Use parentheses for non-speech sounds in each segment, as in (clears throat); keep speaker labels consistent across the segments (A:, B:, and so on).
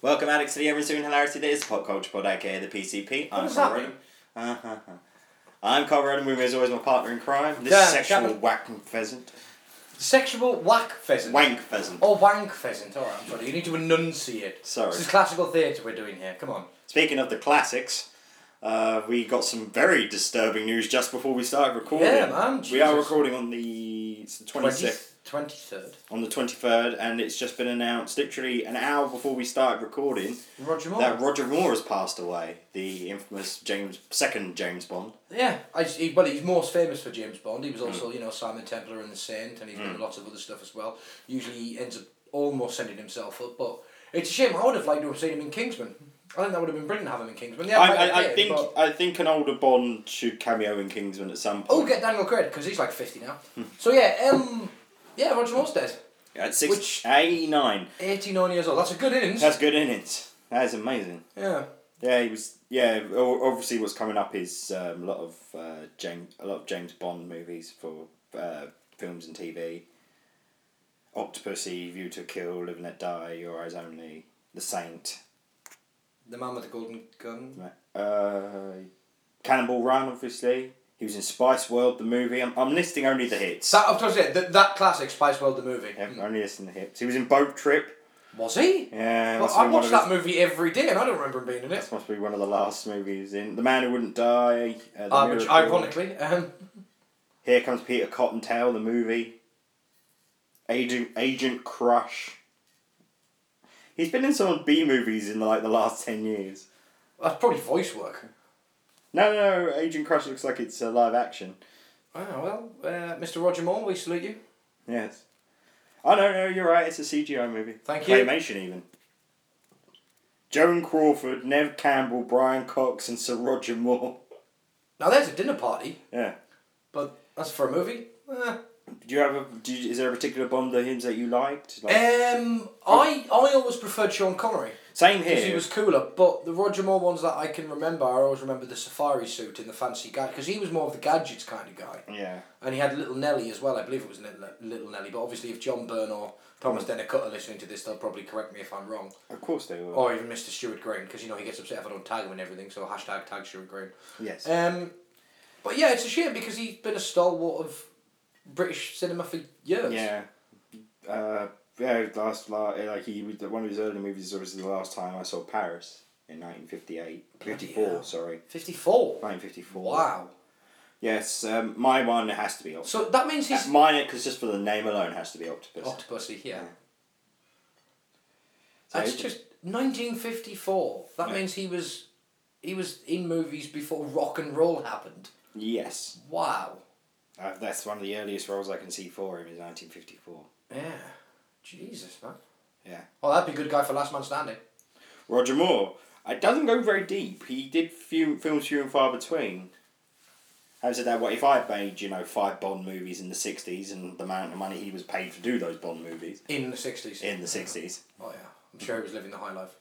A: Welcome, addicts, to the ever soon hilarity that is Pop Culture Pod, aka the PCP. I'm
B: does that
A: Conrad. Uh-huh. I'm Conrad, and with me as always my partner in crime, this
B: Dan
A: sexual
B: Chapman.
A: whack pheasant.
B: Sexual whack pheasant.
A: Wank pheasant.
B: Or wank pheasant. All right, I'm sorry. You need to enunciate.
A: Sorry.
B: This is classical theatre we're doing here. Come on.
A: Speaking of the classics, uh, we got some very disturbing news just before we started recording.
B: Yeah, man,
A: We are
B: Jesus.
A: recording on the, it's the 26th,
B: 23rd.
A: on the 23rd, and it's just been announced literally an hour before we started recording
B: Roger Moore.
A: that Roger Moore has passed away, the infamous James, second James Bond.
B: yeah. I just, he, well, he's most famous for James Bond. He
A: Hmm.
B: was also, you know, Simon Templar and The Saint, and he's done lots of other stuff as well. Usually he ends up almost sending himself up, but it's a shame. I would have liked to have seen him in Kingsman. I think that would have been brilliant to have him in Kingsman. Yeah,
A: I,
B: might have
A: I, I
B: did,
A: think
B: but-
A: I think an older Bond should cameo in Kingsman at some
B: Oh,
A: point.
B: get Daniel Craig, because he's like 50 now.
A: Hmm.
B: so yeah, um, yeah, Roger Moore's dead.
A: At six,
B: Which-
A: 89.
B: 89 years old. That's a good innings.
A: That's good innings. That is amazing.
B: yeah.
A: Yeah, he was. Yeah, o- obviously, what's coming up is um, a lot of uh, James, a lot of James Bond movies for uh, films and TV. Octopussy, View to a Kill, Live and Let Die, Your Eyes Only, The Saint,
B: The man with the golden gun.
A: uh, Cannonball Run. Obviously, he was in Spice World, the movie. I'm, I'm listing only the hits.
B: That, I was going to say, that, that classic Spice World, the movie.
A: Yeah, only listing the hits. He was in Boat Trip.
B: Was he?
A: Yeah,
B: Well,
A: must have
B: I
A: been one
B: watched
A: of
B: that movie every day and I don't remember him being in
A: his-
B: it.
A: Must be one of the last movies in The Man Who Wouldn't Die. Uh, the
B: Uh, which,
A: Miracle.
B: ironically, um,
A: Here comes Peter Cottontail, the movie. Agent Agent Crush. He's been in some B movies in like the last ten years.
B: that's probably voice work.
A: No, no, no. Agent Crush looks like it's uh, live action.
B: Oh, well, uh, Mr. Roger Moore, we salute you.
A: Yes. Oh no, no, you're right. It's a CGI movie.
B: Thank you.
A: Claymation even. Joan Crawford, Nev Campbell, Brian Cox, and Sir Roger Moore. (laughs)
B: Now, there's a dinner party,
A: Yeah.
B: but that's for a movie. Eh.
A: Do you have a? Do you, is there a particular Bond of his that you liked? Like,
B: Um,
A: Oh.
B: I, I always preferred Sean Connery.
A: same
B: because he
A: here.
B: was cooler. But the Roger Moore ones that I can remember, I always remember the safari suit and the fancy guy because he was more of the gadgets kind of guy,
A: yeah.
B: and he had Little Nelly as well. I believe it was Little, Little Nelly, but obviously if John Byrne or
A: Hmm.
B: Thomas Denicutt are listening to this, they'll probably correct me if I'm wrong,
A: Of course they were.
B: or even Mr. Stuart Graham because you know he gets upset if I don't tag him and everything. So hashtag tag Stuart Graham.
A: Yes.
B: Um, but yeah, it's a shame because he's been a stalwart of British cinema for years.
A: Yeah. Uh, yeah, last, la eh, like he was- one of his early movies was the last time I saw Paris in 1958. 54,
B: hell.
A: sorry.
B: Fifty four.
A: 1954.
B: Wow.
A: Yes, um, my one has to be Octopus.
B: So that means he's
A: Mine, because just for the name alone, has to be Octopus.
B: Oh, Octopussy, yeah.
A: Yeah. So
B: That's
A: it-
B: just 1954. That
A: Yeah.
B: means he was he was in movies before rock and roll happened.
A: Yes.
B: Wow.
A: Uh, that's one of the earliest roles I can see for him is 1954.
B: Yeah. Jesus, man.
A: Yeah.
B: Well, that'd be a good guy for Last Man Standing.
A: Roger Moore. It doesn't go very deep. He did few films few and far between. Having said that, what if I made you know five Bond movies in the sixties and the amount of money he was paid to do those Bond movies
B: In the 60s.
A: in the sixties?
B: Oh, yeah. I'm sure he was living the high life.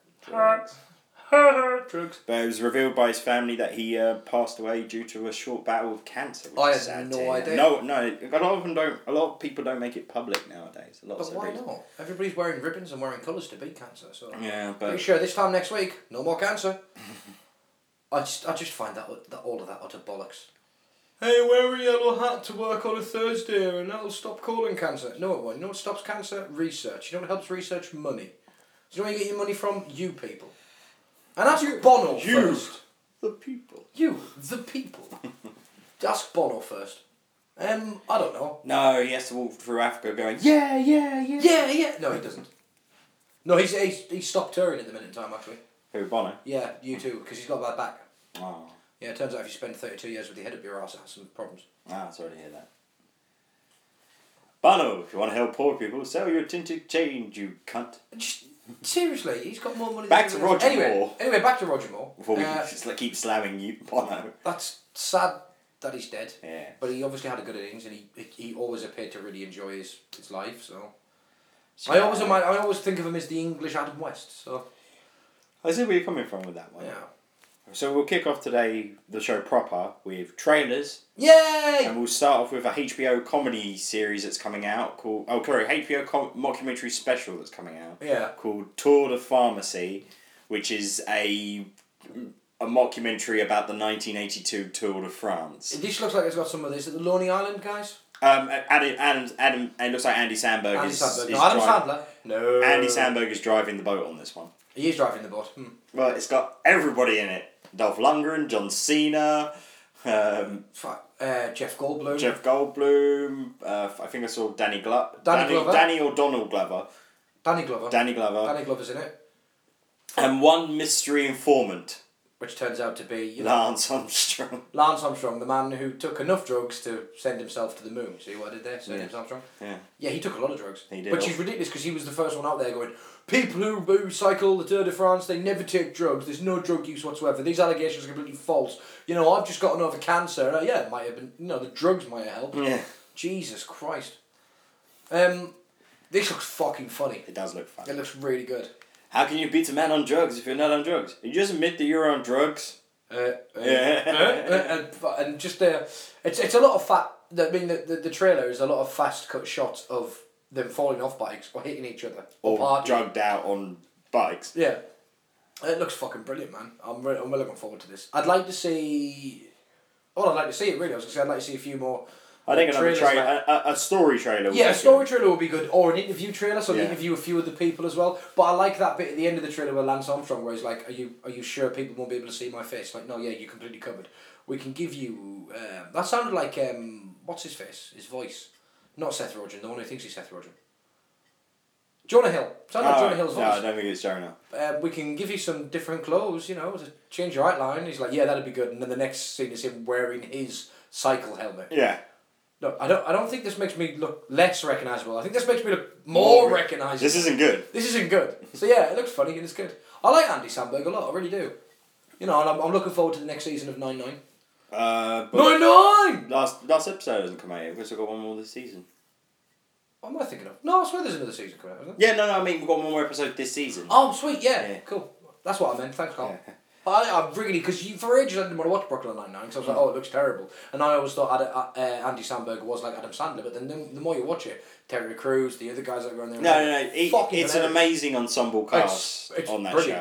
A: (laughs) but
B: Drugs.
A: it was revealed by his family that he uh, passed away due to a short battle with cancer. which
B: I
A: is
B: had
A: sad
B: no
A: to hear.
B: idea.
A: No, no. A lot of them don't. A lot of people don't make it public nowadays. A lot of
B: But why
A: celebrities.
B: not? Everybody's wearing ribbons and wearing colours to beat cancer, so.
A: Yeah,
B: Pretty
A: but
B: sure this time next week, no more (laughs) cancer. I just, I just find that, ut- that all of that utter bollocks. Hey, wear a yellow hat to work on a Thursday, and that'll stop calling cancer. No, it won't. You know what stops cancer? Research. You know what helps research? Money. Do you know where you get your money from? You people. And ask Bono
A: you.
B: first.
A: the people.
B: You, the (laughs) people. ask Bono first. Um, I don't know.
A: No, he has to walk through Africa going, yeah, yeah, yeah.
B: Yeah, yeah. No, he doesn't. No, he's, he's, he's stopped touring at the minute in time, actually.
A: Who Bono?
B: Yeah, you too, because he's got a bad back.
A: Oh.
B: Yeah, it turns out if you spend 32 years with your head up your ass, it has some problems.
A: Ah, sorry to hear that. Bono, if you want to help poor people, sell your tinted change, you cunt.
B: Just, seriously, he's got more money
A: Back
B: than
A: to
B: everyone else.
A: Roger
B: anyway,
A: Moore.
B: Anyway, back to Roger Moore.
A: Before we (laughs)
B: Uh,
A: just, like, keep slamming you, Bono.
B: that's sad that he's dead.
A: Yeah.
B: But he obviously had a good innings and he, he always appeared to really enjoy his, his life, so. I always
A: I,
B: remind, I always think of him as the English Adam West, so. Oh,
A: see where you're coming from with that one.
B: Yeah.
A: So we'll kick off today the show proper with trailers,
B: Yay!
A: and we'll start off with a HBO comedy series that's coming out called oh sorry HBO com- mockumentary special that's coming out
B: Yeah.
A: called Tour de Pharmacy, which is a a mockumentary about the nineteen eighty two Tour de France.
B: This looks like it's got some of this. The Lonely Island guys?
A: Um, Adam, Adam, Adam, it looks like Andy Sandberg
B: Andy
A: is, is
B: Sandberg. No, Adam
A: dri-
B: Sandler. No.
A: Andy Sandberg is driving the boat on this one.
B: He is driving the boat. Hmm.
A: Well, it's got everybody in it: Dolph Lundgren, John Cena, um,
B: Fuck. Uh, Jeff Goldblum.
A: Jeff Goldblum. Uh, I think I saw Danny Glover.
B: Danny Glover.
A: Danny or Donald Glover.
B: Danny Glover.
A: Danny Glover.
B: Danny Glover's in it.
A: And one mystery informant,
B: Which turns out to be you know,
A: Lance Armstrong. (laughs)
B: Lance Armstrong, the man who took enough drugs to send himself to the moon. See what I did there? Sir James Armstrong.
A: Yeah.
B: Yeah, he took a lot of drugs.
A: He did.
B: Which is ridiculous because he was the first one out there going, people who, who cycle the Tour de France, they never take drugs. There's no drug use whatsoever. These allegations are completely false. You know, I've just gotten over cancer. Uh, yeah, it might have been, you know, the drugs might have helped.
A: Yeah.
B: Jesus Christ. Um, this looks fucking funny.
A: It does look
B: It
A: fun.
B: looks really good.
A: How can you beat a man on drugs if you're not on drugs? You just admit that you're on drugs.
B: Uh, uh,
A: (laughs) Yeah.
B: uh, uh, uh, and just uh, it's it's a lot of fat. I mean, the, the, the trailer is a lot of fast cut shots of them falling off bikes or hitting each other
A: Or
B: or, partying.
A: drugged out on bikes.
B: Yeah. It looks fucking brilliant, man. I'm re- I'm really looking forward to this. I'd like to see. All I'd like to see it really. I was gonna say I'd like to see a few more.
A: I think
B: uh,
A: another
B: trailers,
A: trailer,
B: man.
A: a, a, a story trailer. would
B: Yeah,
A: be
B: a story trailer would be good, or an interview trailer. So they
A: Yeah.
B: interview a few of the people as well. But I like that bit at the end of the trailer where Lance Armstrong, where he's like, "Are you are you sure people won't be able to see my face?" Like, no, yeah, you're completely covered. We can give you. Um, that sounded like um, what's his face, his voice, not Seth Rogen, the one who thinks he's Seth Rogen. Jonah Hill.
A: good.
B: Sounded like
A: Oh,
B: Jonah Hill's voice
A: no, I don't think it's Jonah.
B: uh, we can give you some different clothes, you know, to change your outline. He's like, yeah, that'd be good. And then the next scene is him wearing his cycle helmet.
A: Yeah.
B: No, I don't. I don't think this makes me look less recognizable. I think this makes me look more
A: More-
B: recognizable.
A: This
B: This,
A: isn't good.
B: isn't good. So yeah, it looks funny and it's good. I like Andy Samberg a lot. I really do. You know, and I'm, I'm looking forward to the next season of Nine Nine.
A: Uh, but
B: Nine Nine.
A: last last episode hasn't come out yet. We've still got one more this season.
B: What am I thinking of? No, I swear there's another season coming out. Isn't there?
A: Yeah, no, no. I mean, we've got one more episode this season.
B: Oh, sweet. Yeah,
A: Yeah.
B: cool. That's what I meant. Thanks, Carl.
A: Yeah.
B: I, I really because you for ages I didn't want to watch Brooklyn Nine Nine because I was like, oh, it looks terrible, and I always thought Ad, uh, uh, Andy Sandberg was like Adam Sandler, but then the, the more you watch it, Terry Crews, the other guys that were on there,
A: No, no, no. It,
B: Fucking
A: it's an
B: hilarious.
A: amazing ensemble cast
B: It's- it's
A: on that
B: brilliant.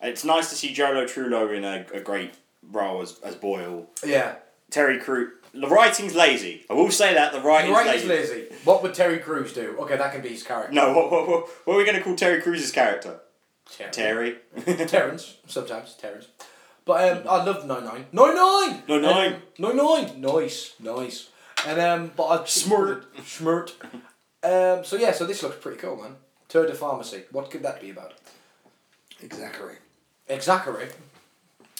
A: show. It's nice to see Jolo Trullo in a, a great role as, as Boyle.
B: yeah,
A: Terry Crew. The writing's lazy. I will say that the
B: You're
A: writing's
B: right, he's
A: lazy.
B: lazy. What would Terry Crews do? Okay, that can be his character.
A: No, (laughs) what, what, what, what are we going to call Terry Crews' character?
B: Ter-
A: Terry. (laughs)
B: Terrence sometimes Terrence, but um, I love Nine Nine Nine Nine
A: Nine Nine.
B: Um, Nine Nine nice nice, and um, but I
A: Smart.
B: smart. Um, so yeah, so this looks pretty cool, man. Tour de pharmacy. What could that be about?
A: exactly.
B: Exactly.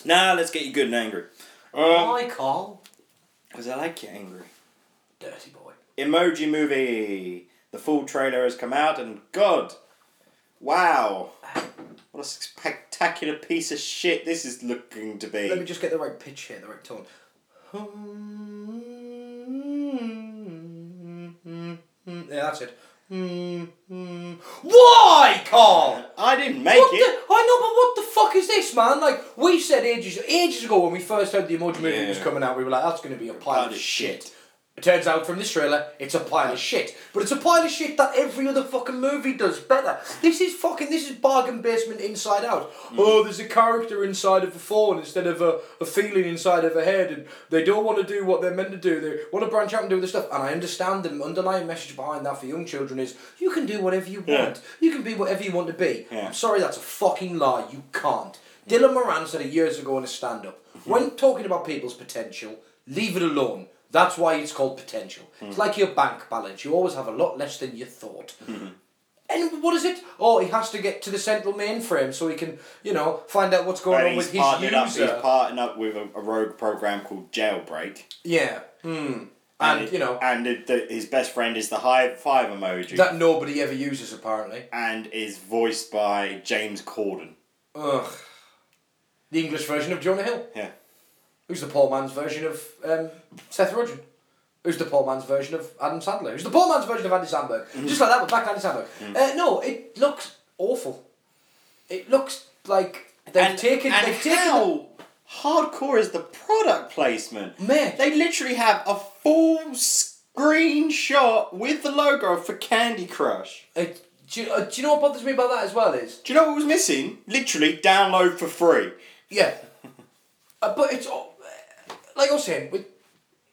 A: Now let's get you good and angry.
B: Hi, Carl.
A: Because I like you angry.
B: Dirty boy.
A: Emoji movie. The full trailer has come out, and God, wow, what a spectacular piece of shit this is looking to be.
B: Let me just get the right pitch here, the right tone. Hmm. Yeah, that's it. Hmm. Why, Carl?
A: I didn't make
B: What the,
A: it.
B: I know, but what the fuck is this, man? Like we said ages, ages ago when we first heard the Emoji Movie was
A: Yeah.
B: coming out, we were like, "That's going to be a pile,
A: Pile
B: of
A: of
B: shit."
A: shit.
B: It turns out from this trailer, it's a pile of shit. But it's a pile of shit that every other fucking movie does better. This is fucking this is bargain basement inside out.
A: Hmm.
B: Oh, there's a character inside of a phone instead of a, a feeling inside of a head, and they don't want to do what they're meant to do. They want to branch out and do other stuff. And I understand the underlying message behind that for young children is you can do whatever you
A: Yeah.
B: want. You can be whatever you want to be.
A: Yeah.
B: I'm sorry, that's a fucking lie. You can't. Dylan Moran said it years ago in a stand up.
A: Mhm.
B: When talking about people's potential, leave it alone. That's why it's called potential.
A: Mm.
B: It's like your bank balance. You always have a lot less than you thought.
A: Mm-hmm.
B: And what is it? Oh, he has to get to the central mainframe so he can, you know, find out what's going
A: But
B: on
A: he's
B: with his
A: partnered
B: user.
A: up. He's partnered up with a, a rogue program called Jailbreak,
B: yeah. Hmm. And,
A: it-
B: you know,
A: and it- the, his best friend is the high five emoji,
B: that nobody ever uses apparently.
A: and is voiced by James Corden.
B: Ugh. The English version of Jonah Hill.
A: Yeah,
B: Who's the poor man's version of um, Seth Rogen? Who's the poor man's version of Adam Sandler? Who's the poor man's version of Andy Sandberg?
A: Mm-hmm.
B: Just like that, but back to Andy Sandberg. Uh, no, it looks awful. It looks like they've
A: and,
B: taken.
A: and
B: they've taken.
A: how hardcore is the product placement.
B: Mate,
A: They literally have a full screenshot with the logo for Candy Crush.
B: uh, do, you, uh, do you know what bothers me about that as well is
A: Do you know what was missing? Literally, download for free.
B: Yeah. uh, but it's all, like I was saying, with,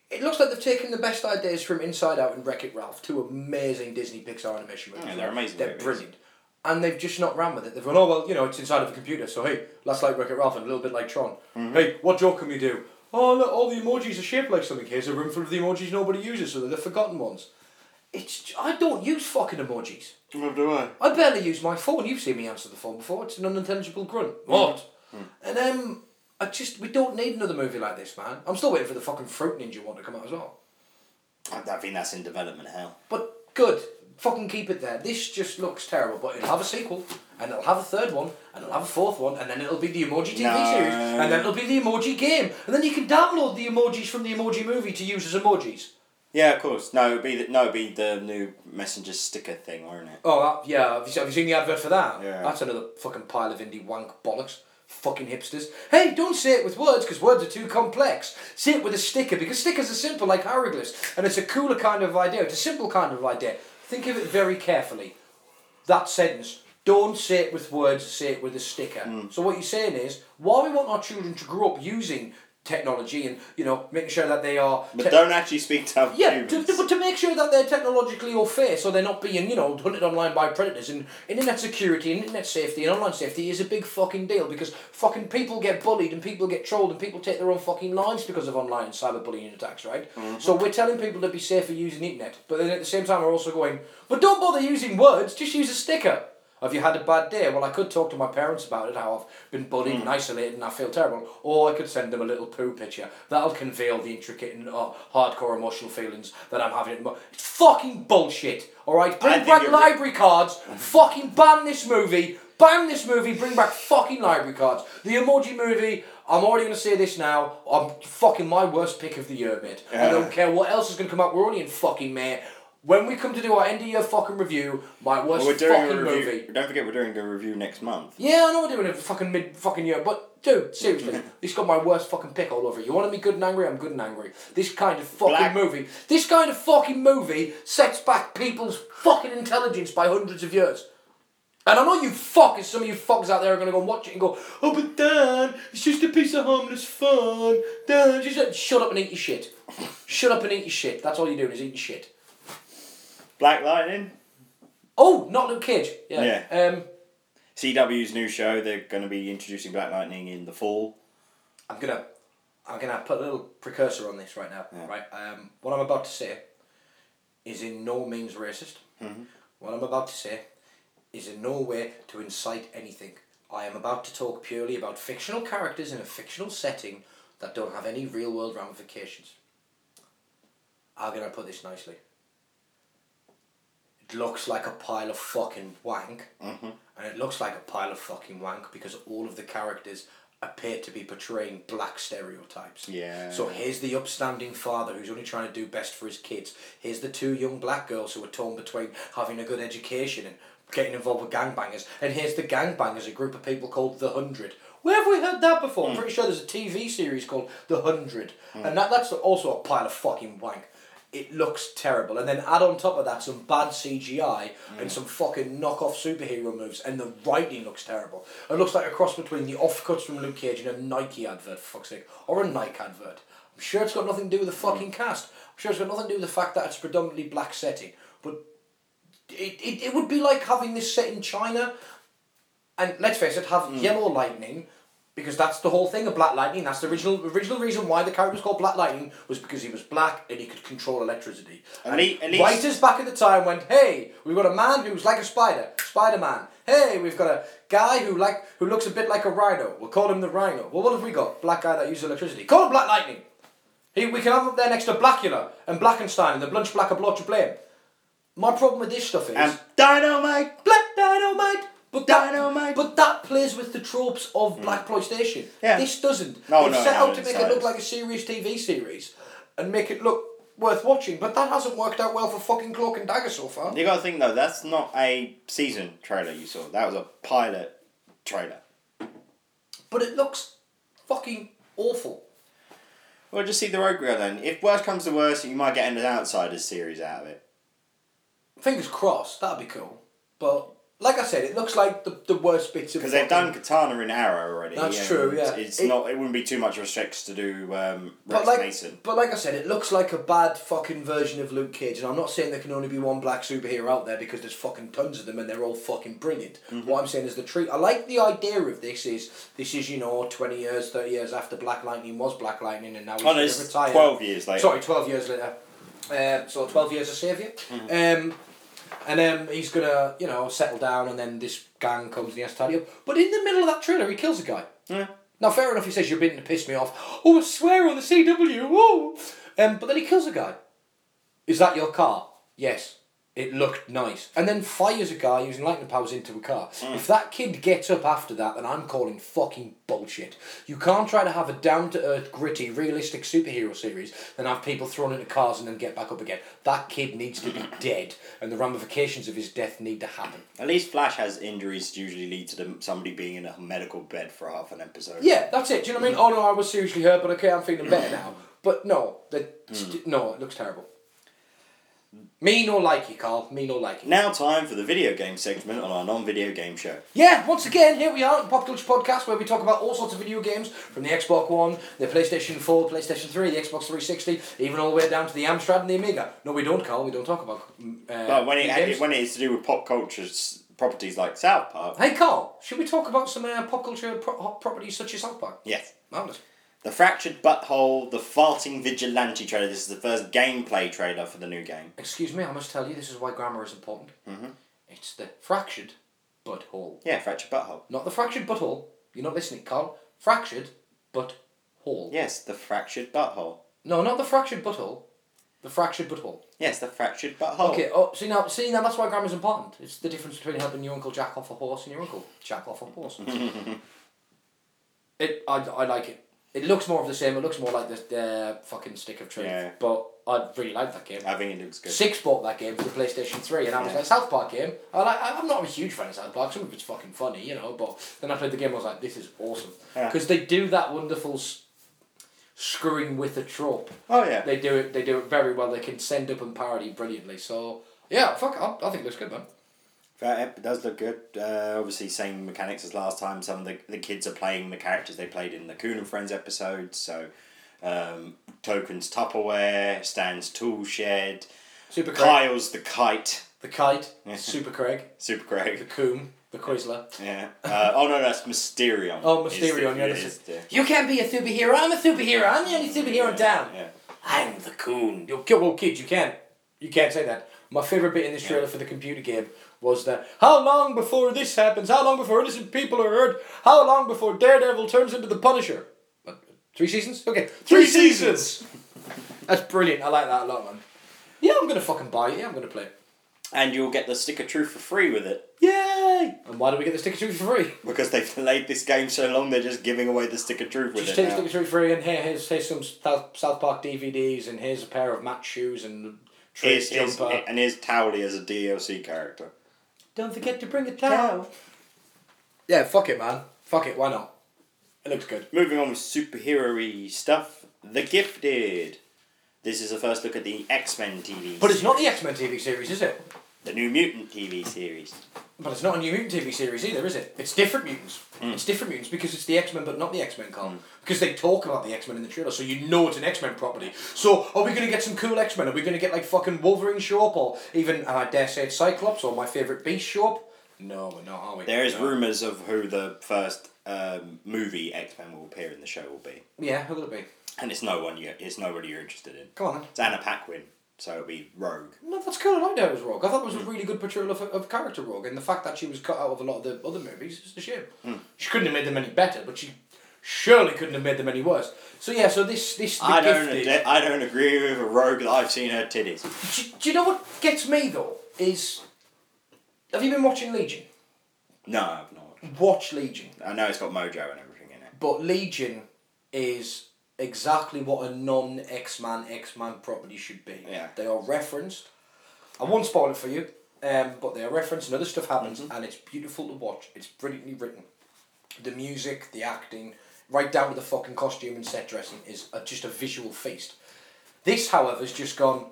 B: it looks like they've taken the best ideas from Inside Out and Wreck It Ralph, two amazing Disney Pixar animation movies.
A: Yeah, they're amazing
B: They're
A: movies.
B: brilliant. And they've just not ran with it. They've gone, oh, well, you know, it's inside of a computer, so hey, that's like Wreck It Ralph and a little bit like Tron.
A: Mm-hmm.
B: Hey, what joke can we do? Oh, look, all the emojis are shaped like something. Here's a room full of the emojis nobody uses, so they're the forgotten ones. It's j- I don't use fucking emojis.
A: Nor do I.
B: I barely use my phone. You've seen me answer the phone before. It's an unintelligible grunt. What? And um, I just we don't need another movie like this, man. I'm still waiting for the fucking Fruit Ninja one to come out as well.
A: I I think that's in development hell.
B: But good, fucking keep it there. This just looks terrible, but it'll have a sequel, and it'll have a third one, and it'll have a fourth one, and then it'll be the Emoji TV
A: No.
B: series, and then it'll be the Emoji game, and then you can download the emojis from the Emoji movie to use as emojis.
A: Yeah, of course. No, it'd be the, no, it'd be the new messenger sticker thing, won't it?
B: Oh, that, yeah. Have you, se- have you seen the advert for that?
A: Yeah.
B: That's another fucking pile of indie wank bollocks. Fucking hipsters. Hey, don't say it with words because words are too complex. Say it with a sticker because stickers are simple like hieroglyphs and it's a cooler kind of idea. It's a simple kind of idea. Think of it very carefully. That sentence. Don't say it with words, say it with a sticker. So what you're saying is, while we want our children to grow up using technology and, you know, making sure that they are...
A: But
B: te-
A: don't actually speak to other
B: yeah,
A: humans.
B: to, to, but to make sure that they're technologically au fait, so they're not being, you know, hunted online by predators. And internet security and internet safety and online safety is a big fucking deal because fucking people get bullied and people get trolled and people take their own fucking lives because of online cyberbullying attacks, right? So we're telling people to be safer using the internet, but then at the same time we're also going, but don't bother using words, just use a sticker. Have you had a bad day? Well, I could talk to my parents about it, how I've been bullied
A: Hmm.
B: and isolated and I feel terrible. Or I could send them a little poo picture. That'll convey all the intricate and uh, hardcore emotional feelings that I'm having. at the mo- It's fucking bullshit, alright?
A: I
B: Bring
A: think
B: back
A: you're-
B: library cards, fucking ban this movie, ban this movie, bring back fucking library cards. The emoji movie, I'm already gonna say this now, I'm fucking my worst pick of the year, mate. I don't care what else is gonna come out, we're only in fucking May. When we come to do our end of year fucking review, my worst
A: Well, we're doing
B: fucking
A: a review.
B: movie.
A: Don't forget, we're doing a review next month.
B: Yeah, I know we're doing it fucking mid fucking year, but dude, seriously,
A: Mm-hmm.
B: this got my worst fucking pick all over it. You want to be good and angry? I'm good and angry. This kind of fucking
A: Black-
B: movie, this kind of fucking movie sets back people's fucking intelligence by hundreds of years. And I know you fuckers, some of you fuckers out there are gonna go and watch it and go, oh, but Dan, it's just a piece of harmless fun. Dan, just like, shut up and eat your shit. (laughs) Shut up and eat your shit. That's all you're doing is eating shit.
A: Black Lightning,
B: Oh, not Luke Cage. Yeah. Um,
A: CW's new show. They're going to be introducing Black Lightning in the fall.
B: I'm gonna I'm gonna put a little precursor on this right now.
A: Yeah.
B: Right. Um, what I'm about to say is in no means racist. What I'm about to say is in no way to incite anything. I am about to talk purely about fictional characters in a fictional setting that don't have any real world ramifications. How can I put this nicely? It looks like a pile of fucking wank. And it looks like a pile of fucking wank because all of the characters appear to be portraying black stereotypes.
A: Yeah.
B: So here's the upstanding father who's only trying to do best for his kids. Here's the two young black girls who are torn between having a good education and getting involved with gangbangers. And here's the gangbangers, a group of people called The Hundred. Where have we heard that before? I'm pretty sure there's a TV series called The Hundred. And that, that's also a pile of fucking wank it looks terrible. And then add on top of that some bad CGI and some fucking knockoff superhero moves, and the writing looks terrible. It looks like a cross between the offcuts from Luke Cage and a Nike advert, for fuck's sake, or a Nike advert. I'm sure it's got nothing to do with the fucking cast. I'm sure it's got nothing to do with the fact that it's predominantly black setting. But it, it, it would be like having this set in China and let's face it, have
A: Hmm.
B: yellow lightning because that's the whole thing of Black Lightning. That's the original original reason why the character was called Black Lightning was because he was black and he could control electricity.
A: At
B: And
A: lea- at least-
B: writers back at the time went, "Hey, we've got a man who's like a spider, Spider Man. Hey, we've got a guy who like who looks a bit like a rhino. We'll call him the Rhino. Well, what have we got? Black guy that uses electricity. Call him Black Lightning. He, we can have him there next to Blackula and Blackenstein and the Blunch Blacker Blotcher Blame. My problem with this stuff is
A: And Dynamite.
B: Black Dynamite. But that,
A: Dynamite. Hmm.
B: but that plays with the tropes of Black PlayStation.
A: Yeah.
B: This doesn't.
A: No,
B: They've
A: no,
B: set
A: no,
B: out to
A: it's
B: make
A: not.
B: it look like a serious TV series and make it look worth watching, but that hasn't worked out well for fucking Cloak and Dagger so far.
A: You got to think though. That's not a season trailer you saw. That was a pilot trailer.
B: But it looks fucking Awful.
A: Well, just see the road grill then. If worst comes to worst, you might get an Outsiders series out of it.
B: Fingers crossed, that'd be cool. But like I said, it looks like the, the worst bits of
A: Because they've
B: fucking-
A: done Katana in Arrow already.
B: That's
A: and
B: true, yeah.
A: It's
B: It-
A: not. It wouldn't be too much of a stretch to do um, Rex
B: But like,
A: Mason.
B: but like I said, it looks like a bad fucking version of Luke Cage, and I'm not saying there can only be one black superhero out there because there's fucking tons of them and they're all fucking brilliant.
A: Mm-hmm.
B: What I'm saying is the treat. I like the idea of this is this is you know twenty years, thirty years after Black Lightning was Black Lightning, and now he's
A: Oh, no,
B: gonna
A: it's
B: retire.
A: twelve years later.
B: Sorry, twelve years later. Um, so twelve years a savior.
A: Mm-hmm.
B: Um, and um, he's gonna you know settle down, and then this gang comes and he has to tidy up. But in the middle of that trailer, he kills a guy.
A: Yeah.
B: Now, fair enough, he says you're beginning to piss me off. (laughs) Oh, I swear on the CW. Oh, um, but then he kills a guy. Is that your car? Yes. It looked nice. And then fires a guy using lightning powers into a car. If that kid gets up after that, then I'm calling fucking bullshit. You can't try to have a down to earth, gritty, realistic superhero series, then have people thrown into cars and then get back up again. That kid needs to (laughs) be dead, and the ramifications of his death need to happen.
A: At least Flash has injuries usually lead to them somebody being in a medical bed for half an episode.
B: Yeah, that's it. Do you know what I mean? Oh no, I was seriously hurt, but okay, I'm feeling better now. (clears throat) But no, that st- no, it looks terrible. Me no like you, Carl. Me no like you.
A: Now time for the video game segment on our non-video game show.
B: Yeah, once again, here we are at the Pop Culture Podcast, where we talk about all sorts of video games from the Xbox One, the PlayStation Four, PlayStation Three, the Xbox Three Sixty, even all the way down to the Amstrad and the Amiga. No, we don't, Carl. We don't talk about. mm, Uh,
A: But when it,
B: video games.
A: when it is to do with pop culture's properties like South Park,
B: Hey, Carl, should we talk about some uh, pop culture pro- hot properties such as South Park?
A: yes.
B: Marvelous.
A: The Fractured Butthole, the Farting Vigilante trailer. This is the first gameplay trailer for the new game.
B: Excuse me, I must tell you, this is why grammar is important. Mm-hmm. It's the fractured butthole.
A: Yeah, Fractured Butthole.
B: Not the fractured butthole. You're not listening, Carl. Fractured butthole.
A: Yes, the Fractured Butthole.
B: No, not the fractured butthole. The fractured butthole.
A: Yes, the Fractured Butthole.
B: Okay, oh, see now, see now, that's why grammar's important. It's the difference between helping your uncle jack off a horse and your uncle jack off
A: (laughs)
B: a horse. it, I, I like it. It looks more of the same. It looks more like the uh, fucking stick of truth.
A: Yeah.
B: But I really like that game.
A: I think it looks good.
B: Six bought that game for the PlayStation Three, and I was
A: Yeah.
B: like South Park game. I like. I- I'm not a huge fan of South Park. Some of it's fucking funny, you know. But then I played the game. I was like, this is awesome
A: Yeah.
B: because they do that wonderful s- screwing with a trope.
A: Oh yeah.
B: They do it. They do it very well. They can send up and parody brilliantly. So yeah, fuck. I, I think it looks good, man.
A: That ep- does look good. Uh, obviously, same mechanics as last time. Some of the, the kids are playing the characters they played in the Coon and Friends episode. So, um, Token's Tupperware, Stan's Tool Shed,
B: Super Craig,
A: Kyle's The Kite, (laughs)
B: the kite, Super Craig,
A: Super
B: the
A: Craig.
B: coom, the Quisler.
A: Yeah. Uh, oh no, that's Mysterion.
B: Oh,
A: is the-
B: Mysterion. Yeah,
A: is
B: this is-
A: the-
B: You can't be a superhero. I'm a superhero. I'm the only superhero in town.
A: Yeah.
B: I'm the coon. You're, well, kid, you can't. You can't say that. My favourite bit in this trailer for the computer game was that how long before this happens? How long before innocent people are hurt? How long before Daredevil turns into the Punisher? What, Three seasons? Okay. Three seasons! (laughs) That's brilliant. I like that a lot, man. Yeah, I'm going to fucking buy it. Yeah, I'm going to play it.
A: And you'll get the stick of truth for free with it
B: Yay! And why do we get the sticker truth for free?
A: because they've delayed this game so long. They're just giving away the stick of truth with
B: Just
A: it.
B: take the
A: now.
B: sticker truth for free, and here, here's, here's some South South Park DVDs, and here's a pair of match shoes, and
A: Here's,
B: trace
A: here's,
B: jumper.
A: and here's Towley as a DLC character.
B: Don't forget to bring a towel. Yeah, fuck it, man. Fuck it, why not? It looks good.
A: Moving on with superhero stuff, The Gifted. This is a first look at the X Men TV.
B: But it's not the X Men TV series, is it?
A: the New Mutant TV series.
B: But it's not a New Mutant TV series either, is it? It's different mutants.
A: Hmm.
B: It's different mutants because it's the X Men, but not the X Men column. Because they talk about the X Men in the trailer, so you know it's an X Men property. So are we going to get some cool X Men? Are we going to get like fucking Wolverine show up, or even and I dare say it's Cyclops or my favorite Beast show up? No, we're not, are we?
A: There is
B: No.
A: rumours of who the first um, movie X Men will appear in the show will be,
B: Yeah, who will it be?
A: and it's no one you. It's nobody you're interested in.
B: Come on. Then.
A: It's Anna Paquin, so it'll be Rogue.
B: No, that's cool. I liked her as Rogue. I thought it was a really good portrayal of, of character Rogue, and the fact that she was cut out of a lot of the other movies is a shame. She couldn't have made them any better, but she surely couldn't have made them any worse. So yeah, so this this the
A: I don't.
B: gifted.
A: ad- I don't agree with a Rogue that I've seen her titties.
B: do, do you know what gets me though is, have you been watching Legion?
A: No, I've not.
B: Watch Legion,
A: I know it's got Mojo and everything in it.
B: but Legion is exactly what a non X Man X Man property should be.
A: Yeah.
B: they are referenced. I won't spoil it for you. Um, but they are referenced and other stuff happens and it's beautiful to watch. It's brilliantly written. the music, the acting, right down to the fucking costume and set dressing, is a, just a visual feast. This, however, has just gone.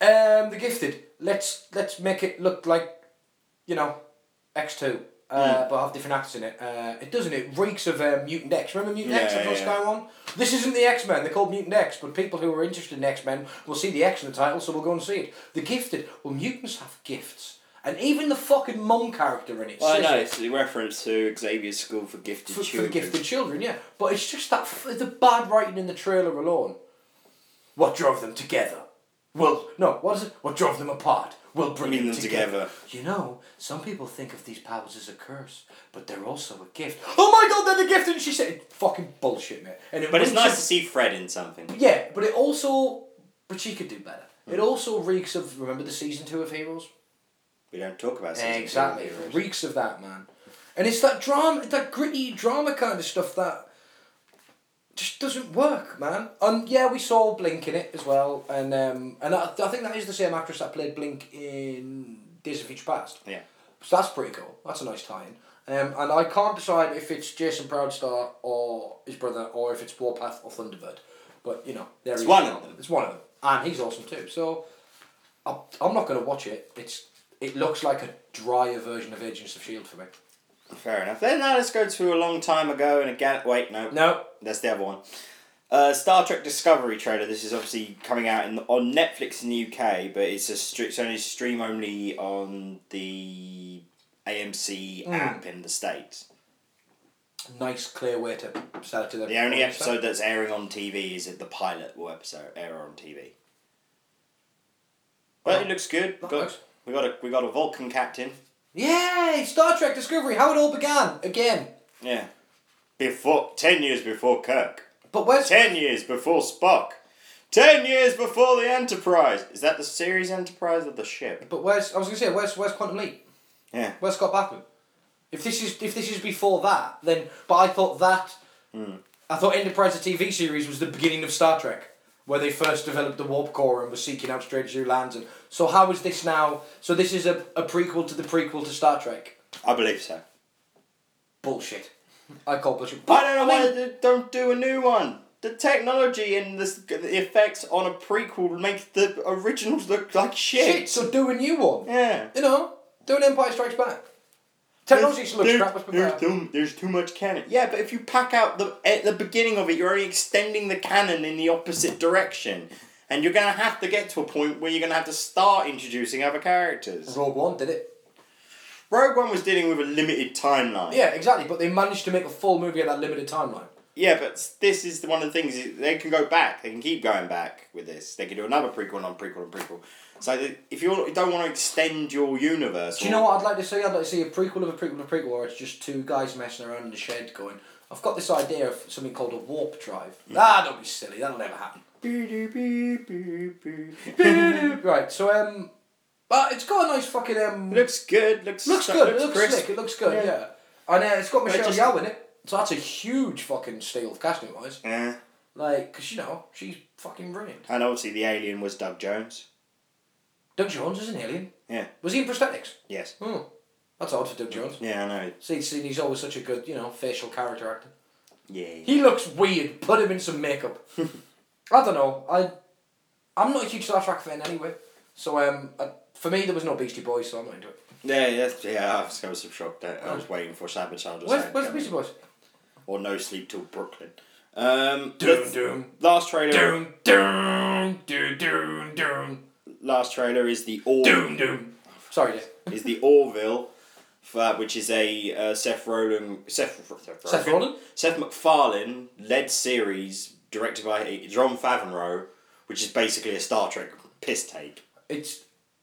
B: Um, the gifted. Let's let's make it look like, you know, X two. Uh,
A: Hmm.
B: But have different actors in it. Uh, it doesn't. It reeks of uh, Mutant X. Remember Mutant X
A: Yeah,
B: on
A: yeah.
B: Sky One? This isn't the X Men. They're called Mutant X, but people who are interested in X Men will see the X in the title, so we'll go and see it. The Gifted. Well, mutants have gifts, and even the fucking mum character in it.
A: Well, I
B: says
A: know
B: it
A: it's a reference to Xavier's School for Gifted
B: for, for the
A: Children.
B: gifted children, yeah. But it's just that f- the bad writing in the trailer alone. What drove them together? Well, no, what is it? What drove them apart? We'll bring
A: Bring
B: them,
A: them
B: together.
A: together.
B: You know, some people think of these powers as a curse, but they're also a gift. Oh my god, they're the gift! And she said, fucking bullshit, mate. And it
A: But it's
B: reeks
A: nice
B: of-
A: to see Fred in something.
B: yeah, but it also. But she could do better. It also reeks of. Remember the season two of Heroes?
A: We don't talk about season two
B: Exactly.
A: of
B: It
A: Heroes.
B: reeks of that, man. And it's that drama, that gritty drama kind of stuff that just doesn't work, man. And yeah, we saw Blink in it as well, and um, and I, I think that is the same actress that played Blink in Days of Future Past.
A: Yeah.
B: So that's pretty cool. That's a nice tie-in. Um, and I can't decide if it's Jason Proudstar or his brother, or if it's Warpath or Thunderbird. But you know, there
A: It's
B: is-
A: one of them.
B: It's one of them, and he's awesome too. So, I, I'm not going to watch it. It's it looks like a drier version of Agents of Shield E for me.
A: Fair enough. Then now let's go to a long time ago and a gal. Wait, no.
B: No,
A: That's the other one. Uh, Star Trek Discovery trailer. This is obviously coming out in on Netflix in the UK, but it's a stri- it's only stream only on the AMC
B: Hmm.
A: app in the states.
B: nice clear way to sell it to them.
A: The only episode that's airing on TV is the pilot will episode air on TV. But it looks good. We
B: That
A: got,
B: looks-
A: we got a we got a Vulcan captain.
B: Yay! Star Trek Discovery. How it all began again.
A: Yeah. Before ten years before Kirk.
B: But where's
A: Ten years before Spock. Ten years before the Enterprise. Is that the series Enterprise or the ship?
B: but where's I was going to say where's where's Quantum Leap?
A: Yeah.
B: Where's Scott Bakman? If this is if this is before that, then but I thought that I thought Enterprise the TV series was the beginning of Star Trek, where they first developed the warp core and were seeking out strange new lands. And so how is this now? So this is a, a prequel to the prequel to Star Trek.
A: I believe so.
B: Bullshit. I call bullshit.
A: I don't know
B: mean-
A: why they don't do a new one. The technology and this, the effects on a prequel make the originals look like
B: Shit. So do a new one.
A: Yeah.
B: You know, do an Empire Strikes Back. Technology still looks
A: There's-
B: crap. let's be
A: there's
B: fair.
A: too, there's too much canon. Yeah, but if you pack out the at the beginning of it, you're only extending the canon in the opposite direction, and you're gonna have to get to a point where you're gonna have to start introducing other characters.
B: Rogue One did it.
A: Rogue One was dealing with a limited timeline.
B: Yeah, exactly. But they managed to make a full movie at that limited timeline.
A: Yeah, but this is the one of the things is they can go back. They can keep going back with this. They can do another prequel, non prequel, and prequel. So that if you're, you don't want to extend your universe,
B: Do you know what I'd like to see? I'd like to see a prequel of a prequel of a prequel where it's just two guys messing around in the shed going, I've got this idea of something called a warp drive. Ah, don't be silly, that'll never happen. right, so, um, but it's got a nice fucking, um,
A: (laughs)
B: looks,
A: looks good. Looks so-
B: good, it looks
A: crisp.
B: slick, it looks good,
A: Yeah.
B: yeah. And uh, it's got Michelle
A: just-
B: Yeoh in it, so that's a huge fucking steal casting wise.
A: Yeah.
B: Like, because, you know, she's fucking brilliant.
A: And obviously the alien was Doug Jones.
B: Doug Jones is an alien.
A: Yeah.
B: Was he in prosthetics?
A: Yes.
B: Hmm. That's odd for Doug Jones.
A: Yeah, I know.
B: See, see, he's always such a good, you know, facial character actor.
A: Yeah.
B: He looks weird. Put him in some makeup. I don't know. I, I'm not a huge Star Trek fan anyway. So um, I, for me there was no Beastie Boys, so I'm not into it.
A: Yeah, yeah, yeah. I was, I was shocked. I, I was waiting for Sabotage or
B: Where's,
A: something.
B: where's the
A: to come
B: Beastie
A: in.
B: Boys?
A: Or No Sleep Till Brooklyn. Um,
B: Doom,
A: let's-
B: doom,
A: Last trailer.
B: doom, doom, doom, doom, doom,
A: Last trailer is the all.
B: doom, doom. Sorry, Dave.
A: is the Orville, for, which is a uh, Seth Rogen, Seth, Seth,
B: Seth Rogen?
A: Seth MacFarlane led series directed by John Favreau, which is basically a Star Trek piss take.
B: It's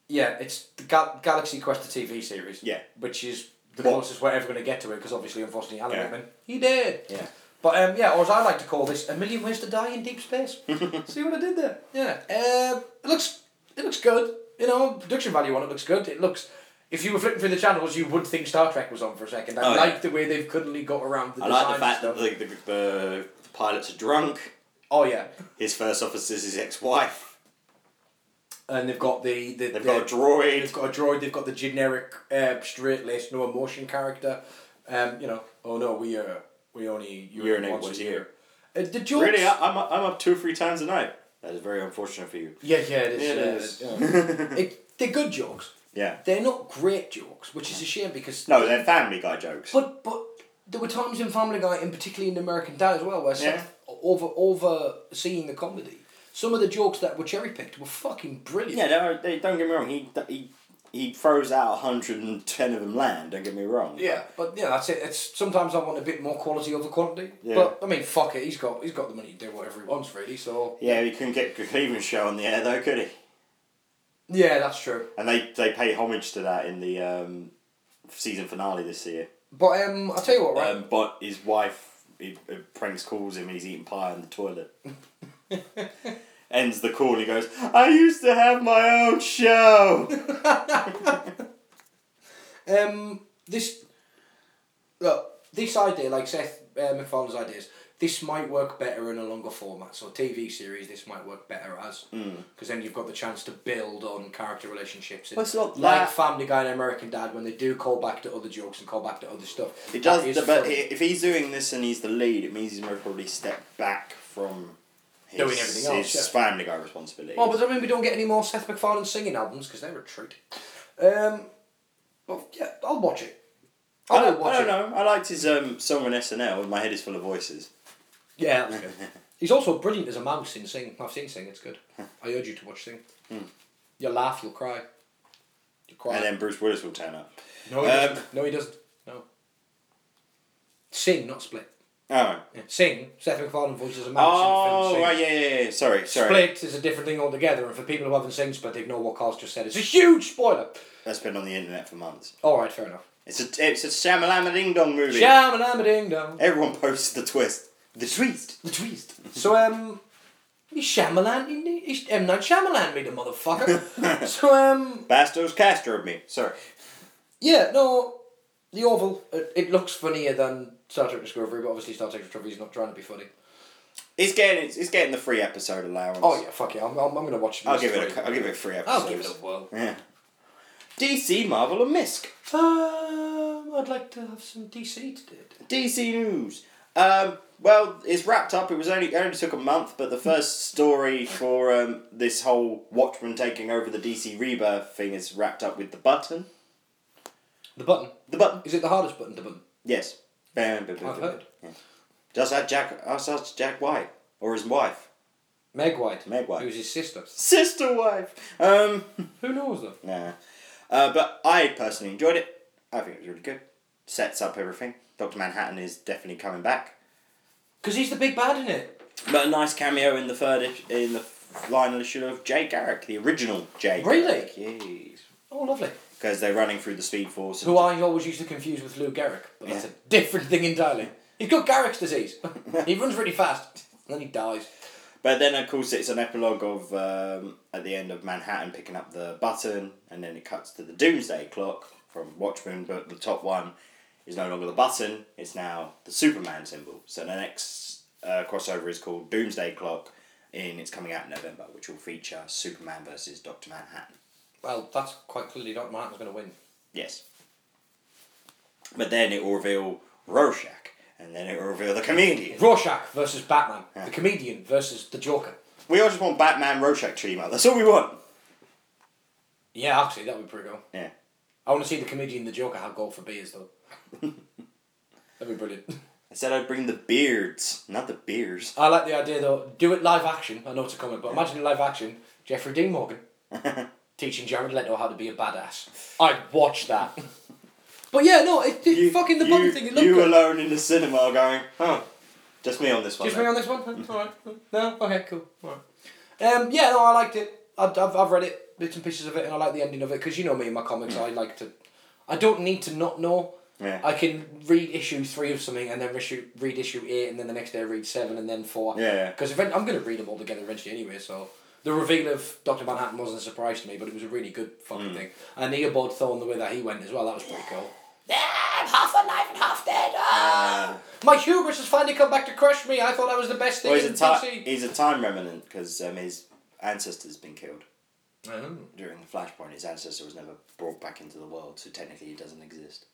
B: yeah, it's the Gal- Galaxy Quest the TV series.
A: Yeah.
B: which is the
A: What?
B: closest we're ever going to get to it because obviously, unfortunately, Alan
A: Yeah.
B: Rickman he did.
A: Yeah.
B: But um, yeah, or as I like to call this, a million ways to die in
A: (laughs)
B: deep space. See what I did there? Yeah. Um, it looks it looks good. You know, production value on it looks good. It looks. If you were flipping through the channels, you would think Star Trek was on for a second. I
A: Oh, yeah.
B: like the way they've cuddly got around the
A: I
B: design
A: like the
B: and
A: fact that
B: stuff.
A: the, the, the, the pilots are drunk.
B: Oh yeah,
A: His first officer is his ex-wife.
B: and they've got the, the
A: They've
B: the-
A: got a droid.
B: They've got a droid. They've got the generic, uh, straight-laced, no emotion character. Um, you know, oh no, we uh, We only
A: Urinate once a year.
B: Uh, the jokes.
A: Really, I, I'm, I'm up two or three times a night. That is very unfortunate for you.
B: Yeah, yeah, it is.
A: It
B: yeah,
A: is.
B: yeah.
A: (laughs)
B: It- they're good jokes.
A: yeah.
B: They're not great jokes, which is a shame because
A: No, they're Family Guy jokes.
B: But but there were times in Family Guy, and particularly in American Dad as well, where
A: Yeah.
B: Seth over overseeing the comedy, some of the jokes that were cherry picked were fucking brilliant.
A: yeah, no, they, don't get me wrong. He he he throws out hundred and ten of them land. Don't get me wrong.
B: Yeah, but yeah, that's it. It's sometimes I want a bit more quality over quantity.
A: Yeah.
B: But I mean, fuck it. He's got he's got the money to do whatever he wants, really. So
A: Yeah, he couldn't get the Cleveland show on the air though, could he?
B: yeah, that's true.
A: And they, they pay homage to that in the um, season finale this year.
B: But um, I tell you what, right?
A: Um, but his wife he, uh, pranks calls him and he's eating pie on the toilet. Ends the call and he goes, I used to have my own show.
B: Um, this look, this idea, like Seth uh, MacFarlane's ideas, this might work better in a longer format. So TV series, this might work better as
A: Hmm.
B: because then you've got the chance to build on character relationships. And,
A: Well, it's not
B: like
A: that-
B: Family Guy and American Dad when they do call back to other jokes and call back to other stuff.
A: It
B: that
A: does,
B: is
A: the, but
B: fun.
A: i- if he's doing this and he's the lead, it means he's most probably stepped back from his,
B: Doing everything else,
A: his
B: yeah.
A: family guy responsibility.
B: Well, but I mean, we don't get any more Seth MacFarlane singing albums because they're a treat. Um, but yeah, I'll watch it. I
A: I
B: will
A: don't,
B: watch
A: I
B: it.
A: don't know. I liked his um, song on SNL, My Head is Full of Voices.
B: Yeah, that was good. (laughs) He's also brilliant as a mouse in Sing. I've seen Sing, it's good.
A: Hmm.
B: I urge you to watch Sing. You'll laugh, you'll cry. You'll cry.
A: And then Bruce Willis will turn up.
B: no, he
A: um,
B: doesn't. No, he doesn't. No. Sing, not split.
A: Oh,
B: Yeah. Sing, Seth MacFarlane voices a mouse in the film.
A: oh
B: Sing.
A: right, yeah, yeah, yeah. Sorry, sorry.
B: Split is a different thing altogether, and for people who haven't seen Split, they know what Carl's just said. It's a huge spoiler!
A: That's been on the internet for months.
B: Alright, fair enough.
A: It's a it's a Shamalama Ding Dong movie.
B: Shamalama ding dong.
A: Everyone posted the twist. The twist.
B: The twist. So, um, he's Shyamalan, isn't he? He's M. Night Shyamalan, me
A: (laughs)
B: the motherfucker. so, um,
A: Bastos Castro me. Sorry.
B: Yeah, no, the Oval, it, it looks funnier than Star Trek Discovery, but obviously Star Trek Discovery is not trying to be funny.
A: It's getting it's, it's getting the free episode allowance.
B: Oh, yeah, fuck yeah, I'm, I'm, I'm going to watch
A: I'll
B: this
A: give it
B: three.
A: a I'll give it a free episode.
B: I'll give it a whirl.
A: Yeah. DC Marvel and Misk.
B: Um, I'd like to have some DC today.
A: DC News. Um, well, it's wrapped up. It was only it only took a month, but the first story for um, this whole Watchmen taking over the DC Rebirth thing is wrapped up with the button.
B: The button.
A: The button.
B: Is it the hardest button to button?
A: Yes. Bam, bam, bam,
B: I've
A: bam.
B: heard.
A: Just ask Jack. Just ask Jack White or his wife,
B: Meg White.
A: Meg White.
B: Who's his sister.
A: sister wife. Um, (laughs)
B: Who knows, though?
A: nah. Uh, but I personally enjoyed it. I think it was really good. Sets up everything. Doctor Manhattan is definitely coming back.
B: Because he's the big bad in it.
A: But a nice cameo in the third ish- in the final issue of Jay Garrick, the original Jay.
B: Really?
A: Yes.
B: Oh, lovely.
A: Because they're running through the Speed Force. and-
B: Who I always used to confuse with Lou Gehrig, but that's
A: Yeah.
B: a different thing entirely. He's got Gehrig's disease. he runs really fast, and then he dies.
A: But then, of course, it's an epilogue of um, at the end of Manhattan picking up the button, and then it cuts to the Doomsday Clock from Watchmen. But the top one is no longer the button; it's now the Superman symbol. So the next uh, crossover is called Doomsday Clock, and it's coming out in November, which will feature Superman versus Doctor Manhattan.
B: Well, that's quite clearly Dr. Manhattan's going to win.
A: Yes. But then it will reveal Rorschach, and then it will reveal the comedian.
B: Rorschach versus Batman. The comedian versus the Joker.
A: We all just want Batman Rorschach team up. That's all we want.
B: Yeah, actually, that would be pretty cool.
A: Yeah.
B: I want to see the comedian and the Joker have gold for beers, though. That'd be brilliant.
A: I said I'd bring the beards, not the beers.
B: I like the idea, though. Do it live action. I know it's a comment, but imagine live action. Jeffrey Dean
A: (laughs)
B: Morgan teaching Jared Leto how to be a badass. I'd watch
A: (laughs)
B: that. but yeah, no, it, it, fucking the
A: you,
B: button thing, it looked
A: You
B: good.
A: alone in the cinema are going, huh? Just me on this one.
B: Just
A: then.
B: me on this one? (laughs) Alright. No? Okay, cool. Alright. Um, yeah, no, I liked it. I've, I've, I've read it, bits and pieces of it, and I like the ending of it, because you know me and my comics, I like to... I don't need to not know.
A: Yeah.
B: I can read issue three of something, and then issue, read issue eight, and then the next day read seven, and then four.
A: Yeah, yeah.
B: Because I'm going to read them all together eventually anyway, so... The reveal of Dr. Manhattan wasn't a surprise to me, but it was a really good fucking
A: Hmm.
B: thing. And Eobard Thorne, the way that he went as well, that was pretty cool. Yeah, I'm half alive and half dead. Ah! My hubris has finally come back to crush me. I thought I was the best thing
A: Well, he's
B: in
A: a, ti-
B: DC.
A: he's a time remnant because um, his ancestor's been killed
B: Oh.
A: during the Flashpoint. His ancestor was never brought back into the world, so technically he doesn't exist.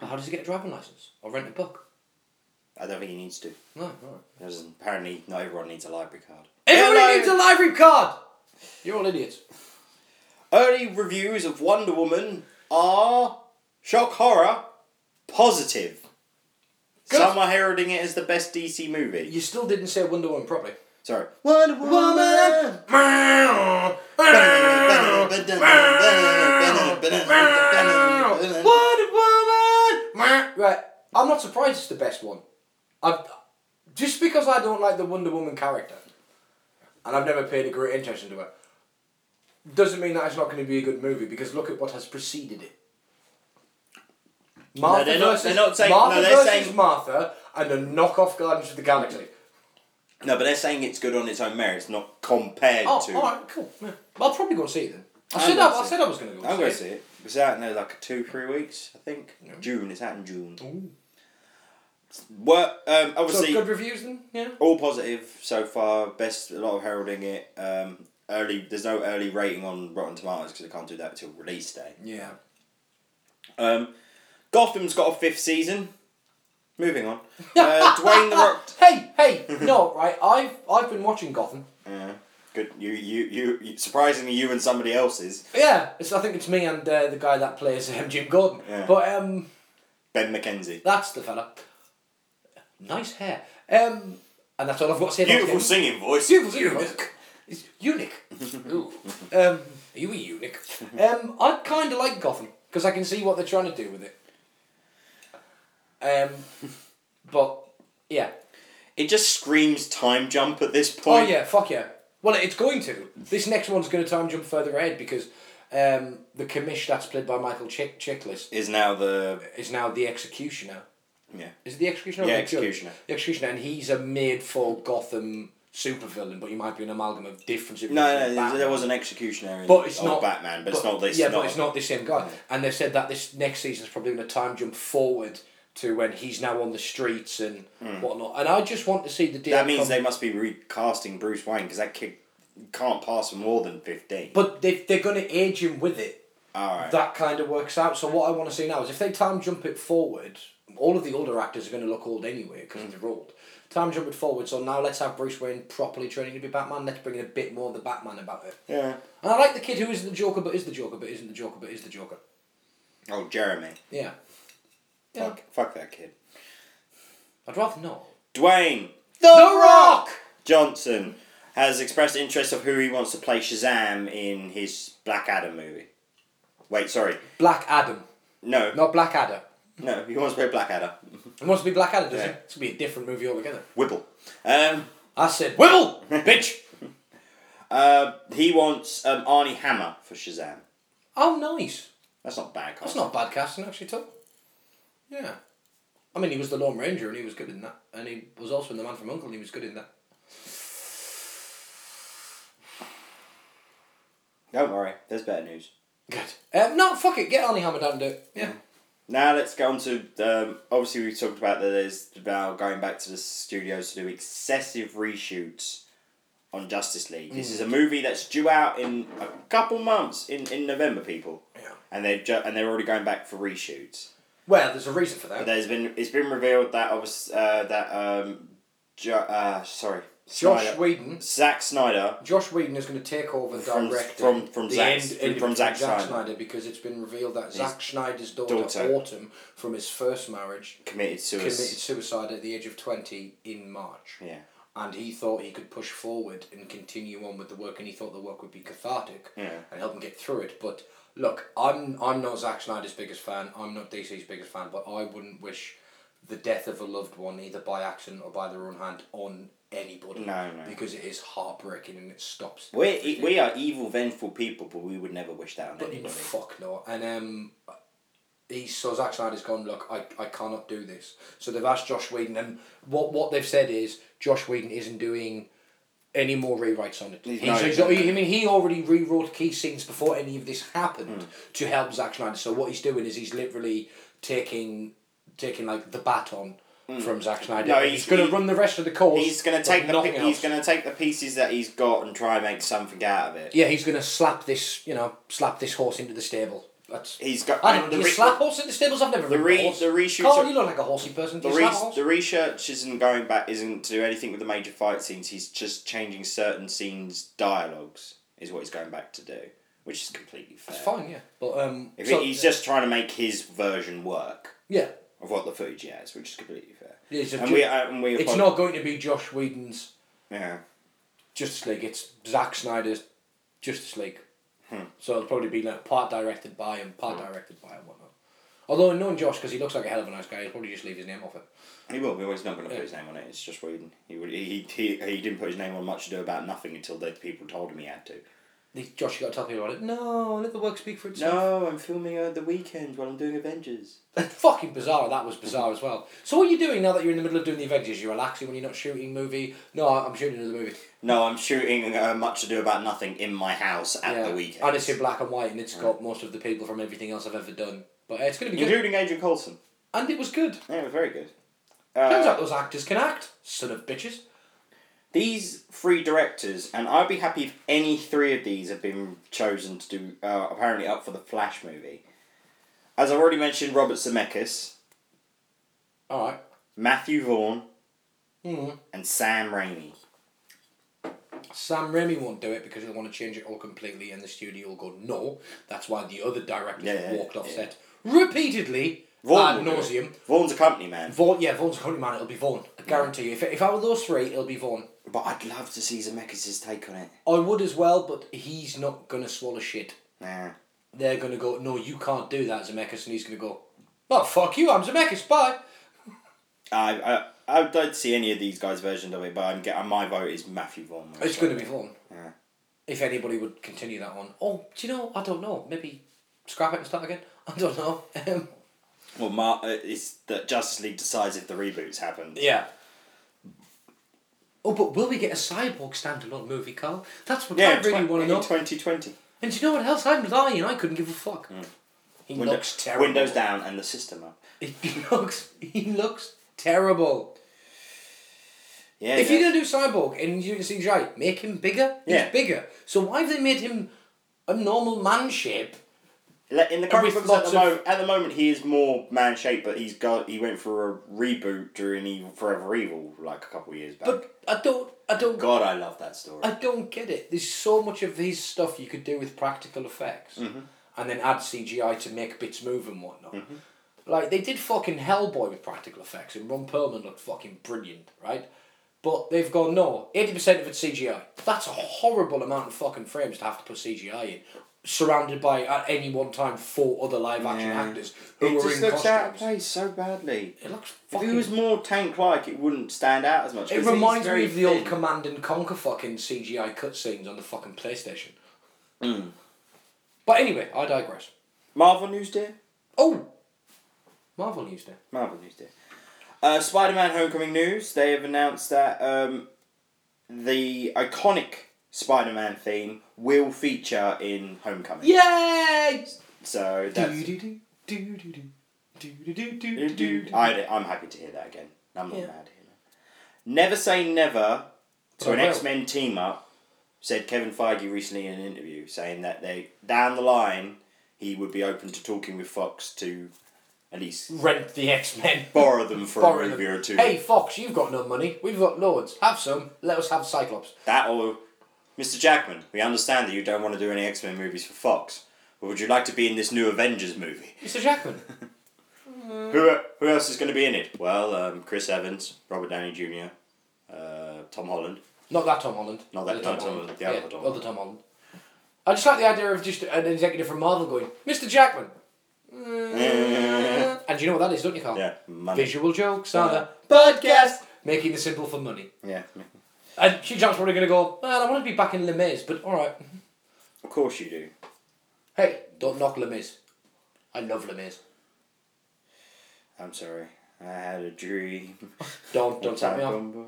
B: How does he get a driving license or rent a book?
A: I don't think he needs to.
B: No, alright.
A: Because apparently, not everyone needs a library card.
B: Everybody
A: Hello.
B: needs a library card! You're all idiots.
A: Early reviews of Wonder Woman are shock horror positive.
B: Good.
A: Some are heralding it as the best DC movie.
B: You still didn't say Wonder Woman properly.
A: Sorry. Wonder Woman.
B: Right, I'm not surprised it's the best one. I've, just because I don't like the Wonder Woman character, and I've never paid a great attention to it, doesn't mean that it's not going to be a good movie. Because look at what has preceded it. Martha
A: they're not-
B: versus
A: they're not saying-
B: Martha
A: no, they're
B: versus
A: saying-
B: Martha and the knockoff Guardians of the Galaxy.
A: No, but they're saying it's good on its own merits, not compared
B: Oh,
A: to.
B: all right, cool. Yeah. I'll probably go and see it then. I
A: I'm
B: said
A: gonna
B: I, I
A: see
B: said I was going to go.
A: I'm going to see it. It's out in uh, like two, three weeks, I think. June. It's out in June.
B: Ooh.
A: Well, um,
B: So
A: obviously,
B: good reviews then, yeah.
A: all positive so far. Best, a lot of heralding it. Um, early. There's no early rating on Rotten Tomatoes because I can't do that until release day.
B: Yeah.
A: Um, Gotham's got a fifth season. Moving on.
B: (laughs)
A: Uh, Dwayne the Rock.
B: Hey, hey,
A: (laughs)
B: no, right. I've I've been watching Gotham.
A: Yeah. Good. You, you, you, you. Surprisingly, you and somebody else's.
B: Yeah, it's, I think it's me and uh, the guy that plays um, Jim Gordon.
A: Yeah.
B: But um,
A: Ben McKenzie.
B: that's the fella. Nice hair. Um, and that's all I've got to say. about
A: Beautiful
B: him.
A: singing voice.
B: Beautiful eunuch. It's eunuch.
A: (laughs)
B: Ooh. Um, are you a eunuch? Um, I kind of like Gotham because I can see what they're trying to do with it. Um, but yeah,
A: It just screams time jump at this
B: Oh
A: point.
B: yeah, fuck yeah. Well, it's going to. This next one's going to time jump further ahead because um, the commish that's played by Michael Chick- Chiklis
A: Is now the
B: is now the executioner.
A: yeah.
B: Is it the executioner? or
A: Yeah,
B: the judge?
A: executioner.
B: The executioner, and he's a made-for Gotham supervillain, but he might be an amalgam of different supervillains.
A: No,
B: like
A: no, there-
B: Batman.
A: there was an executioner in
B: But it's
A: of
B: not
A: Batman, but, it's
B: but-
A: not this.
B: Yeah,
A: not,
B: but it's not the same guy. And they've said that this next season's probably going to time jump forward to when he's now on the streets and whatnot. And I just want to see the deal.
A: Hmm. That means
B: come-
A: they must be recasting Bruce Wayne because that kid can't pass for more than fifteen.
B: But they they're going to age him with it.
A: All right.
B: that kind of works out. So what I want to see now is if they time jump it forward, all of the older actors are going to look old anyway because they're old. Time jump it forward. So now let's have Bruce Wayne properly training to be Batman. Let's bring in a bit more of the Batman about it.
A: yeah.
B: And I like the kid who is the Joker, but is the Joker, but isn't the Joker, but is the Joker.
A: Oh, Jeremy.
B: Yeah,
A: Fuck, fuck that kid.
B: I'd rather not.
A: Dwayne
B: The, Rock.
A: Johnson has expressed interest of who he wants to play Shazam in his Black Adam movie. Wait, sorry.
B: Black Adam,
A: No,
B: not Black Adder.
A: no, he wants to play Blackadder.
B: It wants to be Black Adder, does
A: Yeah.
B: it? It's gonna be a different movie altogether.
A: Whipple. Um,
B: I said, Wibble, bitch.
A: uh, he wants um, Arnie Hammer for Shazam.
B: Oh, nice.
A: That's not bad.
B: That's
A: Cost.
B: not bad casting, actually, Tom. Yeah. I mean, he was the Lone Ranger and he was good in that. And he was also in The Man from Uncle and he was good in that.
A: Don't worry, there's better news.
B: Good. Um, no, fuck it. Get Arnie Hammer down and do it. Mm. Yeah.
A: Now let's go on to um, obviously we talked about that there's about going back to the studios to do excessive reshoots on Justice League. This
B: Mm.
A: is a movie that's due out in a couple months in, in November, people,
B: Yeah.
A: and they've ju- and they're already going back for reshoots.
B: Well, there's a reason for
A: But
B: that.
A: there's been it's been revealed that obviously uh, that um, jo- uh, sorry
B: Josh
A: Snyder,
B: Whedon.
A: Zack Snyder
B: Josh Whedon is going to take over
A: From-
B: directing
A: from- from
B: the
A: Zack-
B: end,
A: from-
B: end
A: from
B: of
A: Zack Snyder.
B: because it's been revealed that Zack Schneider's daughter,
A: daughter.
B: Autumn from his first marriage
A: committed suicide.
B: committed suicide at the age of 20 in March.
A: Yeah.
B: And he thought he could push forward and continue on with the work, and he thought the work would be cathartic
A: Yeah.
B: and help him get through it. But look, I'm I'm not Zack Snyder's biggest fan. I'm not DC's biggest fan, but I wouldn't wish the death of a loved one either by accident or by their own hand on anybody.
A: No, no.
B: Because it is heartbreaking and it stops.
A: We e, we are evil, vengeful people, but we would never wish that on anybody.
B: Fuck no. And um, he so Zack Snyder's gone. Look, I, I cannot do this. So they've asked Josh Whedon, and what what they've said is Josh Whedon isn't doing any more rewrites on it. He's,
A: not-
B: he's- I mean, he already rewrote key scenes before any of this happened
A: Mm.
B: to help Zack Snyder. So what he's doing is he's literally taking taking like the baton. From Zack Snyder,
A: Mm. No,
B: And
A: he's-
B: he's, going
A: he-
B: to run the rest of the course.
A: He's gonna
B: but
A: take the
B: nothing
A: pi- he's
B: else.
A: gonna take the pieces that he's got and try and make something out of it.
B: yeah, he's going to slap this, you know, slap this horse into the stable. That's.
A: He's got
B: I don't
A: the,
B: know. Do you
A: re-
B: slap horse in the stables? I've never
A: the
B: ridden a
A: re-
B: horse.
A: the reshoots
B: Carl,
A: are-
B: you look like a horsey person. Do
A: the,
B: you
A: re-
B: slap a horse?
A: the research isn't going back. Isn't to do anything with the major fight scenes. He's just changing certain scenes dialogues. Is what he's going back to do, which is completely fair.
B: It's fine, yeah. But um.
A: If
B: so-
A: he- he's just trying to make his version work
B: yeah.
A: of what the footage has, which is completely fair.
B: Yeah, it's a
A: and
B: ju-
A: we uh, and we
B: It's
A: apolog-
B: not going to be Josh Whedon's
A: Yeah.
B: Justice League. It's Zack Snyder's Justice League.
A: Hmm.
B: So it'll probably be like part directed by him, part directed by and whatnot. Although knowing Josh, because he looks like a hell of a nice guy, he'll probably just leave his name off it.
A: He will be. well, He's not going to put his name on it. It's just Whedon. He would. He, he he didn't put his name on much to do about nothing until the people told him he had to.
B: The- Josh, you got to tell people about it. No, let the work speak for itself.
A: No, I'm filming uh, the weekend while I'm doing Avengers.
B: (laughs) Fucking bizarre. That was bizarre as well. So what are you doing now that you're in the middle of doing the Avengers? You're relaxing when you're not shooting movie. No, I'm shooting another movie.
A: No, I'm shooting uh, much to do about nothing in my house at the weekend,
B: And it's in black and white, and it's got most of the people from everything else I've ever done. But uh, it's gonna be good.
A: including Agent Coulson.
B: And it was good.
A: Yeah, it was very good.
B: Turns
A: Uh,
B: out those actors can act. Son of bitches.
A: these three directors, and I'd be happy if any three of these have been chosen to do uh, apparently up for the Flash movie. As I've already mentioned, Robert Zemeckis,
B: All right.
A: Matthew Vaughn,
B: Mhm.
A: and Sam Raimi.
B: Sam Raimi won't do it because he'll want to change it all completely, and the studio will go no. That's why the other directors
A: Yeah, yeah,
B: walked off
A: yeah.
B: set repeatedly. ad
A: will do it.
B: nauseum.
A: Vaughn's a company man.
B: Vaughn, yeah, Vaughn's a country man. It'll be Vaughn. I guarantee you. If, if I were those three, it'll be Vaughn.
A: But I'd love to see Zemeckis' take on it.
B: I would as well, but he's not gonna swallow shit.
A: Nah.
B: They're gonna go, no, you can't do that, Zemeckis, and he's gonna go, oh fuck you, I'm Zemeckis, bye.
A: I, I, I don't see any of these guys' versions of it, but I'm get, uh, my vote is Matthew Vaughn.
B: It's gonna be Vaughn.
A: Yeah.
B: If anybody would continue that on, oh, do you know? I don't know. Maybe scrap it and start again. (laughs) I don't know. Um,
A: Well, Mar- uh, it's that Justice League decides if the reboots happen.
B: yeah. Oh, but will we get a cyborg standalone movie, Carl? That's what I
A: Yeah,
B: really want to know.
A: Twenty twenty.
B: and do you know what else? I'm lying. I couldn't give a fuck. He looks terrible.
A: Hmm. Windows down and the system up.
B: (laughs) He looks. He looks terrible.
A: Yeah.
B: If
A: yeah.
B: you're gonna do Cyborg and you CGI, make him bigger.
A: Yeah.
B: He's bigger. So why have they made him a normal man shape?
A: Let- in the comic
B: with
A: books at
B: lots
A: the,
B: of-
A: moment, at the moment, he is more man shaped, but he's got he went for a reboot during Evil, Forever Evil like a couple of years back.
B: But I don't. I don't.
A: God, I love that story.
B: I don't get it. There's so much of his stuff you could do with practical effects,
A: Mm-hmm.
B: and then add CGI to make bits move and whatnot. Like they did fucking Hellboy with practical effects, and Ron Perlman looked fucking brilliant, right? But they've gone no, eighty percent of it's CGI. That's a horrible amount of fucking frames to have to put CGI in, surrounded by at any one time four other live action
A: Yeah.
B: actors who
A: it
B: are
A: just
B: in
A: looks out of
B: costumes.
A: place so badly.
B: It looks
A: If
B: fucking.
A: he was more tank like, it wouldn't stand out as much.
B: it
A: 'cause
B: reminds
A: he's very
B: me of the old
A: thin.
B: Command and Conquer fucking CGI cutscenes on the fucking PlayStation.
A: Hmm.
B: But anyway, I digress.
A: Marvel news, dear.
B: Oh, Marvel news now.
A: Marvel news, dear. Uh, Spider Man Homecoming news. They have announced that um, the iconic Spider Man theme will feature in Homecoming.
B: Yay!
A: So that's.
B: Do-do-do, do-do-do, do-do-do, do-do-do.
A: I, I'm happy to hear that again. I'm not
B: Yeah.
A: mad here. Never say never to
B: I
A: an
B: will.
A: X Men team up, said Kevin Feige recently in an interview, saying that they down the line he would be open to talking with Fox to at least
B: Rent the X Men.
A: (laughs) borrow them for
B: Mm. Borrow
A: a movie
B: them.
A: or two.
B: Hey Fox, you've got no money. We've got loads. Have some. Let us have Cyclops.
A: That or Mr. Jackman, we understand that you don't want to do any X Men movies for Fox, but would you like to be in this new Avengers movie?
B: Mr.
A: (laughs)
B: Jackman.
A: Who, who else is going to be in it? Well, um, Chris Evans, Robert Downey Jr., uh, Tom Holland. (laughs)
B: Not that Tom Holland.
A: Not that
B: Other
A: Tom Holland, the other Tom
B: other Tom Holland. I just like the idea of just an executive from Marvel going, Mr. Jackman. and you know what that is, don't you, Carl?
A: Yeah, money.
B: Visual jokes on a podcast, making the simple for money.
A: Yeah.
B: And Hugh Jackman's probably going to go, man, I want to be back in Les Mis, but all right.
A: Of course you do.
B: Hey, don't knock Les Mis. I love Les Mis.
A: I'm sorry. I had a dream.
B: Don't don't tap me off.
A: Remember.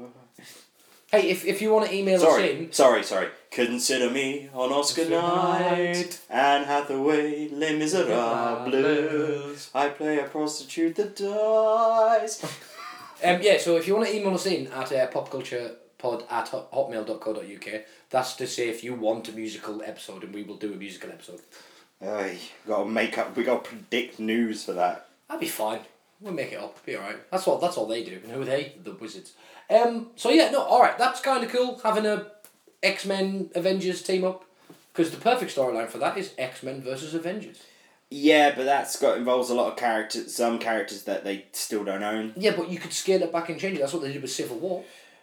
B: Hey, if, if you want to email us
A: Sorry,
B: in,
A: sorry, sorry. Consider me on Oscar
B: Oscar night.
A: night. Anne Hathaway, Les Miserables.
B: Miserables.
A: I play a prostitute that dies.
B: Um, yeah, so if you want to email us in at uh, popculturepod at hot- hotmail.co.uk, that's to say if you want a musical episode and we will do a musical episode.
A: Ay, gotta make up. We gotta predict news for that.
B: I'd be fine. We'll make it up. Be all right. That's all. That's all they do. And who are they? The wizards. Um. So yeah. No. All right. That's kind of cool. Having a X Men Avengers team up, because the perfect storyline for that is X Men versus Avengers.
A: Yeah, but that's got involves a lot of characters. Some characters that they still don't own.
B: Yeah, but you could scale it back and change it. That's what they did with Civil War.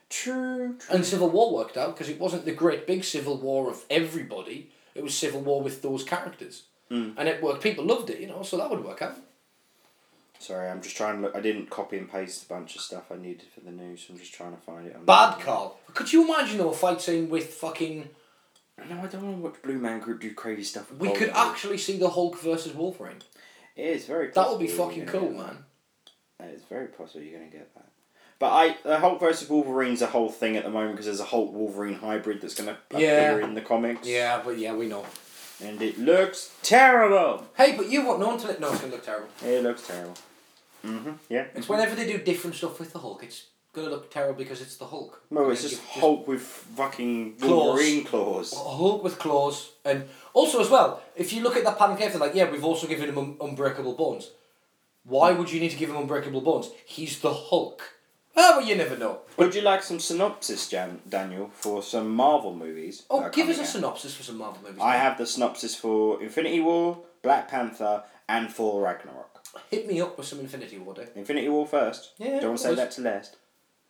A: True. true.
B: And Civil War worked out because it wasn't the great big Civil War of everybody. It was Civil War with those characters. Mm. And it worked. People loved it, you know, so that would work out.
A: Sorry, I'm just trying to look. I didn't copy and paste a bunch of stuff I needed for the news. I'm just trying to find it. on-
B: Bad Carl. Could you imagine though, a fight scene with fucking.
A: No, I don't want to watch Blue Man Group do crazy stuff. With
B: We could
A: Bollywood.
B: actually see the Hulk versus Wolverine.
A: It is very.
B: That would be
A: possible
B: fucking
A: you're
B: cool,
A: gonna get
B: man.
A: that. It's very possible you're going to get that. But I, the Hulk versus Wolverine's a whole thing at the moment because there's a Hulk Wolverine hybrid that's going to
B: Yeah.
A: appear in the comics.
B: Yeah, but yeah, we know.
A: And it looks terrible.
B: Hey, but you won't know until it. No, it's gonna look terrible.
A: It looks terrible. Mhm. Yeah.
B: It's whenever they do different stuff with the Hulk, it's gonna look terrible because it's the Hulk.
A: No, it's
B: And
A: just
B: you-
A: Hulk with fucking
B: Claws. Oh.
A: Wolverine claws.
B: A Hulk with claws, and also as well, if you look at that pattern carefully, like yeah, we've also given him un- unbreakable bones. Why would you need to give him unbreakable bones? He's the Hulk. Ah, well, you never know.
A: Would you like some synopsis, Jan- Daniel, for some Marvel movies? that
B: Oh,
A: are
B: give us a
A: coming out?
B: synopsis for some Marvel movies.
A: I have the synopsis for Infinity War, Black Panther, and for Ragnarok.
B: Hit me up with some Infinity War day.
A: Infinity War first.
B: Yeah,
A: Don't
B: of
A: want to say
B: course.
A: that to last.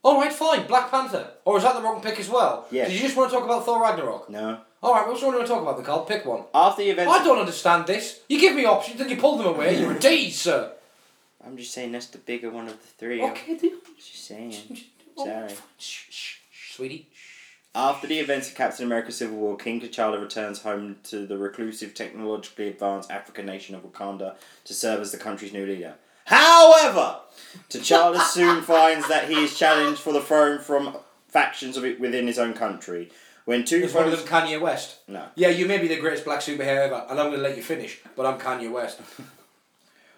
B: All right, fine. Black Panther, or is that the wrong pick as well?
A: Yeah.
B: Did you just want to talk about Thor Ragnarok?
A: No.
B: All right, which one do you want to talk about? Then Carl, pick one.
A: After the events.
B: I don't understand this. You give me options, then you pull them away. You're a D, sir.
A: I'm just saying that's the bigger one of the three.
B: Okay, dude.
A: Just saying.
B: (laughs) Sorry.
A: Sorry.
B: oh. Shh, shh, shh, sweetie. Shh.
A: After the events of Captain America Civil War, King T'Challa returns home to the reclusive, technologically advanced African nation of Wakanda to serve as the country's new leader. However, T'Challa soon finds that he is challenged for the throne from factions of it within his own country. When two
B: Is one of
A: foes-
B: them Kanye West?
A: No.
B: Yeah, you may be the greatest black superhero ever, and I'm going to let you finish, but I'm Kanye West.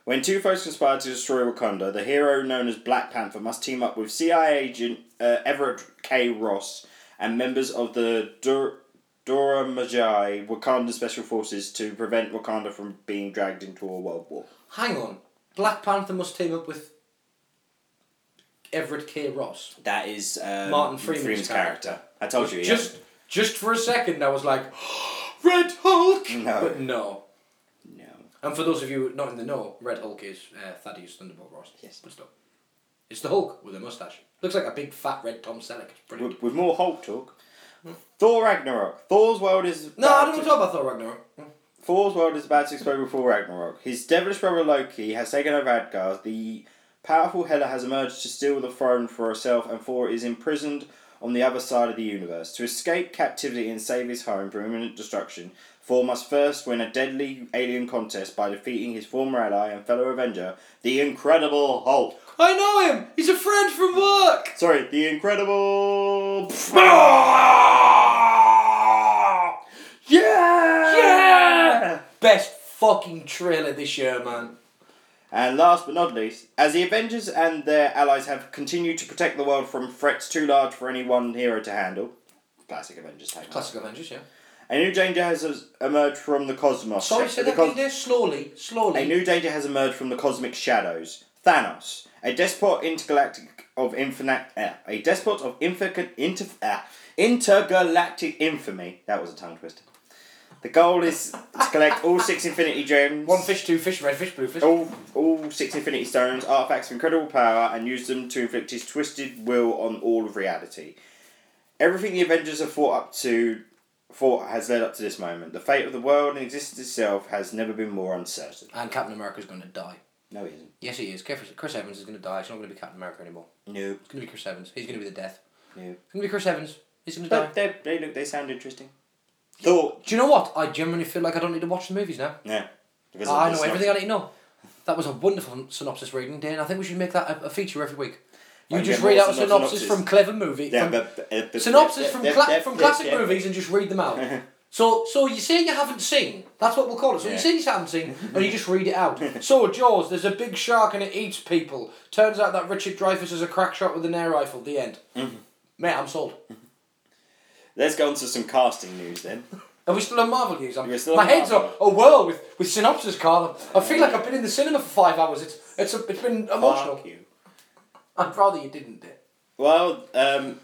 A: When two foes conspire to destroy Wakanda, the hero known as Black Panther must team up with CIA agent uh, Everett K. Ross and members of the Dur- Dora Majai Wakandan Special Forces to prevent Wakanda from being dragged into a world war.
B: Hang on. Black Panther must team up with Everett K. Ross.
A: That is um,
B: Martin Freeman's
A: I told you. yeah.
B: Just just for a second, I was like, (gasps) Red Hulk!
A: No.
B: But no.
A: no.
B: And for those of you not in the know, Red Hulk is uh, Thaddeus Thunderbolt Ross.
A: Yes.
B: But stop. It's the Hulk with a mustache. Looks like a big fat red Tom Selleck. It's brilliant.
A: With, with more Hulk talk. Thor Ragnarok. Thor's world is
B: No,
A: about
B: I don't
A: to-
B: want to talk about Thor Ragnarok.
A: Thor's world is about to explode before Ragnarok. His devilish brother Loki has taken over Asgard. The powerful Hela has emerged to steal the throne for herself, and Thor is imprisoned on the other side of the universe. To escape captivity and save his home from imminent destruction, Thor must first win a deadly alien contest by defeating his former ally and fellow Avenger, the Incredible Hulk.
B: I know him! He's a friend from work!
A: Sorry, the Incredible.
B: Yeah!
A: Yeah!
B: Best fucking trailer this year, man.
A: And last but not least, as the Avengers and their allies have continued to protect the world from threats too large for any one hero to handle, classic Avengers tagline.
B: Classic Avengers, yeah.
A: A new danger has emerged from the cosmos.
B: Sorry, say
A: the
B: that
A: cos-
B: again there. Slowly,
A: a
B: slowly.
A: new danger has emerged from the cosmic shadows. Thanos, a despot intergalactic of infinite, eh, a despot of infinite inter, eh, intergalactic infamy. That was a tongue twister. The goal is to collect all six Infinity Gems.
B: One fish, two fish, red fish, blue fish.
A: All, all six Infinity Stones, artifacts of incredible power, and use them to inflict his twisted will on all of reality. Everything the Avengers have fought up to, fought has led up to this moment. The fate of the world and existence itself has never been more uncertain.
B: And Captain America's going to die.
A: No, he isn't.
B: Yes, he is. Chris Chris Evans is going to die. It's not going to be Captain America anymore.
A: No,
B: It's going to be Chris Evans. He's going to be the death.
A: no.
B: It's going to be Chris Evans. He's going to die.
A: But they, they look, they sound interesting. Thought.
B: Do you know what? I genuinely feel like I don't need to watch the movies now.
A: Yeah. Because of
B: Ah, I
A: the
B: know
A: synopsis.
B: everything I need to know. That was a wonderful synopsis reading, Dan. I think we should make that a, a feature every week. You
A: I'll
B: just
A: get more
B: read out a
A: synops-
B: synopsis
A: synopsis.
B: from clever movie.
A: Yeah,
B: from-
A: but- but- but-
B: synopsis
A: but-
B: from
A: but-
B: cla-
A: but-
B: from
A: but-
B: classic
A: yeah.
B: movies and just read them out.
A: (laughs)
B: so so you say you haven't seen. That's what we'll call it. So you say you haven't seen, and you just read
A: (laughs)
B: it out. so Jaws, there's a big shark and it eats people. Turns out that Richard Dreyfuss is a crack shot with an air rifle. The
A: Mm-hmm.
B: end. Mate, I'm sold. (laughs)
A: Let's go on to some casting news then.
B: Are we still on Marvel news? I'm,
A: We're still
B: my
A: on
B: head's
A: Marvel.
B: a, a whirl with, with synopsis, Carl. I feel like I've been in the cinema for five hours. It's it's, a, it's been emotional.
A: Fuck you.
B: I'd rather you didn't, dear.
A: Well, um,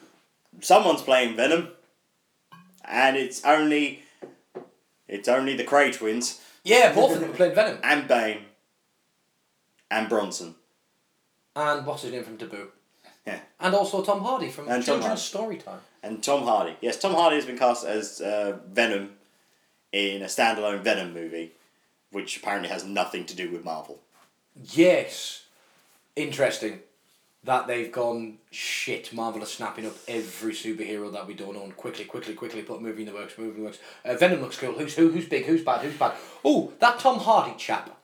A: someone's playing Venom, and it's only it's only the Cray twins
B: Yeah, both of them played Venom.
A: and Bane and Bronson. (laughs)
B: And what's his name from Taboo?
A: Yeah,
B: And also Tom Hardy from
A: And Tom
B: Children's Storytime.
A: and Tom Hardy. Yes, Tom Hardy has been cast as uh, Venom in a standalone Venom movie, which apparently has nothing to do with Marvel.
B: Yes. Interesting that they've gone shit. Marvel are snapping up every superhero that we don't own. Quickly, quickly, quickly put a movie in the works, movie in the works. Uh, Venom looks cool. Who's who? Who's big? Who's bad? Who's bad? Oh, that Tom Hardy chap.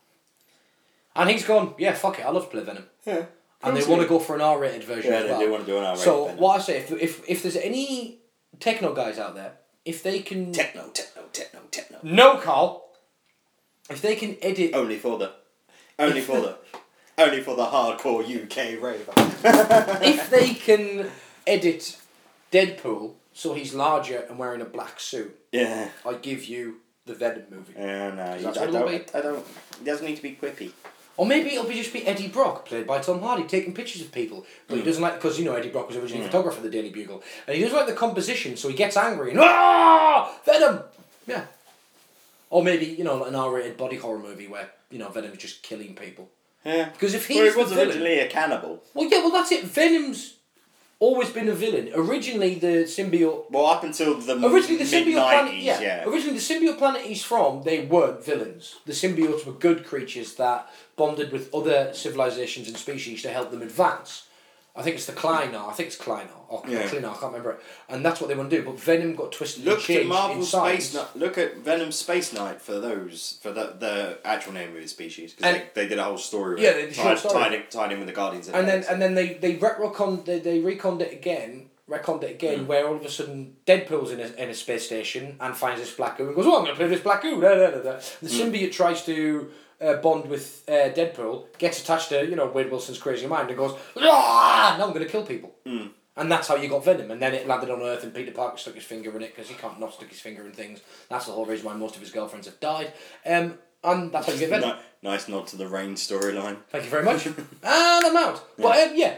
B: And he's gone, yeah, fuck it, I love to play Venom.
A: Yeah.
B: And they
A: Cool.
B: want to go for an R rated version
A: Yeah,
B: as
A: they
B: well.
A: do wanna do an R-rated
B: So,
A: Venom.
B: what I say, if, if, if there's any techno guys out there, if they can.
A: Techno, techno, techno, techno.
B: no, Carl! If they can edit
A: Only for the, only for the, only for the hardcore UK raver. (laughs)
B: if they can edit Deadpool so he's larger and wearing a black suit,
A: Yeah.
B: I give you the Venom movie.
A: Yeah, no, uh, you, I
B: That's what
A: don't,
B: it'll
A: I don't. It doesn't need to be quippy.
B: Or maybe it'll be just be Eddie Brock, played by Tom Hardy, taking pictures of people. But he doesn't like, because you know Eddie Brock was
A: Hmm.
B: originally a photographer of the Daily Bugle. And he doesn't like the composition, so he gets angry and, ah, Venom! Yeah. Or maybe, you know, like an R rated body horror movie where, you know, Venom's just killing people.
A: Yeah.
B: Because if he's
A: Well, he
B: the
A: was
B: villain-
A: originally a cannibal.
B: Well, yeah, well, that's it. Venom's always been a villain. Originally, the symbiote
A: Well, up until the
B: Originally, the
A: mid
B: symbiote planet.
A: nineties,
B: Yeah.
A: yeah.
B: Originally, the symbiote planet he's from, they weren't villains. The symbiotes were good creatures that bonded with other civilizations and species to help them advance. I think it's the Kleinar. I think it's Kleinar or
A: Yeah.
B: Kleinar. I can't remember it. And that's what they want to do. But Venom got twisted and
A: Look at
B: changed
A: Marvel
B: in size.
A: Space Knight. Look at Venom Space Knight for those for the the actual name of his species because
B: And-
A: they, they did a whole story. with
B: Yeah,
A: it,
B: they did a
A: tied,
B: short story.
A: Tied, it- tied in with the Guardians. Of
B: and
A: the
B: then
A: Galaxy.
B: and then they they recon they, they reconned it again reconned it again where all of a sudden Deadpool's in a, in a space station and finds this black goo and goes oh I'm gonna play this black goo da, da, da, da. the symbiote tries to uh, bond with uh, Deadpool gets attached to you know Wade Wilson's crazy mind and goes ah now I'm gonna kill people and that's how you got Venom and then it landed on Earth and Peter Parker stuck his finger in it because he can't not stick his finger in things that's the whole reason why most of his girlfriends have died um, and that's how you get Venom
A: Ni- nice nod to the Rain storyline.
B: Thank you very much. and I'm out. But um, yeah,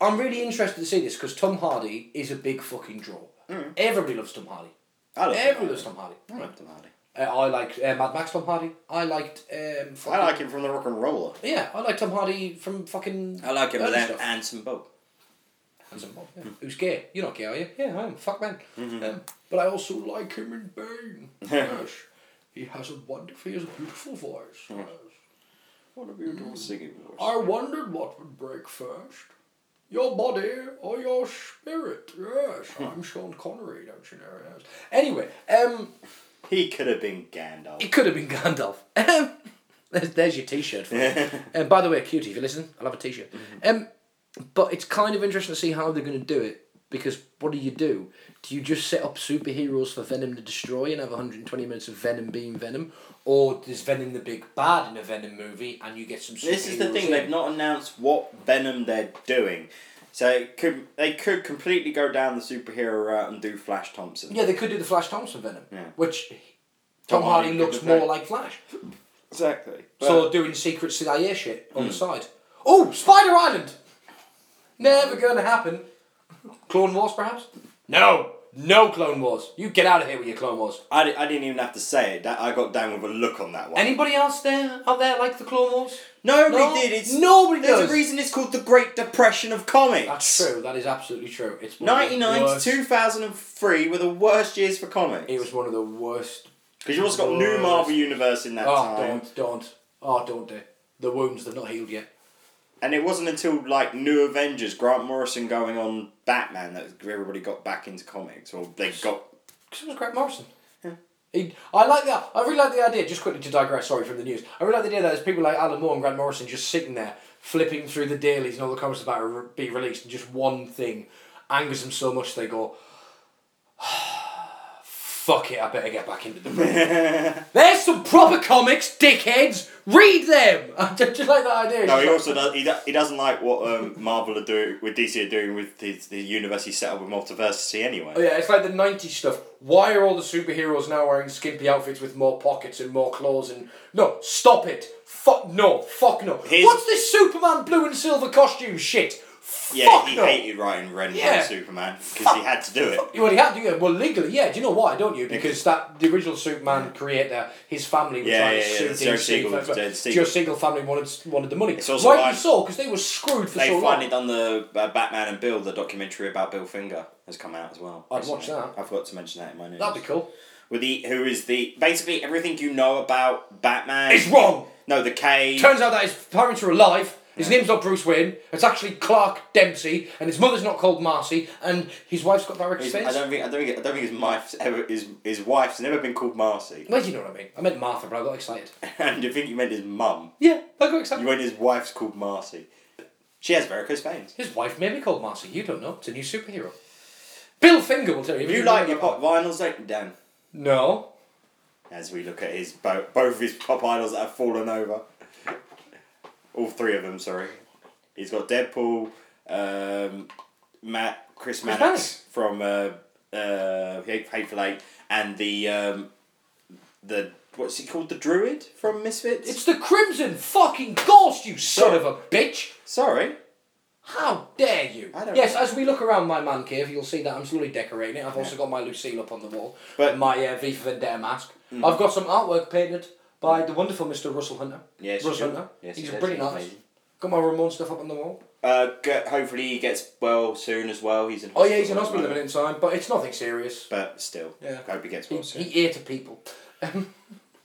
B: I'm really interested to see this because Tom Hardy is a big fucking draw.
A: Mm.
B: Everybody loves Tom Hardy.
A: I love
B: Everybody
A: Every
B: loves Tom Hardy.
A: I love Tom Hardy.
B: Uh, I liked uh, Mad Max Tom Hardy. I liked. Um, fucking,
A: I like him from the Rock and Roller.
B: Yeah, I like Tom Hardy from fucking.
A: I like Mm. him with
B: early
A: that
B: stuff.
A: handsome bow.
B: Handsome Bob, yeah. Who's gay? You're not gay, are you? Yeah, I am. Fuck man.
A: Mm-hmm.
B: Um, but I also like him in
A: (laughs)
B: Bane. yes. He has a wonderful, he has a beautiful voice.
A: Mm.
B: Yes.
A: What a beautiful
B: Mm.
A: singing voice.
B: I wondered what would break first. Your body or your spirit.
A: (laughs)
B: Yes, I'm Sean Connery, don't you know? Yes. Anyway, um,
A: He could have been Gandalf.
B: it could have been Gandalf. (laughs) Um, there's, there's your t-shirt for you.
A: (laughs)
B: um, by the way, cutie, if you listen, I'll have a t-shirt.
A: Mm-hmm.
B: Um, but it's kind of interesting to see how they're going to do it because what do you do? Do you just set up superheroes for Venom to destroy and have 120 minutes of Venom being Venom? Or is Venom the big bad in a Venom movie and you get some
A: This is the
B: superheroes
A: thing;
B: in?
A: they've not announced what Venom they're doing, so it could they could completely go down the superhero route and do Flash Thompson.
B: Yeah, they could do the Flash Thompson Venom,
A: Yeah.
B: which
A: Tom
B: Tom,
A: Hardy
B: Hardy,
A: could
B: looks
A: have done.
B: more like Flash.
A: exactly.
B: so doing secret CIA shit
A: Hmm.
B: on the side. Oh, Spider Island! Never gonna happen. Clone Wars, perhaps? No, no Clone Wars. You get out of here with your Clone Wars.
A: I, di- I didn't even have to say it. That I got down with a look on that one.
B: Anybody else there out there like the Clone Wars?
A: nobody
B: No,
A: did. It's
B: nobody
A: There's
B: does.
A: a reason it's called the Great Depression of comics.
B: That's true. That is absolutely true. It's one of the
A: 99 to
B: worst-
A: 2003 were the worst years for comics.
B: It was one of the worst.
A: Because you also got New
B: worst.
A: Marvel Universe in that
B: Oh,
A: time.
B: don't, don't. Oh, don't do. The wounds they've not healed yet.
A: And it wasn't until like New Avengers, Grant Morrison going on Batman, that everybody got back into comics, or they got
B: Because it was Grant Morrison. He, I like that. I really like the idea. Just quickly to digress. Sorry from the news. I really like the idea that there's people like Alan Moore and Grant Morrison just sitting there flipping through the dailies and all the comics about to re- be released, and just one thing angers them so much they go, (sighs) fuck it, I better get back into the
A: (laughs)
B: ring. There's some proper comics, dickheads. Read them. (laughs) I just, just like that idea.
A: No,
B: It's
A: he
B: like-
A: also does. He, do, he doesn't like what um, Marvel are doing with DC are doing with the, the universe he set up with multiversity anyway.
B: Oh, yeah, it's like the 90s stuff. Why are all the superheroes now wearing skimpy outfits with more pockets and more clothes and. No, stop it! Fuck no, fuck no.
A: Here's-
B: What's this Superman blue and silver costume shit?
A: Yeah,
B: fuck
A: he
B: no.
A: hated writing Ren
B: Yeah.
A: and Superman because he had to do it.
B: Well, he had to, yeah, well, legally, yeah. Do you know why? Don't you? Because that the original Superman creator, his family was
A: Yeah,
B: trying
A: yeah,
B: to
A: yeah,
B: sue
A: that's
B: Joe
A: Joe Siegel, Joe Siegel.
B: Joe Siegel family wanted wanted the money.
A: It's also
B: Rightly
A: why-
B: so, because they were screwed for
A: They
B: so long.
A: finally done the uh, Batman and Bill, the documentary about Bill Finger has come out as well.
B: I'd watch
A: recently.
B: that.
A: I forgot to mention that in my news.
B: That'd be cool.
A: With the who is the basically everything you know about Batman.
B: It's wrong.
A: No, the K.
B: Turns out that his parents are alive. His name's not Bruce Wayne. It's actually Clark Dempsey, and his mother's not called Marcy, and his wife's got direct
A: He's- I
B: face.
A: don't think I don't think I don't think his wife's ever his, his wife's never been called Marcy. (laughs)
B: Well, you know what I mean. I meant Martha, but I got excited.
A: and you think you meant his mum.
B: Yeah, I got excited.
A: You meant his wife's called Marcy. She has varicose veins.
B: His wife may be called Marcy. You don't know. It's a new superhero. Bill Finger will tell you. if
A: Do you
B: know
A: like your
B: about
A: pop vinyls, don't you, Dan?
B: that. No.
A: As we look at his bo- both of his pop idols that have fallen over, all three of them. Sorry, he's got Deadpool, um, Matt, Chris Mannix
B: Mannix.
A: from uh, uh, Hate- Hateful Eight, and the um, the what's he called, the Druid from Misfits.
B: It's the Crimson fucking Ghost, you son of a bitch!
A: sorry,
B: How dare you!
A: I don't
B: yes,
A: know.
B: as we look around my man cave, you'll see that I'm slowly decorating it. I've also got my Lucille up on the wall,
A: But- Mm.
B: and my uh, V for Vendetta mask. I've got some artwork painted by the wonderful Mr. Russell Hunter.
A: Yes, you
B: Russell
A: do.
B: Hunter.
A: Yes,
B: He's
A: he
B: a
A: does.
B: brilliant
A: He's
B: artist.
A: amazing.
B: Got my Ramon stuff up on the wall.
A: uh, get, hopefully he gets well soon as well. He's in.
B: Oh yeah, he's in
A: at the
B: hospital in a
A: moment.
B: minute time, but it's nothing serious.
A: But still,
B: Yeah.
A: hope he gets well soon.
B: He ear to people.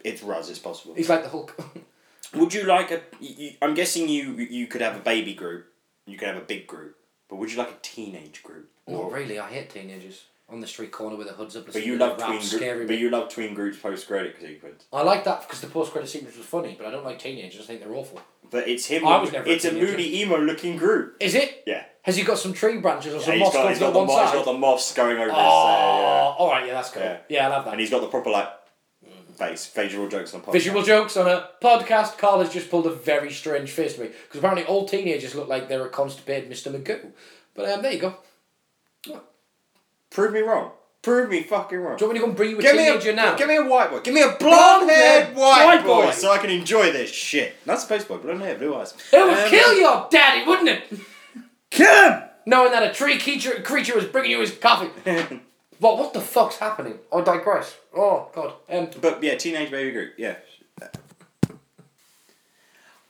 A: It's Ruz, it's possible.
B: He's like the Hulk. (laughs)
A: Would you like a? You, you- I'm guessing you you could have a baby group. You could have a big group, but would you like a teenage group?
B: Not Oh, really. I hate teenagers on the street corner with their hoods up.
A: But you
B: listening to
A: love
B: rap,
A: tween.
B: scary
A: Group,
B: me.
A: but you love tween groups post credit sequence.
B: I like that because the post credit sequence was funny, but I don't like teenagers. I think they're awful.
A: But it's him.
B: I was never a
A: it's a,
B: teenager.
A: moody emo looking group.
B: Is it?
A: Yeah.
B: Has he got some tree branches or
A: yeah
B: some
A: he's
B: moss
A: got, he's
B: going
A: got
B: on
A: the
B: one
A: mo- he's got
B: side?
A: the moss going over
B: Oh,
A: his head.
B: all right, yeah, that's cool. Yeah,
A: Yeah.
B: I love that.
A: And he's got the proper like face. Visual jokes on podcast.
B: Visual jokes on a podcast. Carl has just pulled a very strange face to me because apparently all teenagers look like they're a constipated Mr. McGoo. But um, there you go.
A: Prove me wrong. Prove me fucking wrong.
B: Do you want me to go and bring you a
A: Give me, a,
B: teenager now?
A: give me a white boy. Give me a blonde haired
B: Blonde-haired
A: white,
B: white
A: boy,
B: boy.
A: so I can enjoy this shit. Not space boy, blonde hair, blue eyes.
B: it would
A: Um,
B: kill your daddy, wouldn't it? (laughs)
A: Kill him!
B: Knowing that a tree creature, creature was bringing you
A: (laughs)
B: his coffee. well, what the fuck's happening? I digress. Oh, God. Um,
A: But yeah, teenage baby group, yeah.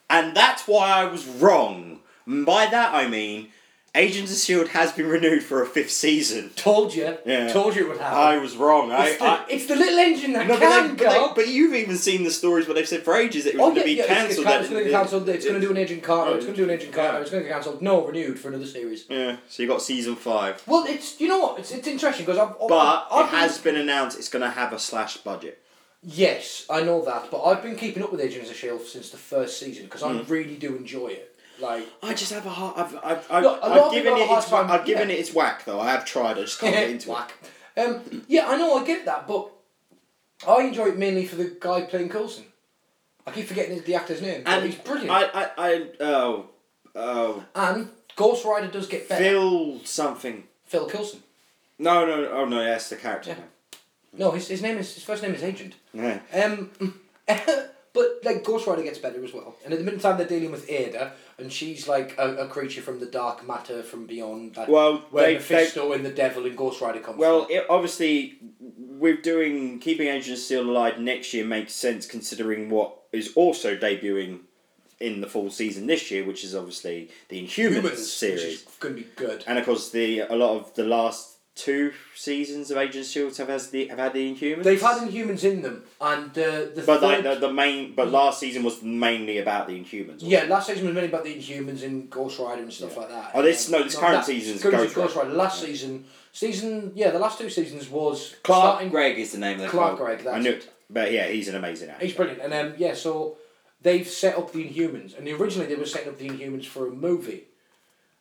A: And that's why I was wrong. And by that I mean, Agents of Shield E has been renewed for a fifth season.
B: told you.
A: Yeah.
B: Told you it would happen.
A: I was wrong. I,
B: It's the,
A: I
B: it's the little engine that
A: no,
B: can
A: but, they,
B: go.
A: but, they- but you've even seen the stories where they've said for ages that it was
B: Oh,
A: going
B: yeah,
A: to be
B: yeah, it's,
A: cancelled.
B: it's, it's going to
A: that-
B: be cancelled. It's going to do an Agent Carter.
A: Oh,
B: it's going to do an Agent Carter.
A: yeah.
B: It's going to get cancelled. No, renewed for another series.
A: Yeah, so you got season five,
B: Well, it's you know what? It's, it's interesting because I've,
A: but
B: Oh, I've
A: it has been announced it's going to have a slash budget.
B: yes, I know that, but I've been keeping up with Agents of Shield E since the first season because
A: Mm.
B: I really do enjoy it. Like
A: I just have a hard. I've I've I've,
B: Look, a lot
A: I've
B: of
A: given
B: people
A: it
B: have a
A: its
B: hard
A: whack.
B: time-
A: I've given
B: yeah.
A: it its whack though. I have tried. I just
B: (laughs)
A: can't get into it.
B: whack. Um, yeah, I know. I get that, but I enjoy it mainly for the guy playing Coulson. I keep forgetting the actor's name, but
A: And
B: he's brilliant.
A: I I I oh oh
B: and Ghost Rider does get better. Phil,
A: Phil something.
B: Coulson.
A: No no no, oh no that's the character.
B: No, his, his name is his first name is Agent.
A: Yeah.
B: Um, (laughs) but like Ghost Rider gets better as well, and at the meantime they're dealing with Ada, and she's like a, a creature from the dark matter from beyond. Like,
A: Well,
B: where
A: they-
B: Mephisto and the devil and Ghost Rider come
A: Well,
B: from.
A: it, obviously, we're doing keeping Agents of Steel alive next year makes sense considering what is also debuting in the fall season this year, which is obviously the Inhumans, series.
B: which is going to be good.
A: And of course, the a lot of the last two seasons of Agents of Shield have has the have had the Inhumans.
B: They've had Inhumans in them, and uh, the
A: But like
B: third,
A: the, the main, but last season was mainly about the Inhumans. wasn't
B: yeah, last season was mainly about the Inhumans and Ghost Rider and stuff like that.
A: Oh, this- no, this current season's
B: Ghost,
A: Ghost
B: Ghost Rider. Last season, season yeah, the last two seasons was
A: Clark
B: starting-
A: Gregg is the name of the
B: Clark
A: cult.
B: Gregg, that's
A: I knew
B: it.
A: it. But yeah, he's an amazing actor.
B: He's brilliant, and um, yeah, so they've set up the Inhumans, and originally they were setting up the Inhumans for a movie,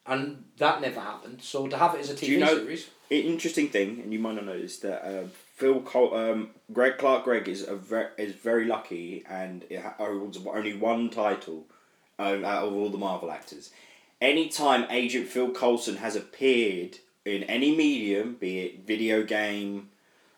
B: and that never happened. So to have it as a TV
A: you know-
B: series,
A: An interesting thing, and you might not notice that uh, Phil Col- um, Greg Clark Gregg is a ver- is very lucky and it ha- holds only one title um, out of all the Marvel actors. Anytime Agent Phil Coulson has appeared in any medium, be it video game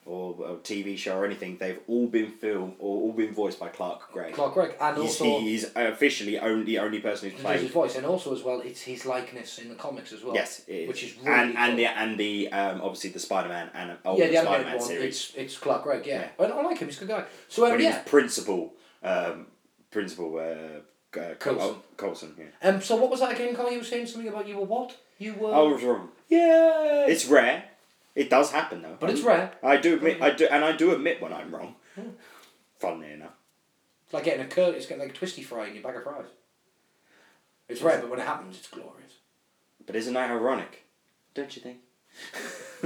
A: or a TV show or anything, they've all been filmed or all been voiced by Clark Gregg.
B: Clark Gregg, and
A: He's,
B: also
A: he is officially only, the only person who's
B: there's
A: played
B: his voice, and also as well, it's his likeness in the comics as well.
A: Yes, it is.
B: which is
A: and
B: really
A: and
B: cool.
A: the and the um, obviously the Spider Man and old
B: yeah, the
A: Spider
B: animated
A: Man
B: one.
A: series.
B: It's it's Clark Gregg. Yeah,
A: Yeah.
B: I, I like him. He's a good guy. So um,
A: When he
B: yeah.
A: was principal, um, principal uh, uh, Col-
B: Coulson.
A: Coulson, yeah.
B: Um. So what was that again, Carl? You were saying something about you were what? You were.
A: I was wrong.
B: yeah.
A: It's rare. It does happen though.
B: but it's Oh. rare.
A: I do admit. I do, and I do admit when I'm wrong. Funnily enough,
B: It's like getting a curl. It's getting like a twisty fry in your bag of fries. It's rare, but when it happens, it's glorious.
A: but isn't that ironic? Don't you think?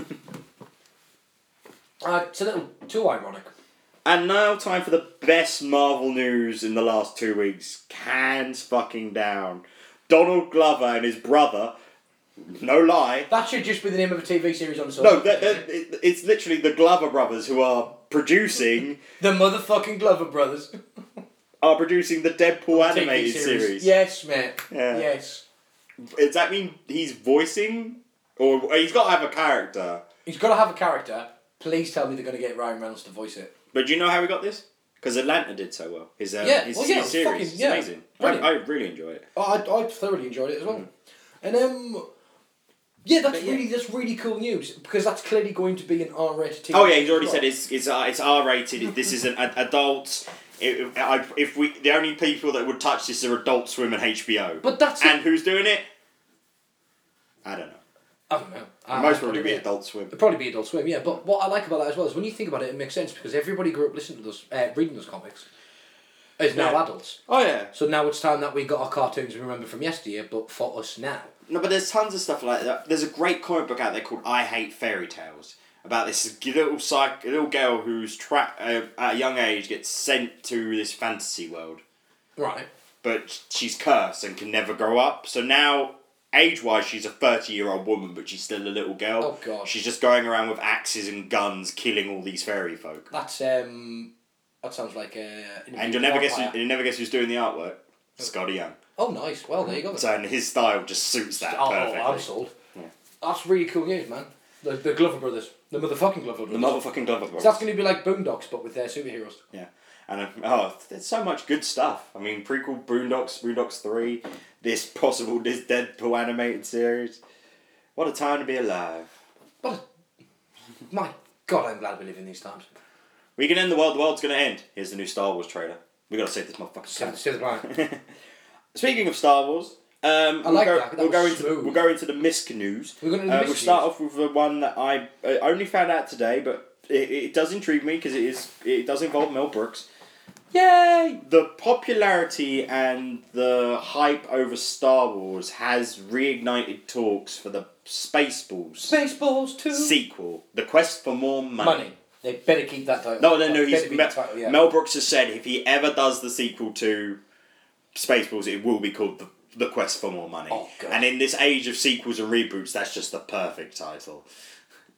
B: Uh, it's a little too ironic.
A: And now, time for the best Marvel news in the last two weeks. Cans fucking down. Donald Glover and his brother, no lie,
B: That should just be the name of a TV series on
A: No,
B: social.
A: that, that, it, it's literally the Glover brothers who are producing
B: the motherfucking
A: (laughs)
B: Glover brothers.
A: are producing the Deadpool
B: TV
A: animated series.
B: Yes, mate.
A: Yeah.
B: Yes.
A: Does that mean he's voicing, or or he's got to have a character?
B: He's got to have a character. Please tell me they're going to get Ryan Reynolds to voice it.
A: But do you know how he got this? Because Atlanta did so well. His uh,
B: Yeah,
A: his,
B: well, yeah,
A: his
B: it's
A: series
B: fucking-
A: is
B: yeah,
A: amazing. I,
B: brilliant.
A: I really enjoy it.
B: Oh, I, I thoroughly enjoyed it as
A: Hmm.
B: well. And um, yeah, that's
A: But yeah.
B: really that's really cool news because that's clearly going to be an R-rated TV.
A: Oh yeah, he's already
B: as well.
A: said it's it's uh, it's R rated. this is an ad- adult. It, I, if we the only people that would touch this are Adult Swim and HBO.
B: But that's
A: and who's doing it? I don't know.
B: I don't know. I-
A: Most
B: I
A: probably
B: don't
A: be
B: know.
A: Adult Swim.
B: It'd probably be Adult Swim, yeah. But what I like about that as well is when you think about it, it makes sense because everybody grew up listening to those, uh, reading those comics, is now
A: Yeah.
B: adults.
A: Oh yeah.
B: So now it's time that we got our cartoons we remember from yesteryear, but for us now.
A: No, but there's tons of stuff like that. There's a great comic book out there called I Hate Fairy Tales about this little psych, little girl who's trapped uh, at a young age gets sent to this fantasy world,
B: Right.
A: but she's cursed and can never grow up. So now, age wise, she's a thirty year old woman, but she's still a little girl.
B: Oh, God.
A: She's just going around with axes and guns, killing all these fairy folk.
B: That's um. That sounds like a.
A: And you'll never guess
B: vampire.
A: who, you'll never guess who's doing the artwork. Scotty Young.
B: Oh, nice. Well, there you go.
A: So and his style just suits that
B: oh,
A: perfectly.
B: I'm sold.
A: Yeah.
B: That's really cool news, man. The, the Glover brothers, the motherfucking Glover brothers.
A: the motherfucking Glover Brothers.
B: So that's going to be like Boondocks, but with their superheroes.
A: Yeah, and um, oh, there's so much good stuff. I mean, prequel Boondocks, Boondocks Three, this possible this Deadpool animated series. What a time to be alive.
B: But my God, I'm glad we live in these times.
A: We can end the world. The world's gonna end. Here's the new Star Wars trailer. We gotta save this motherfucking
B: Save,
A: planet.
B: save the planet.
A: (laughs) Speaking of Star Wars, um,
B: like
A: we'll go,
B: that, that
A: we'll go
B: was
A: into
B: smooth.
A: we'll go into the misc news.
B: We're going to the
A: Uh,
B: misc
A: we'll start
B: news.
A: off with the one that I uh, only found out today, but it, it does intrigue me because it is it does involve Mel Brooks. Yay! The popularity and the hype over Star Wars has reignited talks for the Spaceballs
B: Spaceballs too.
A: sequel, The Quest for More Money.
B: money. They better keep that title.
A: No, no, no.
B: That
A: He's
B: better be
A: Mel,
B: the title, yeah.
A: Mel Brooks has said if he ever does the sequel to Spaceballs, it will be called the, the Quest for More Money.
B: Oh, God.
A: and in this age of sequels and reboots, that's just the perfect title.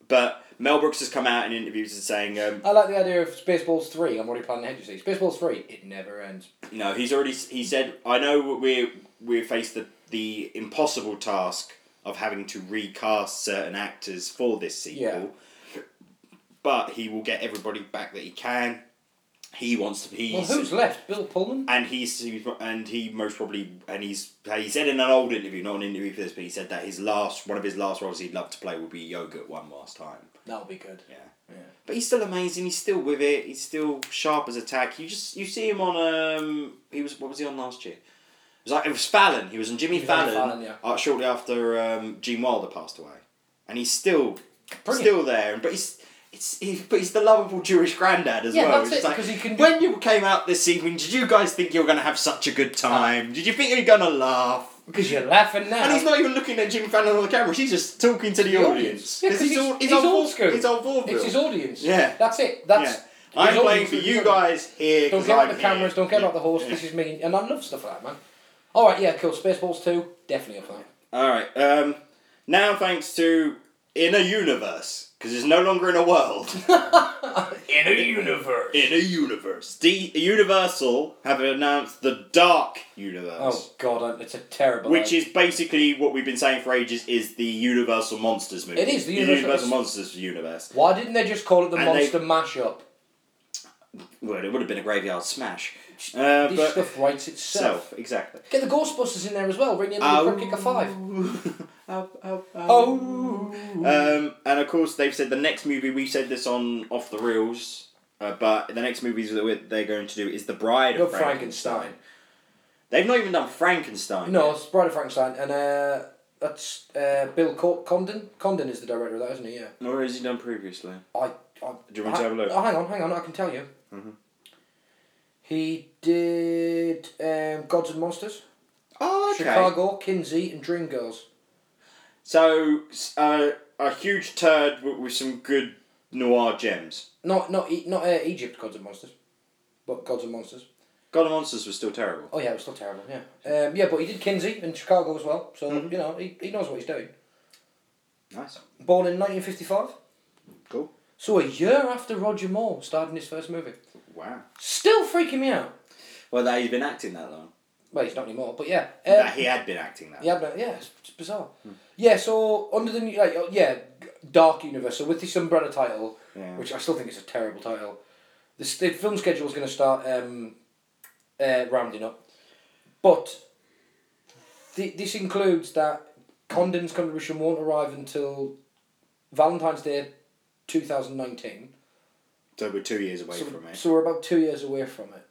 A: But Mel Brooks has come out in interviews and saying, um,
B: I like the idea of Spaceballs three. I'm already planning ahead. You see, Spaceballs three, it never ends.
A: "No, he's already." He said, "I know we're we're faced the the impossible task of having to recast certain actors for this sequel."
B: Yeah.
A: But he will get everybody back that he can. He wants to. He's,
B: Well, who's left? Bill Pullman.
A: and he's he's- and he most probably and he's he said in an old interview, not an interview for this, but he said that his last one of his last roles he'd love to play would be yogurt one last time.
B: That'll be good.
A: Yeah.
B: Yeah.
A: But he's still amazing. He's still with it. He's still sharp as a tack. You just you see him on um he was what was he on last year? It was like it was Fallon. He was on Jimmy
B: He was on
A: Fallon,
B: Fallon, yeah.
A: uh, shortly after um, Gene Wilder passed away, and he's still
B: Brilliant.
A: still there. But he's. It's, he, but he's the lovable Jewish granddad as
B: Yeah,
A: well.
B: that's
A: It's
B: it,
A: like,
B: 'cause he can-
A: When you came out this evening, did you guys think you were going to have such a
B: Ah.
A: good time? Did you think you were going to laugh?
B: Because you're laughing now.
A: And he's not even looking at Jimmy Fallon on the camera. He's just talking to the, audience.
B: Yeah,
A: 'Cause he's, all, he's,
B: he's
A: on
B: old
A: vau-
B: school.
A: He's on vaudeville.
B: It's his audience.
A: Yeah.
B: That's it. That's.
A: Yeah.
B: his
A: I'm playing
B: audience
A: for
B: is
A: you
B: good.
A: guys here.
B: Don't
A: 'cause
B: care about
A: I'm
B: the cameras.
A: here.
B: Don't care about the horse. This is me, and I love stuff like that, man. All right, yeah, cool. Spaceballs two, definitely up for that.
A: All right. Um, now, thanks to in a universe because it's no longer in a
B: (laughs)
A: world.
B: In a universe.
A: in a universe, D- Universal have announced the Dark Universe,
B: Oh god, I- it's a terrible.
A: which is basically what we've been saying for ages is the Universal Monsters movie.
B: It is the
A: Universal,
B: Universal-
A: Monsters universe.
B: Why didn't they just call it the
A: And they-
B: monster mashup?
A: Well, it would have been a graveyard smash, uh,
B: This
A: but
B: stuff writes itself.
A: self exactly.
B: Get the Ghostbusters in there as well. Ring in the kick a five.
A: Ow, ow, ow.
B: Oh.
A: Um, and of course, they've said the next movie. We said this on off the reels, uh, but the next movies that we're, they're going to do is the Bride
B: No
A: of Frankenstein.
B: Frankenstein.
A: They've not even done Frankenstein.
B: No,
A: yet.
B: it's Bride of Frankenstein, and uh, that's uh, Bill Co- Condon. Condon is the director of that, isn't he? Yeah.
A: Nor has he done previously.
B: I. I
A: Do you want me to
B: I-
A: have a look? Mm-hmm.
B: Oh, hang on, hang on. I can tell you. He did um, Gods and Monsters,
A: Oh, okay.
B: Chicago, Kinsey, and Dreamgirls.
A: So, s- uh, a huge turd w- with some good noir gems.
B: Not not E- not uh, Egypt Gods and Monsters, but Gods and Monsters.
A: God of Monsters was still terrible.
B: Oh yeah, it was still terrible. Yeah, um, yeah, but he did Kinsey in Chicago as well. So
A: Mm-hmm.
B: you know he, he knows what he's doing.
A: Nice.
B: Born in nineteen fifty five,
A: Cool.
B: so a year after Roger Moore starred in his first movie.
A: Wow.
B: Still freaking me out.
A: Well, that he's been acting that
B: Um,
A: long.
B: Well, he's not anymore, but yeah. Um,
A: that he had been acting that.
B: Yeah, but yeah, it's, it's bizarre. Yeah, so under the new- like uh, yeah, Dark Universe. So with this umbrella title,
A: Yeah.
B: which I still think is a terrible title, the, s- the film schedule is going to start um, uh, rounding up, but th- this includes that Condon's contribution won't arrive until Valentine's Day, two thousand nineteen.
A: So we're two years away
B: So,
A: from it.
B: so we're about two years away from it.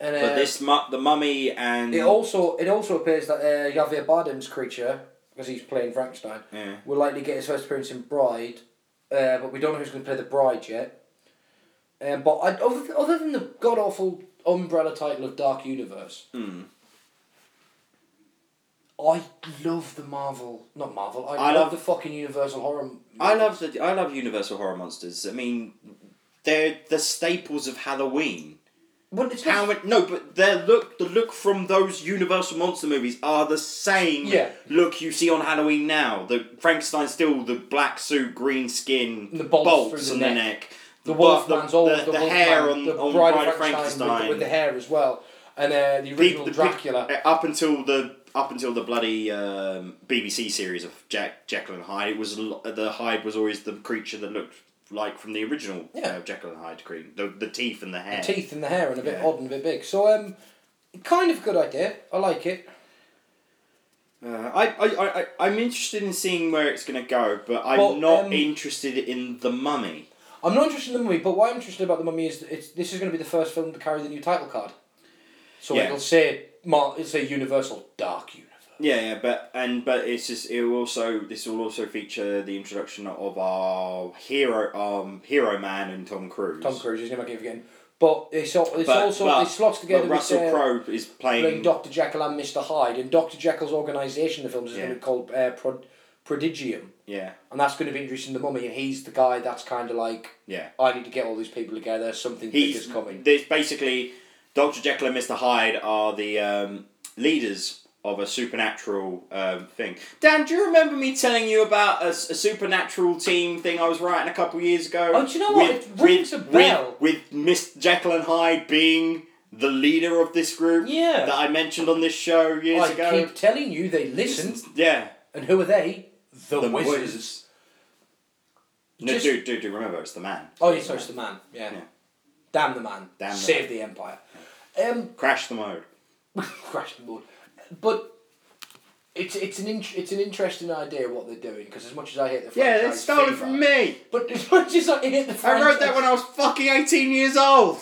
B: And, uh,
A: but this, mu- the mummy and
B: it also it also appears that uh, Javier Bardem's creature, because he's playing Frankenstein,
A: Yeah.
B: will likely get his first appearance in Bride, uh, but we don't know who's going to play the Bride yet. Um, but I, other, th- other than the god awful umbrella title of Dark Universe,
A: Hmm.
B: I love the Marvel, not Marvel. I,
A: I
B: love,
A: love-
B: the fucking Universal horror.
A: I love the I love Universal horror monsters. I mean, they're the staples of Halloween.
B: But it's
A: How
B: not,
A: it, no, but their look, the look from those Universal monster movies are the same
B: Yeah.
A: look you see on Halloween now. The Frankenstein's still the black suit, green skin,
B: And the bolts through
A: on
B: the
A: the
B: neck.
A: neck,
B: the
A: bu-
B: Wolfman's
A: the,
B: old,
A: the,
B: the,
A: the hair
B: Wolfman,
A: on,
B: the
A: on
B: Bride,
A: Bride
B: of Frankenstein, with the- with, the hair as well, and uh, the
A: Pe-
B: original
A: the pe-
B: Dracula.
A: uh, up until the up until the bloody um, BBC series of Jack Jekyll and Hyde, it was l- the Hyde was always the creature that looked like from the original
B: Yeah.
A: uh, Jekyll and Hyde cream. The, the teeth and the hair.
B: teeth in the hair and a bit
A: Yeah.
B: odd and a bit big. So um, kind of good idea. I like it.
A: Uh, I, I, I, I- I'm interested in seeing where it's going to go, but I'm
B: Well,
A: not
B: um,
A: interested in the mummy.
B: I'm not interested in the mummy, but what I'm interested about the mummy is that it's this is going to be the first film to carry the new title card. So
A: Yeah.
B: it'll say Mar- it'll say Universal Dark Universe.
A: Yeah, yeah, but and but it's just it will also this will also feature the introduction of our hero um hero man and Tom Cruise.
B: Tom Cruise is going to keep again, but it's al- it's
A: But-
B: also
A: but-
B: it slots together
A: But Russell
B: with. Uh,
A: Crowe is
B: playing
A: playing
B: Dr. Jekyll and Mr. Hyde, and Dr. Jekyll's organisation, the films is going
A: Yeah.
B: to be called uh, Prod- Prodigium,
A: Yeah,
B: and that's going to be introducing the mummy, and he's the guy that's kind of like,
A: yeah.
B: I need to get all these people together, something big
A: He's
B: is coming.
A: there's basically Doctor Jekyll and Mister Hyde are the um, leaders of a supernatural um, thing. Dan, do you remember me telling you about a, s- a supernatural team thing I was writing a couple years ago?
B: Oh, do you know what? It rings a bell.
A: With, with Miss Jekyll and Hyde being the leader of this group.
B: Yeah.
A: That I mentioned on this show years
B: I
A: ago.
B: keep telling you they listen,
A: Yeah.
B: and who are they? The,
A: The
B: wizards.
A: wizards. No,
B: Just-
A: dude, dude, dude, remember, it's the man.
B: Oh, yeah, sorry, it's the man. Yeah.
A: Yeah.
B: Damn the man.
A: Damn the
B: Save
A: man.
B: the empire. Um, (laughs)
A: Crash the mode.
B: crash the board. But it's it's an int- it's an interesting idea what they're doing because as much as I hate the
A: Yeah,
B: franchise,
A: they stole it
B: fever-
A: from me.
B: But (laughs) as much as I hate the
A: I
B: franchise,
A: wrote that when I was fucking 18 years old.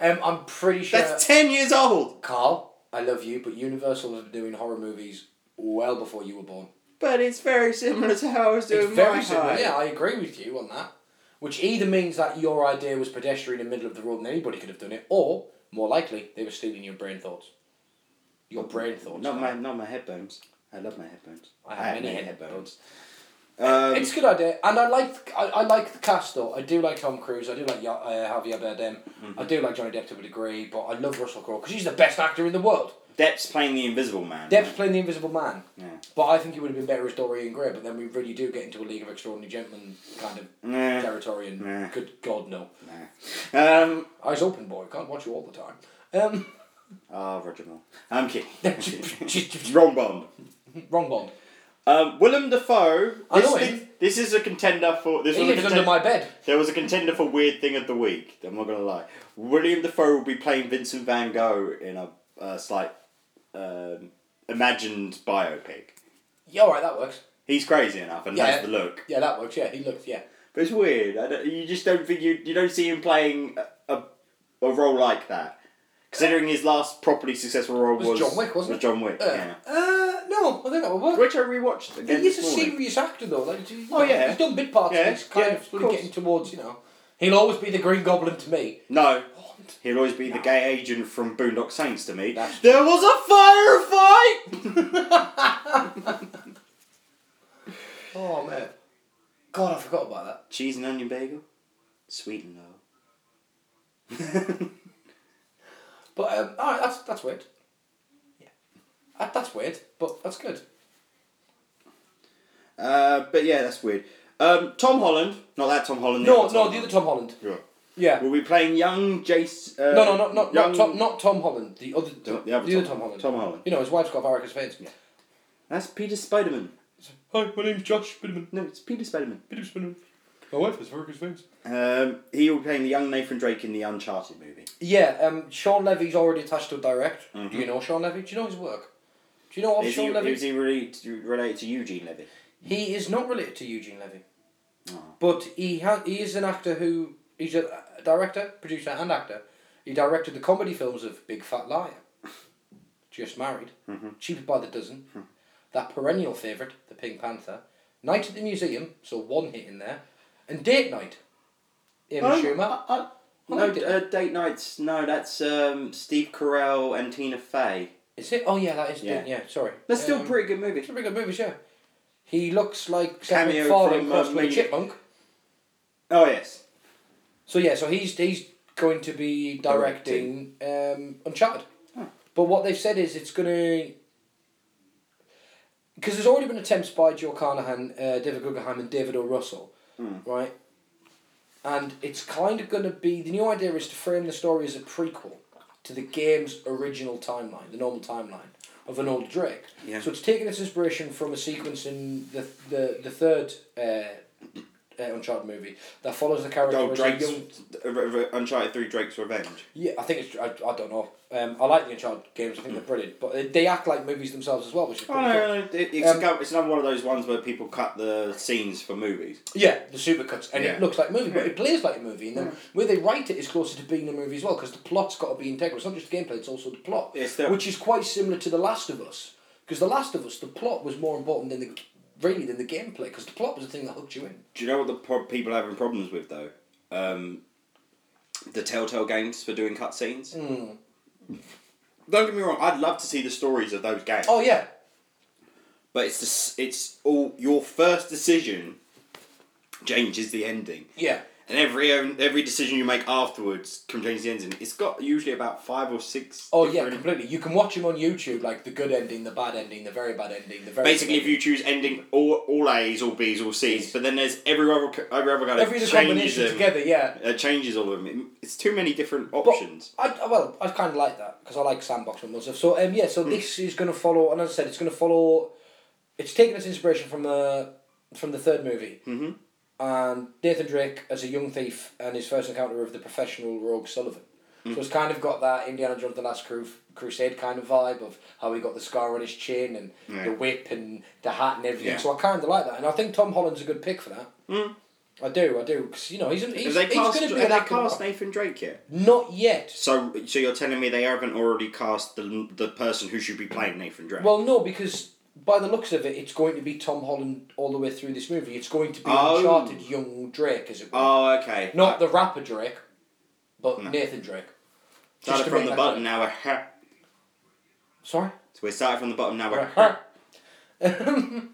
B: Um, I'm pretty sure.
A: That's 10 years old.
B: Carl, I love you, but Universal has been doing horror movies well before you were born.
A: But it's very similar to how I was doing
B: It's very
A: my
B: similar.
A: high.
B: Yeah, I agree with you on that. Which either means that your idea was pedestrian in the middle of the road and anybody could have done it, or more likely they were stealing your brain thoughts. Your brain thoughts.
A: Not my, not my headphones. I love my headphones.
B: I have many headphones.
A: Um,
B: It's a good idea, and I like I, I like the cast though. I do like Tom Cruise. I do like
A: Mm-hmm.
B: Ya- uh, Javier Bardem. I do like Johnny Depp to a degree, but I love Russell Crowe because he's the best actor in the world.
A: Depp's playing the Invisible Man.
B: Depp's playing the Invisible Man,
A: Yeah.
B: but I think he would have been better as Dorian Gray. But then we really do get into a League of Extraordinary Gentlemen kind of
A: Nah.
B: territory, and
A: Yeah.
B: good God, no.
A: Nah. Um.
B: Eyes open, boy. Can't watch you all the time. Um, (laughs)
A: Ah, Roger Moore. I'm kidding. Wrong Bond.
B: wrong Bond.
A: Um, Willem Dafoe.
B: I
A: This,
B: know
A: thi-
B: him.
A: this is a contender for. This
B: He
A: was a
B: lives under
A: contender,
B: my bed.
A: there was a contender for weird thing of the week. I'm not gonna lie. William Dafoe will be playing Vincent Van Gogh in a uh, slight um, imagined biopic.
B: Yeah, alright, that works.
A: He's crazy enough, and
B: Yeah.
A: that's the look.
B: Yeah, that works. Yeah, he looks. Yeah.
A: But it's weird. I don't, you just don't think you you don't see him playing a a, a role like that. Considering his last properly successful role was,
B: Was John Wick, wasn't
A: was
B: it?
A: John Wick,
B: Uh,
A: yeah.
B: uh, no, I think that would work.
A: Which I rewatched again.
B: He's a
A: this morning.
B: serious actor though. Like, he's,
A: Oh, yeah.
B: he's done bit parts.
A: Yeah,
B: and he's kind
A: yeah,
B: of
A: of
B: sort of
A: course.
B: getting towards you know. He'll always be the Green Goblin to me.
A: No, He'll always be the gay agent from Boondock Saints to me.
B: That's-
A: there was a firefight!
B: Oh man, God, I forgot about that.
A: Cheese and onion bagel? Sweet and low.
B: But um, all right, that's that's weird. Yeah, that, that's weird, but that's good.
A: uh, but yeah, that's weird. Um, Tom Holland, not that Tom Holland.
B: No, no, the other Tom Holland.
A: Holland.
B: Yeah.
A: Will be playing young Jace. Uh,
B: No, no, not not
A: young...
B: not Tom, not Tom Holland. The other
A: The-
B: Tom,
A: the other Tom-
B: Tom Holland.
A: Tom Holland.
B: You know his wife's got varicose veins. Yeah.
A: That's Peter Spiderman.
B: Hi, my name's Josh Spiderman.
A: No, it's Peter Spiderman.
B: Peter Spiderman. My wife has varicose veins.
A: Um, he will be playing the young Nathan Drake in the Uncharted movie.
B: Yeah, um, Sean Levy's already attached to direct. Do you know Sean Levy? Do you know his work? Do you know of
A: Mm-hmm. Is he,
B: Sean Levy?
A: is he really related to Eugene Levy?
B: He is not related to Eugene Levy,
A: Oh.
B: but he ha- he is an actor who he's a director, producer, and actor. He directed the comedy films of Big
A: (laughs)
B: Fat Liar, Just Married,
A: Mm-hmm.
B: Cheaper by the Dozen,
A: Hmm.
B: that perennial favourite, The Pink Panther, Night at the Museum, so one hit in there, and Date Night. Amy
A: Um,
B: Schumer.
A: I- I-
B: I
A: no,
B: liked it.
A: uh, date nights. No, that's um, Steve Carell and Tina Fey.
B: Is it? Oh yeah, that is
A: Yeah.
B: Date. Yeah, sorry.
A: That's still
B: Um,
A: pretty good movie.
B: It's a pretty good movie, yeah. He looks like
A: Cameo
B: Cameo McFarlane
A: from,
B: crossed
A: um,
B: with a
A: Maniac.
B: chipmunk.
A: Oh yes.
B: So yeah, so he's he's going to be directing um, Uncharted. But what they've said is it's going to. Because there's already been attempts by Joe Carnahan, uh, David Guggenheim, and David O. Russell, right? And it's kind of going to be the new idea is to frame the story as a prequel to the game's original timeline, the normal timeline of an old Drake.
A: Yeah.
B: So it's taking its inspiration from a sequence in the the the third. Uh, uh, Uncharted movie that follows the character
A: Oh,
B: as a
A: Drake's
B: young
A: uh, Re- Re- Uncharted Three: Drake's Revenge.
B: yeah, I think it's. I, I don't know. Um, I like the Uncharted games. I think they're brilliant, but they, they act like movies themselves as well, which is
A: Hmm. Oh
B: pretty
A: no,
B: cool.
A: no, no. It, it's,
B: Um,
A: go- it's another one of those ones where people cut the scenes for movies.
B: Yeah, the supercuts, and
A: Yeah.
B: it looks like a movie, but
A: Yeah.
B: it plays like a movie. And then where they write it is closer to being a movie as well, because the plot's got to be integral. It's not just the gameplay; it's also the plot,
A: It's the-
B: which is quite similar to The Last of Us. Because The Last of Us, the plot was more important than the really than the gameplay, because the plot was the thing that hooked you in.
A: Do you know what the pro- people are having problems with though? Um, the Telltale games for doing cutscenes. Hmm. Don't get me wrong. I'd love to see the stories of those games.
B: Oh yeah,
A: But it's this, it's all your first decision changes the ending.
B: yeah,
A: And every every decision you make afterwards can change the ending. It's got usually about five or six.
B: oh yeah,
A: different-
B: completely. You can watch them on YouTube, like the good ending, the bad ending, the very bad ending, the very
A: Basically, if you choose ending all, all A's, all B's, all C's, but then there's every other co- every other guy that
B: every other
A: changes
B: combination
A: them.
B: together, yeah.
A: uh, changes all of them. It's too many different
B: But
A: options.
B: I, I- well, I kind of like that because I like sandbox and stuff. So um, yeah,
A: Hmm.
B: so this is going to follow, and as I said, it's going to follow. It's taking its inspiration from uh, from the third movie, mm-hmm. and Nathan Drake as a young thief and his first encounter with the professional rogue Sullivan.
A: Hmm.
B: So it's kind of got that Indiana Jones and the Last Cru- Crusade kind of vibe of how he got the scar on his chin and
A: Yeah.
B: the whip and the hat and everything.
A: Yeah.
B: So I kind of like that, and I think Tom Holland's a good pick for that. I do, I do, because you know he's an, he's,
A: Have they
B: he's going
A: cast,
B: to be
A: have
B: an
A: they
B: actor.
A: cast Nathan Drake yet?
B: Not yet.
A: So, so you're telling me they haven't already cast the the person who should be playing Nathan Drake?
B: Well, no, because by the looks of it, it's going to be Tom Holland all the way through this movie. It's going to be
A: Oh.
B: Uncharted young Drake, as it were.
A: oh, okay.
B: Not the rapper Drake, but Nathan Drake.
A: started
B: to
A: from
B: make
A: the
B: that
A: bottom
B: clear.
A: now. we're-
B: Sorry?
A: So we started from the bottom now. We're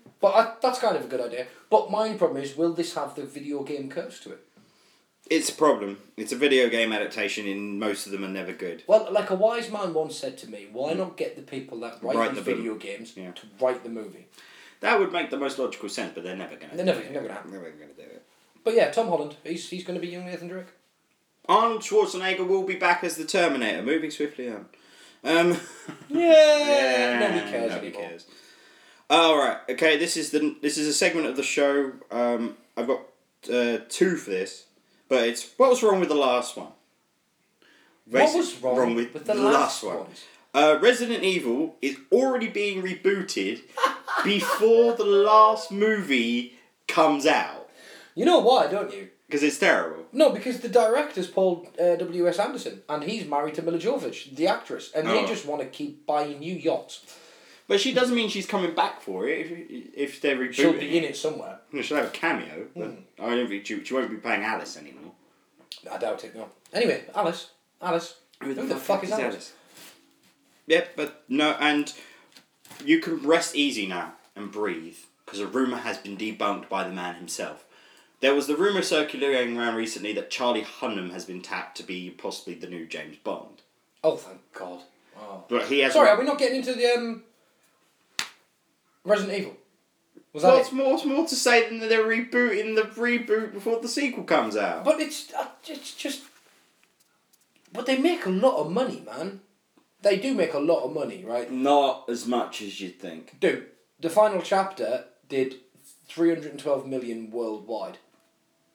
B: (laughs) but I, that's kind of a good idea. But my problem is, will this have the video game curse to it?
A: It's a problem. It's a video game adaptation, and most of them are never good.
B: Well, like a wise man once said to me, why not get the people that write,
A: Hmm. Write
B: these
A: the
B: video games
A: Yeah.
B: to write the movie?
A: That would make the most logical sense, but they're never gonna.
B: They're never, never gonna happen.
A: Never gonna do it.
B: But yeah, Tom Holland, he's he's gonna be young Nathan Drake.
A: Arnold Schwarzenegger will be back as the Terminator. Moving swiftly on. Um, (laughs)
B: Yeah, nobody cares
A: nobody
B: anymore.
A: cares. All right. Okay. This is the this is a segment of the show. Um, I've got uh, two for this, but it's what was wrong with the last one.
B: What
A: Basi-
B: was wrong, with, the, last, ones?
A: Uh, Resident Evil is already being
B: (laughs)
A: rebooted before the last movie comes out
B: You know why, don't you?
A: because it's terrible.
B: No, because the director's Paul uh, W. S. Anderson, and he's married to Mila Jovovich, the actress, and they
A: Oh.
B: just want to keep buying new yachts.
A: But she doesn't mean she's coming back for it if, if they're rebooting.
B: She'll be in it Hmm. somewhere.
A: it. She'll have a cameo. But I don't think she, she won't be playing Alice anymore.
B: I doubt it. No. Anyway, Alice, Alice, who the, fuck, is Alice?
A: Yep, but no, and you can rest easy now and breathe because a rumor has been debunked by the man himself. There was the rumor circulating around recently that Charlie Hunnam has been tapped to be possibly the new James Bond,
B: Oh, thank God. Oh.
A: but he has.
B: Sorry, are we not getting into the um, Resident Evil? Was that
A: What's
B: it?
A: more, what's more to say than that they're rebooting the reboot before the sequel comes out?
B: But it's uh, it's just. But they make a lot of money, man. They do make a lot of money, right?
A: Not as much as you'd think.
B: Dude, the final chapter did three hundred and twelve million worldwide.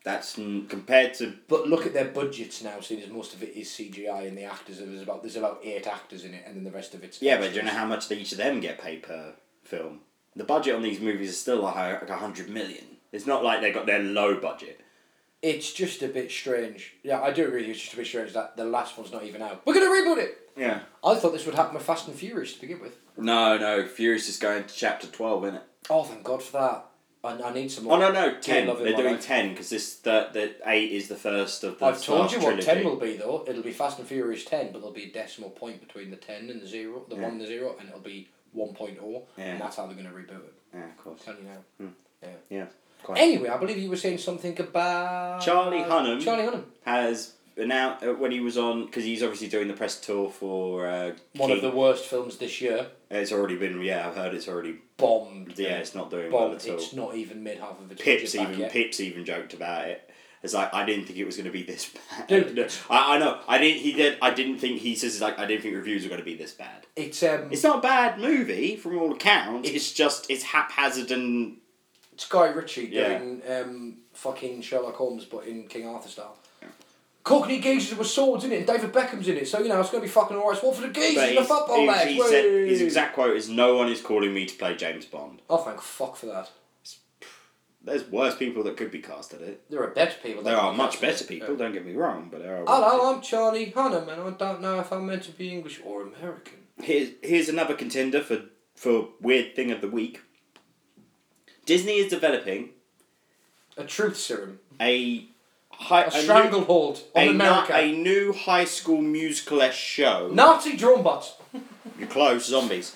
A: That's mm, compared to
B: But look at their budgets now, seeing as most of it is CGI and the actors. There's about there's about eight actors in it, and then the rest of it's
A: Yeah, but do you
B: extras.
A: know how much each of them get paid per film? The budget on these movies is still like a- like a hundred million. It's not like they got their low budget.
B: it's just a bit strange. Yeah, I do agree. with you, It's just a bit strange that the last one's not even out. We're gonna reboot it.
A: Yeah.
B: I thought this would happen with Fast and Furious to begin with.
A: No, no. Furious is going to chapter twelve, isn't it?
B: Oh, thank God for that. I, I need some more.
A: Oh no, no, ten.
B: Love It,
A: They're
B: My
A: doing
B: Life.
A: ten because this the, the eight is the first of the.
B: I've told
A: Fast
B: you what
A: trilogy.
B: ten will be though. It'll be Fast and Furious ten, but there'll be a decimal point between the ten and the zero, the
A: Yeah.
B: one and the zero, and it'll be one oh.
A: Yeah.
B: and that's how they're gonna reboot it.
A: Yeah, of course.
B: I'm telling you now.
A: Yeah. Quite.
B: Anyway, I believe you were saying something about
A: Charlie Hunnam.
B: Charlie Hunnam,
A: Has now uh, when he was on because he's obviously doing the press tour for. Uh,
B: one of
A: King.
B: the worst films this year.
A: It's already been. Yeah, I've heard it's already.
B: Bombed.
A: Yeah, it's not doing well
B: bombed.
A: at all.
B: It's not even made half of its
A: Pips
B: budget back
A: even
B: yet.
A: Pips even joked about it. It's like I didn't think it was going to be this bad. (laughs)
B: Dude.
A: No, I, I know. I didn't. He did. I didn't think he says like I didn't think reviews were going to be this bad.
B: It's um,
A: It's not a bad movie from all accounts. It's, just it's haphazard and
B: It's Guy Ritchie
A: Yeah.
B: doing um, fucking Sherlock Holmes, but in King Arthur style. Cockney geezers with swords in it, and David Beckham's in it, so you know it's going to be fucking alright. It's one for the geezers
A: but
B: in the
A: he's-
B: football
A: he-
B: match.
A: he said-
B: Whey!
A: his exact quote is "No one is calling me to play James Bond."
B: Oh, thank fuck for that.
A: There's worse people that could be cast at it.
B: There are better people.
A: There
B: than
A: are
B: that.
A: much better people. Don't get me wrong, but there are.
B: Hello, I'm Charlie Hunnam, and I don't know if I'm meant to be English or American.
A: Here's here's another contender for for weird thing of the week. Disney is developing
B: A truth serum,
A: a high
B: a
A: new-
B: stranglehold on
A: a, nu-
B: America.
A: a new high school musical esque show.
B: Nazi drum bots.
A: You're close, zombies.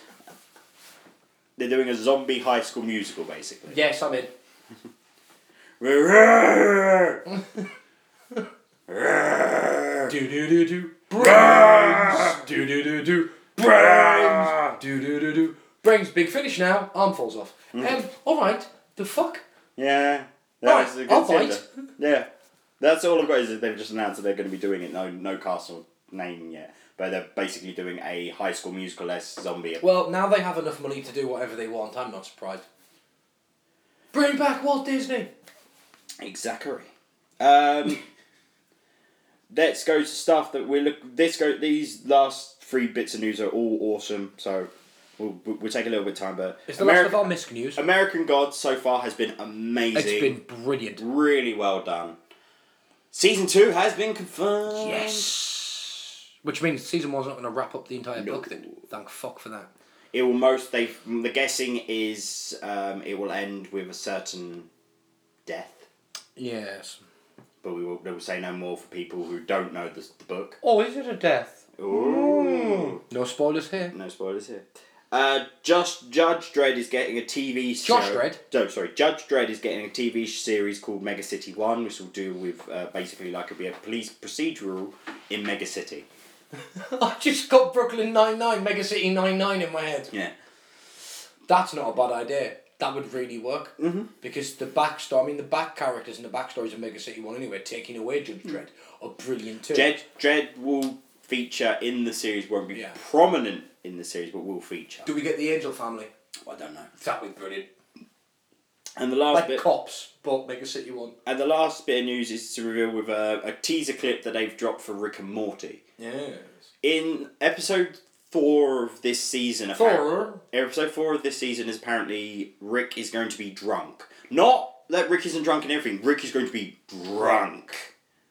A: They're doing a zombie high school musical, basically.
B: Yes, I'm in. Do do do do. Brains. Do do do do. Brains. Do do do do. Brains. Big finish now. Arm falls off. Um. All right. The fuck.
A: (laughs) yeah.
B: Right,
A: That's a
B: I'll
A: contender.
B: fight.
A: Yeah. That's all I've got is that they've just announced that they're going to be doing it. No, no castle name yet. But they're basically doing a high school musical esque zombie.
B: Well, now they have enough money to do whatever they want. I'm not surprised. Bring back Walt Disney.
A: Exactly.
B: (laughs)
A: Um, let's go to stuff that we look. This go. These last three bits of news are all awesome. So we'll we'll we'll take a little bit of time, but
B: It's the last of our misc news.
A: American God so far has been amazing.
B: It's been brilliant.
A: really well done. Season two has been confirmed.
B: Yes. Which means season one's not going to wrap up the entire book. Then thank fuck for that.
A: It will most. They. The guessing is. Um, it will end with a certain death.
B: Yes.
A: But we will, we will say no more for people who don't know the, the book.
B: Oh, is it a death?
A: Ooh.
B: No spoilers here.
A: No spoilers here. Uh, just Judge Dredd is getting a TV show.
B: Josh Dredd?
A: No, sorry, Judge Dredd is getting a TV series called Mega City One, which will deal with uh, basically like it'll be a police procedural in Mega City.
B: (laughs) I just got Brooklyn Nine Nine, Mega City Nine Nine in my head.
A: Yeah.
B: That's not a bad idea. That would really work
A: Mm-hmm.
B: because the backstory, I mean, the back characters and the backstories of Mega City One anyway, taking away Judge
A: Mm.
B: Dredd, are brilliant too.
A: Dredd Dredd will feature in the series. Won't be
B: Yeah.
A: prominent in the series, but will feature.
B: Do we get the Angel Family?
A: I don't know.
B: That would be brilliant.
A: And the last
B: Like
A: bit.
B: cops, but Mega City One.
A: And the last bit of news is to reveal with a, a teaser clip that they've dropped for Rick and Morty.
B: Yes.
A: In episode four of this season, apparent-
B: Four.
A: episode four of this season is apparently Rick is going to be drunk. Not that Rick isn't drunk and everything. Rick is going to be drunk.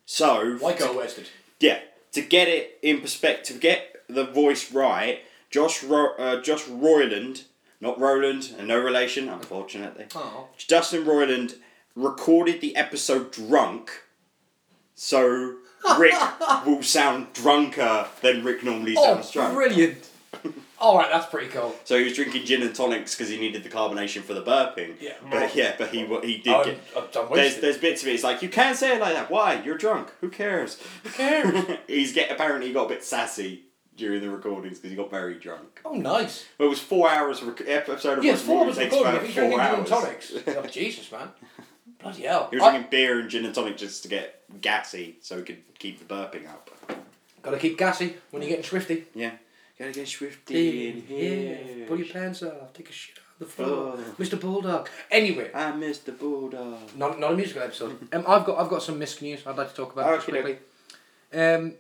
A: So
B: Waco wasted.
A: yeah, to get it in perspective, get the voice right. Josh Ro- uh, Josh Royland, not Roland, and no relation, unfortunately.
B: Oh.
A: Justin Roiland recorded the episode drunk, so Rick will sound drunker than Rick normally sounds
B: Oh,
A: drunk. (laughs)
B: brilliant. All right, that's pretty cool.
A: So he was drinking gin and tonics because he needed the carbonation for the burping.
B: Yeah.
A: but yeah, but he wa- he did
B: I'm,
A: get.
B: Oh, I'm done
A: There's,
B: wasted.
A: there's bits of it. It's like you can't say it like that. Why? You're drunk. Who cares? Who
B: cares?
A: (laughs) He's get apparently he got a bit sassy during the recordings because he got very drunk.
B: Oh, nice.
A: But it was four hours of rec- episode. Of
B: Yes,
A: Rocky
B: four
A: Horror
B: was
A: takes
B: recording.
A: about
B: If he's drinking gin and
A: four hours.
B: tonics. oh, Jesus,
A: (laughs)
B: man. Bloody hell.
A: He was
B: I-
A: drinking beer and gin and tonic just to get gassy so he could keep the burping up.
B: Gotta keep gassy when you're getting swifty.
A: Yeah. Gotta get swifty in
B: Yeah, pull your
A: here.
B: pants off, take a shit on the floor.
A: Oh.
B: Mr. Bulldog. Anyway,
A: I miss the bulldog.
B: not, not a musical
A: (laughs)
B: episode. um, I've got I've got some misc news I'd like to talk about just
A: Okey-doke.
B: quickly. Um,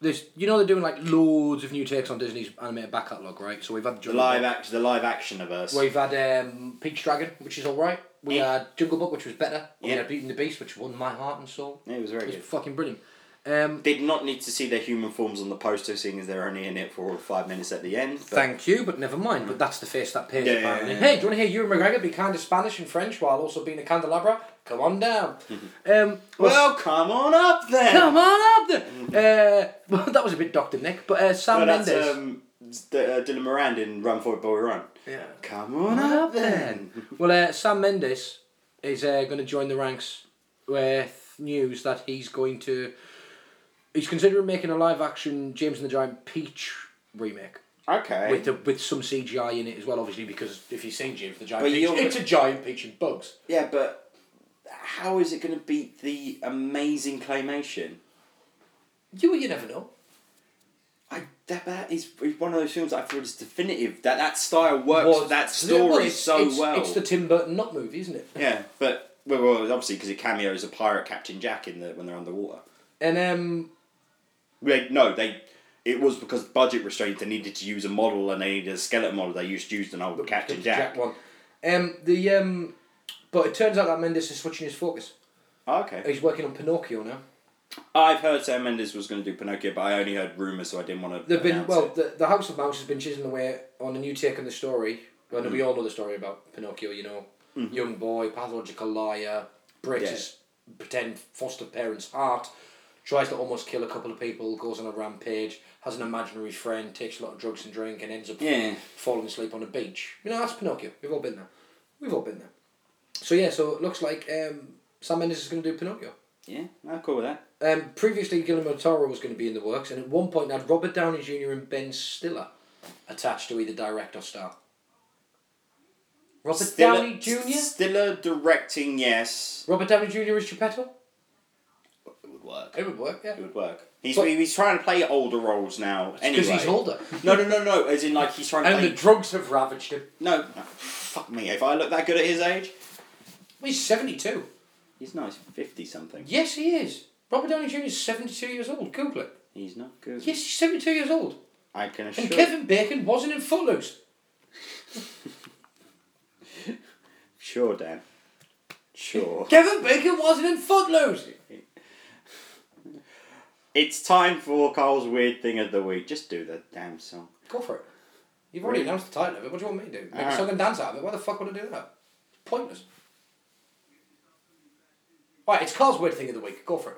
B: there's you know they're doing like loads of new takes on Disney's animated back catalogue, right? So we've had
A: The
B: Jungle
A: live
B: Book.
A: action, the live action of us.
B: We've had um, Peach Dragon, which is all right. We
A: Yeah.
B: had Jungle Book, which was better.
A: Yeah.
B: We had Beating the Beast, which won my heart and soul.
A: It was very
B: It's
A: good.
B: fucking brilliant. Um,
A: Did not need to see their human forms on the poster, seeing as they're only in it for five minutes at the end. But
B: Thank you, but never mind. But that's the face that pays,
A: Yeah, yeah,
B: apparently.
A: yeah,
B: Hey, do you want to hear Ewan McGregor be kind of Spanish and French while also being a candelabra? Come on down.
A: (laughs)
B: um,
A: well, come on up then.
B: come on up there. uh, (laughs) well, that was a bit Dr. Nick, but uh, Sam
A: No, that's
B: Mendes.
A: um, the, uh, Dylan Moran in Run For It Boy Run.
B: yeah.
A: Come on
B: Come
A: up
B: up
A: then.
B: then.
A: (laughs)
B: well, uh, Sam Mendes is uh, going to join the ranks with news that he's going to. He's considering making a live action James and the Giant Peach remake.
A: Okay.
B: with the, with some CGI in it as well, obviously, because if you've seen Jim for the giant
A: But
B: peach,
A: you're-
B: it's a giant peach and bugs.
A: Yeah, but how is it going to beat the amazing claymation?
B: You you never know.
A: I that, that is is one of those films that I feel is definitive. That that style works.
B: Was-
A: that
B: well,
A: story
B: it's-
A: so
B: it's,
A: well.
B: It's the Tim Burton not movie, isn't it?
A: yeah, but well, well obviously because it cameos a pirate Captain Jack in the when they're underwater.
B: And um,
A: Wait, no, they. It was because budget restraints. They needed to use a model, and they needed a skeleton model. They used used an old Captain
B: the
A: Jack.
B: one. Um, the um, but it turns out that Mendes is switching his focus.
A: Oh, okay.
B: He's working on Pinocchio now.
A: I've heard Sam Mendes was going to do Pinocchio, but I only heard rumours, so I didn't want to.
B: They've been well. The, the House of Mouse has been chiseling away on a new take on the story. Well, we all know the story about Pinocchio. You know, young boy, pathological liar,
A: Mm-hmm.
B: breaks
A: Yeah.
B: his pretend foster parent's heart, tries to almost kill a couple of people, goes on a rampage, has an imaginary friend, takes a lot of drugs and drink, and ends up
A: Yeah.
B: falling asleep on a beach. You know, that's Pinocchio. We've all been there. We've all been there. So yeah, so it looks like um, Sam Mendes is going to do Pinocchio.
A: Yeah, I'm cool with that.
B: Um, previously, Guillermo del Toro was going to be in the works, and at one point, they had Robert Downey Jr. and Ben Stiller attached to either direct or star. Robert Downey Jr.
A: Stiller directing, yes.
B: Robert Downey Jr. is Geppetto.
A: It would work.
B: It would work, yeah.
A: It would work. He's,
B: But-
A: he's trying to play older roles now. Anyway.
B: Because he's older,
A: No, no, no, no. As in, like he's trying to
B: and
A: play.
B: the drugs have ravaged him.
A: No, no, fuck me. If I look that good at his age,
B: He's seventy-two.
A: he's nice. Fifty something.
B: Yes, he is. Robert Downey Jr. is seventy-two years old. Google it.
A: He's not good.
B: Yes, he's seventy-two years old.
A: I can assure.
B: And Kevin Bacon wasn't in Footloose.
A: Sure, Dan.
B: (laughs)
A: Sure.
B: Kevin Bacon wasn't in Footloose.
A: it's time for Carl's weird thing of the week. Just do the damn song.
B: Go for it. You've already
A: Really?
B: announced the title of it. What do you want me to do? Make a
A: Alright.
B: song and dance out of it. Why the fuck would I do that? Pointless. Right, it's Carl's weird thing of the week. Go for it.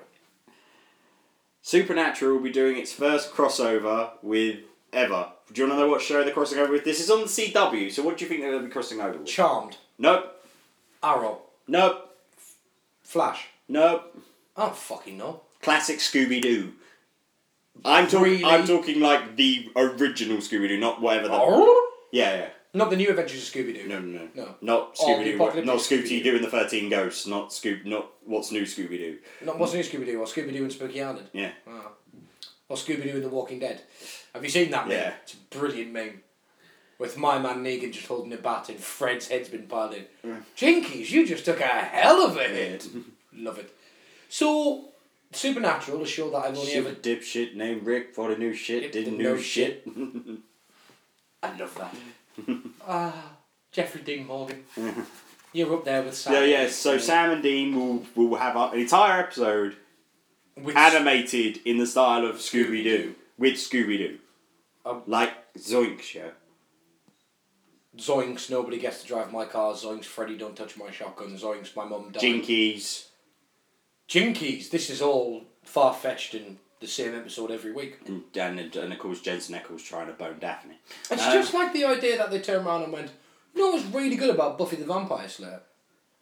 A: Supernatural will be doing its first crossover with ever. Do you want to know what show they're crossing over with? This is on the CW, so what do you think they're going to be crossing over with?
B: Charmed,
A: Nope.
B: Arrow,
A: Nope.
B: Flash.
A: Nope.
B: I don't fucking know.
A: Classic Scooby Doo. I'm talking.
B: Really?
A: I'm talking like the original Scooby Doo, not whatever the. Yeah, yeah.
B: Not the new Adventures of Scooby Doo.
A: No, no, no.
B: No.
A: Not
B: Oh,
A: Scooby
B: the
A: Doo.
B: apocalyptic
A: Not
B: Scooby-Doo.
A: Scooby Doo and the Thirteen Ghosts. Not Scoob. Not what's new Scooby Doo.
B: Not what's the new Scooby Doo or Scooby Doo and Spooky Island.
A: Yeah.
B: Oh. Or Scooby Doo and The Walking Dead. Have you seen that? meme?
A: Yeah.
B: It's a brilliant meme. With my man Negan just holding a bat and Fred's head's been piled in.
A: Mm.
B: Jinkies, you just took a hell of a hit. Love it. So, Supernatural, a show that I've only
A: Shiver
B: ever.
A: dipshit named Rick for the new shit.
B: Yep,
A: Didn't
B: no
A: know shit.
B: I love that.
A: (laughs)
B: Ah, Jeffrey Dean Morgan. You're up there with Sam. Mm.
A: So yeah, so Sam and Dean will will have an entire episode
B: With
A: animated in the style of Scooby Doo with Scooby Doo,
B: Um,
A: like Zoinks, yeah.
B: Zoinks, nobody gets to drive my car. Zoinks, Freddy, don't touch my shotgun. Zoinks, my mum died.
A: Jinkies,
B: Jinkies, this is all far fetched and the same episode every week.
A: and, and and of course Jensen Ackles trying to bone Daphne.
B: It's
A: Um,
B: just like the idea that they turned around and went, you know what's really good about Buffy the Vampire Slayer?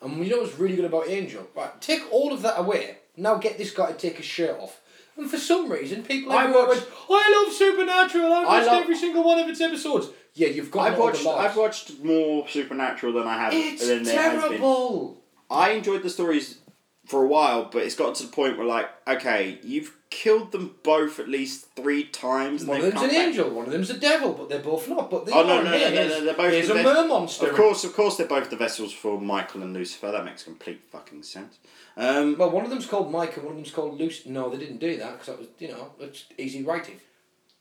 B: And you know what's really good about Angel? Right, take all of that away. Now get this guy to take his shirt off. And for some reason, people
A: I
B: everywhere
A: watched-
B: went, I love Supernatural, I've
A: I
B: watched
A: love-
B: every single one of its episodes. Yeah, you've got
A: I've
B: all the
A: watched
B: lies.
A: I've watched more Supernatural than I have than
B: It's
A: there has been.
B: terrible.
A: I enjoyed the stories for a while, but it's gotten to the point where like, okay, you've killed them both at least three times. and
B: One of
A: they've
B: them's
A: come
B: an
A: back.
B: angel, one of them's a devil, but they're both not. But they
A: Oh, no,
B: are.
A: no, no,
B: Here,
A: no,
B: here's-
A: no, they're both
B: Here's
A: the
B: a
A: best-
B: mer monster.
A: Of course, of course, they're both the vessels for Michael and Lucifer. That makes complete fucking sense. Um,
B: Well, one of them's called Mike and one of them's called Lucy. No, they didn't do that because that was, you know, it's easy writing.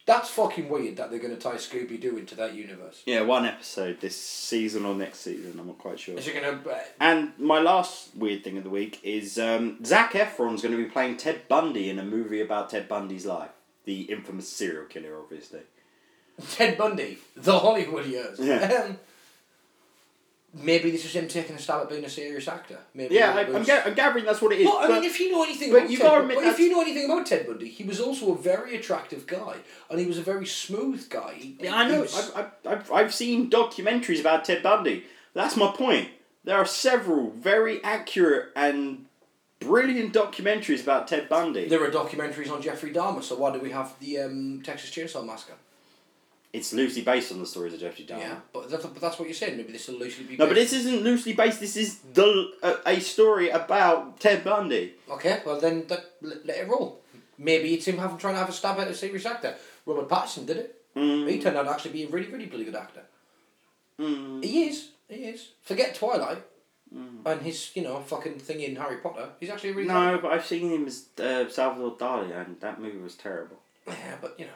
B: That's fucking weird that they're going to tie Scooby Doo into that universe.
A: Yeah, one episode this season or next season, I'm not quite sure.
B: Is it going to. Uh, (laughs)
A: And my last weird thing of the week is um, Zach Efron's going to be playing Ted Bundy in a movie about Ted Bundy's life. The infamous serial killer, obviously.
B: Ted Bundy, the Hollywood years.
A: Yeah.
B: Um, maybe this is him taking a stab at being a serious actor. Maybe
A: Yeah,
B: that
A: I, I'm,
B: was-
A: ga- I'm gathering that's what it is.
B: Well, I
A: but
B: mean, if you know anything
A: but
B: about
A: you
B: Ted,
A: gotta
B: Bu-
A: admit
B: but if
A: that's-
B: you know anything about Ted Bundy, he was also a very attractive guy, and he was a very smooth guy. He-
A: Yeah, I
B: he
A: know.
B: was-
A: I've, I've, I've, I've seen documentaries about Ted Bundy. That's my point. There are several very accurate and brilliant documentaries about Ted Bundy.
B: There are documentaries on Jeffrey Dahmer, so why do we have the um, Texas Chainsaw Massacre?
A: It's loosely based on the stories of Jeffrey Dahmer.
B: Yeah, Um, but that's, but that's what you're saying. Maybe this will loosely be.
A: No, but
B: based-
A: this isn't loosely based. This is the a, a story about Ted Bundy.
B: okay. Well, then that, let, let it roll. Maybe it's him having trying to have a stab at a serious actor. Robert Pattinson did it.
A: Mm.
B: He turned out to actually be a really, really, really good actor.
A: Mm.
B: He is. He is. Forget Twilight and his, you know, fucking thing in Harry Potter. He's actually a really.
A: No, but I've seen him as uh, Salvador Dali, and that movie was terrible.
B: Good. Yeah, but you know,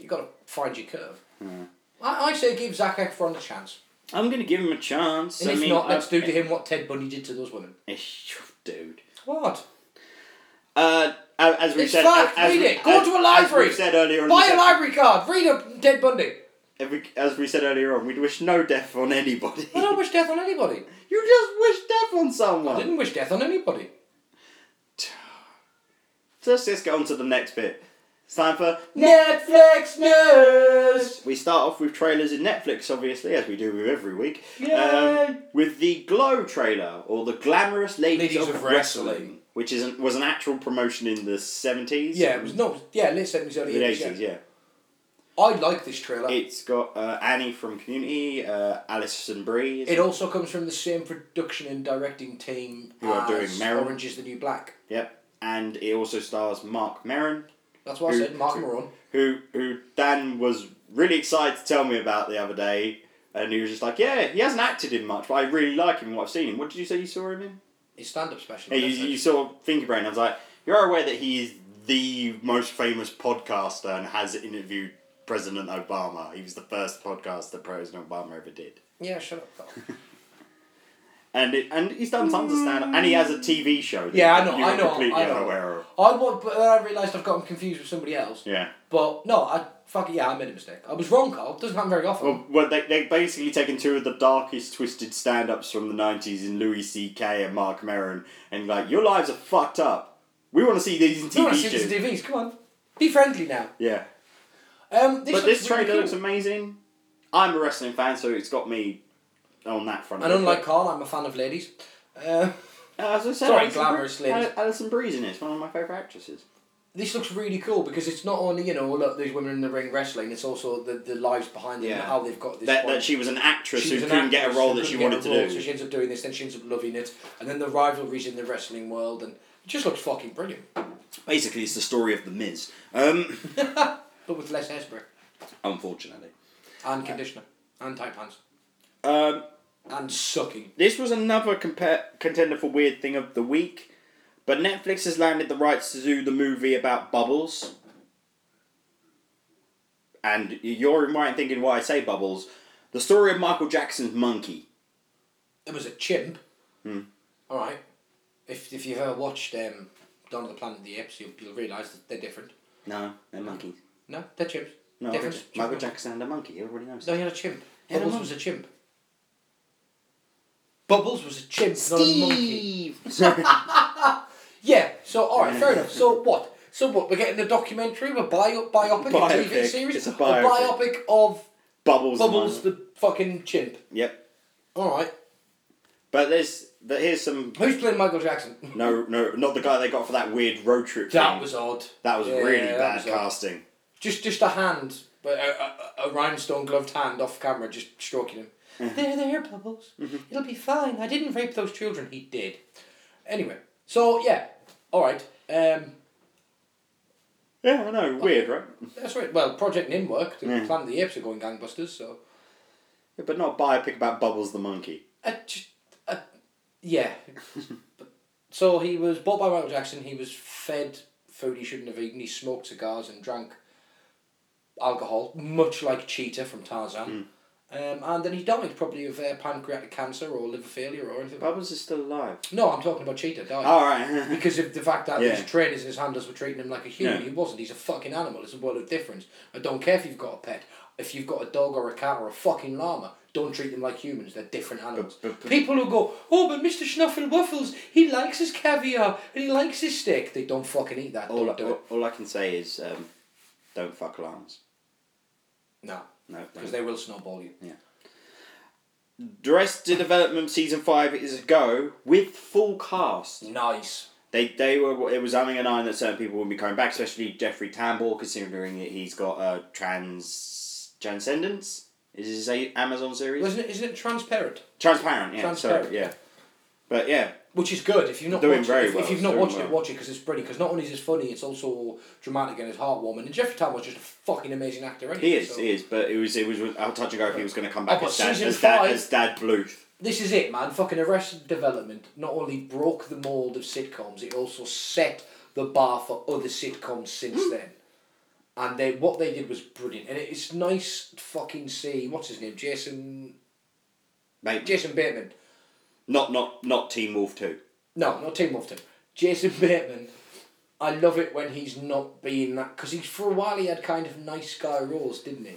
B: you got to find your curve. I, I say give Zac Efron a chance,
A: I'm gonna give him a chance.
B: and
A: I
B: if
A: mean,
B: not,
A: I-
B: let's do to him what Ted Bundy did to those women.
A: Dude.
B: What?
A: Uh, as we
B: It's
A: said,
B: fact,
A: as
B: read
A: we-
B: it, go
A: as-
B: to a
A: As
B: library,
A: we said earlier on,
B: Buy
A: this
B: a
A: ep-
B: library card. Read up Ted Bundy.
A: every, as we said earlier on, we'd wish no death on anybody. (laughs)
B: I don't wish death on anybody.
A: you just wish death on someone.
B: I didn't wish death on anybody.
A: So let's just get on to the next bit. It's time for.
B: Netflix news.
A: We start off with trailers in Netflix, obviously, as we do with every week.
B: Yay!
A: Um, with the Glow trailer, or the Glamorous Ladies,
B: Ladies
A: of,
B: of
A: Wrestling,
B: Wrestling.
A: which is an, was an actual promotion in the 70s.
B: Yeah, it was no. Yeah, late seventies,
A: The
B: early
A: 80s,
B: eighties.
A: yeah.
B: I like this trailer. It,
A: It's got uh, Annie from Community, uh, Alison Brie. is it?
B: also comes from the same production and directing team
A: Who are doing
B: as
A: Meryl.
B: Orange is the New Black.
A: Yep. And it also stars Mark Merron,
B: That's why I
A: Who-
B: said Mark Maron.
A: who who Dan was really excited to tell me about the other day, and he was just like, "Yeah, he hasn't acted in much, but I really like him. What I've seen him. What did you say you saw him in?"
B: His stand-up special.
A: Hey, you, you sort of think about it, and I was like, "You're aware that he is the most famous podcaster and has interviewed President Obama. He was the first podcast that President Obama ever did."
B: yeah, shut up.
A: (laughs)
B: pal.
A: And, it, and he's done tons of stand up, and he has a TV show. That
B: Yeah, I know,
A: you were
B: I know,
A: Completely
B: I know.
A: unaware of.
B: I want, but then I realised I've gotten confused with somebody else.
A: Yeah.
B: But no, I fucking yeah, I made a mistake. I was wrong, Carl. Doesn't happen very often.
A: Well, well they, they've basically taken two of the darkest, twisted stand ups from the 90s in Louis C.K. and Mark Maron, and like, your lives are fucked up. We want to see these in
B: no,
A: TV
B: I see
A: shows.
B: the DVs. Come on, be friendly now.
A: yeah.
B: Um, this
A: But this
B: really
A: trailer looks amazing. I'm a wrestling fan, so it's got me on that front.
B: And unlike Carl, I'm a fan of ladies. Uh,
A: as I said,
B: Sorry,
A: Alison
B: glamorous
A: Brie-
B: ladies.
A: Alison Brie's in it. It's one of my favorite actresses.
B: this looks really cool because it's not only you know look these women in the ring wrestling. It's also the, the lives behind it and
A: Yeah.
B: how they've got this.
A: That,
B: bond.
A: that she was an actress
B: She
A: who
B: was an
A: couldn't get a
B: actress,
A: role that she
B: couldn't get
A: wanted
B: a
A: to
B: role,
A: do.
B: So she ends up doing this, then she ends up loving it, and then the rivalries in the wrestling world, and it just looks fucking brilliant,
A: Basically, it's the story of the Miz. Um,
B: but with less hairspray
A: unfortunately,
B: and conditioner and tight pants
A: um,
B: and sucking.
A: this was another compa- contender for weird thing of the week. But Netflix has landed the rights to do the movie about bubbles. And you're right in thinking why I say bubbles. The story of Michael Jackson's monkey.
B: It was a chimp.
A: Hmm.
B: All right. If if you've ever watched um, Dawn of the Planet of the Apes, you'll, you'll realise that they're different.
A: No, they're monkeys.
B: No, they're chimps.
A: No,
B: Different.
A: Michael- Michael Jackson and a monkey. Everybody knows.
B: No, he had a chimp.
A: He had a
B: Bubbles was a chimp. Bubbles was a chimp, not a monkey.
A: Sorry.
B: Yeah. So all right, fair enough. So (laughs) what? So what? We're getting a documentary, a bio, biopic, a TV
A: Biopic.
B: series,
A: It's a
B: biopic of
A: (laughs) Bubbles. the
B: Bubbles
A: mon-
B: the fucking chimp.
A: Yep.
B: All right.
A: But there's but here's some
B: Who's playing Michael Jackson?
A: no no not the guy they got for that weird road trip.
B: That
A: thing.
B: was odd.
A: that was
B: Yeah,
A: really
B: that
A: bad
B: was odd.
A: casting.
B: Just just a hand, a, a, a- a rhinestone gloved hand off camera, just stroking him. There, there, Bubbles. It'll be fine. I didn't rape those children. He did. Anyway, so yeah, all right. Um,
A: Yeah, I know. Weird, right?
B: that's right. Well, Project Nim worked. The
A: Yeah.
B: Planet of the Apes are going gangbusters, so
A: Yeah, but not a biopic about Bubbles the monkey.
B: I just, I, yeah. so he was bought by Michael Jackson. He was fed food he shouldn't have eaten. He smoked cigars and drank alcohol, much like Cheetah from Tarzan. Um, and then he died probably of uh, pancreatic cancer or liver failure or anything.
A: Bubbles is still alive.
B: No, I'm talking about Cheetah died.
A: All right. (laughs)
B: Because of the fact that
A: Yeah.
B: his trainers and his handlers were treating him like a human,
A: Yeah.
B: he wasn't. He's a fucking animal. It's a world of difference. I don't care if you've got a pet. If you've got a dog or a cat or a fucking llama, don't treat them like humans. They're different animals.
A: But- but- but-
B: People who go, oh, but Mr. Schnuffle Waffles, he likes his caviar and he likes his steak. They don't fucking eat that.
A: all, oh.
B: Don't
A: I,
B: do it.
A: all, all I can say is um, don't fuck llamas.
B: No,
A: No.
B: because they will snowball you.
A: Arrested Development season five is a go with full cast.
B: Nice.
A: They they were it was having an eye that certain people would be coming back, especially Jeffrey Tambor, considering that he's got a trans transcendence. Is his a- Amazon series
B: Isn't it, isn't it transparent?
A: transparent? Yeah,
B: Transparent.
A: sorry, yeah. But yeah,
B: Which is good if you've not
A: Doing
B: watched
A: very
B: it. If,
A: well,
B: if you've not
A: doing
B: watched
A: well.
B: it, watch it because it's brilliant. Because not only is it funny, it's also dramatic and it's heartwarming. And Jeffrey Tambor was just a fucking amazing actor. Anyway,
A: he is
B: so-
A: he is. But it was it was a touch and go if he was going to come back
B: Oh, but
A: as dad,
B: season
A: as dad
B: five-
A: as dad Bluth.
B: This is it, man. Fucking Arrested Development not only broke the mold of sitcoms, it also set the bar for other sitcoms since then. And they what they did was brilliant, and it's nice to fucking see what's his name, Jason
A: Mate,
B: Jason Bateman.
A: not not not Team Wolf two.
B: No, not Tim Wolfton. Jason (laughs) Bateman. I love it when he's not being that because he for a while he had kind of nice guy roles, didn't he?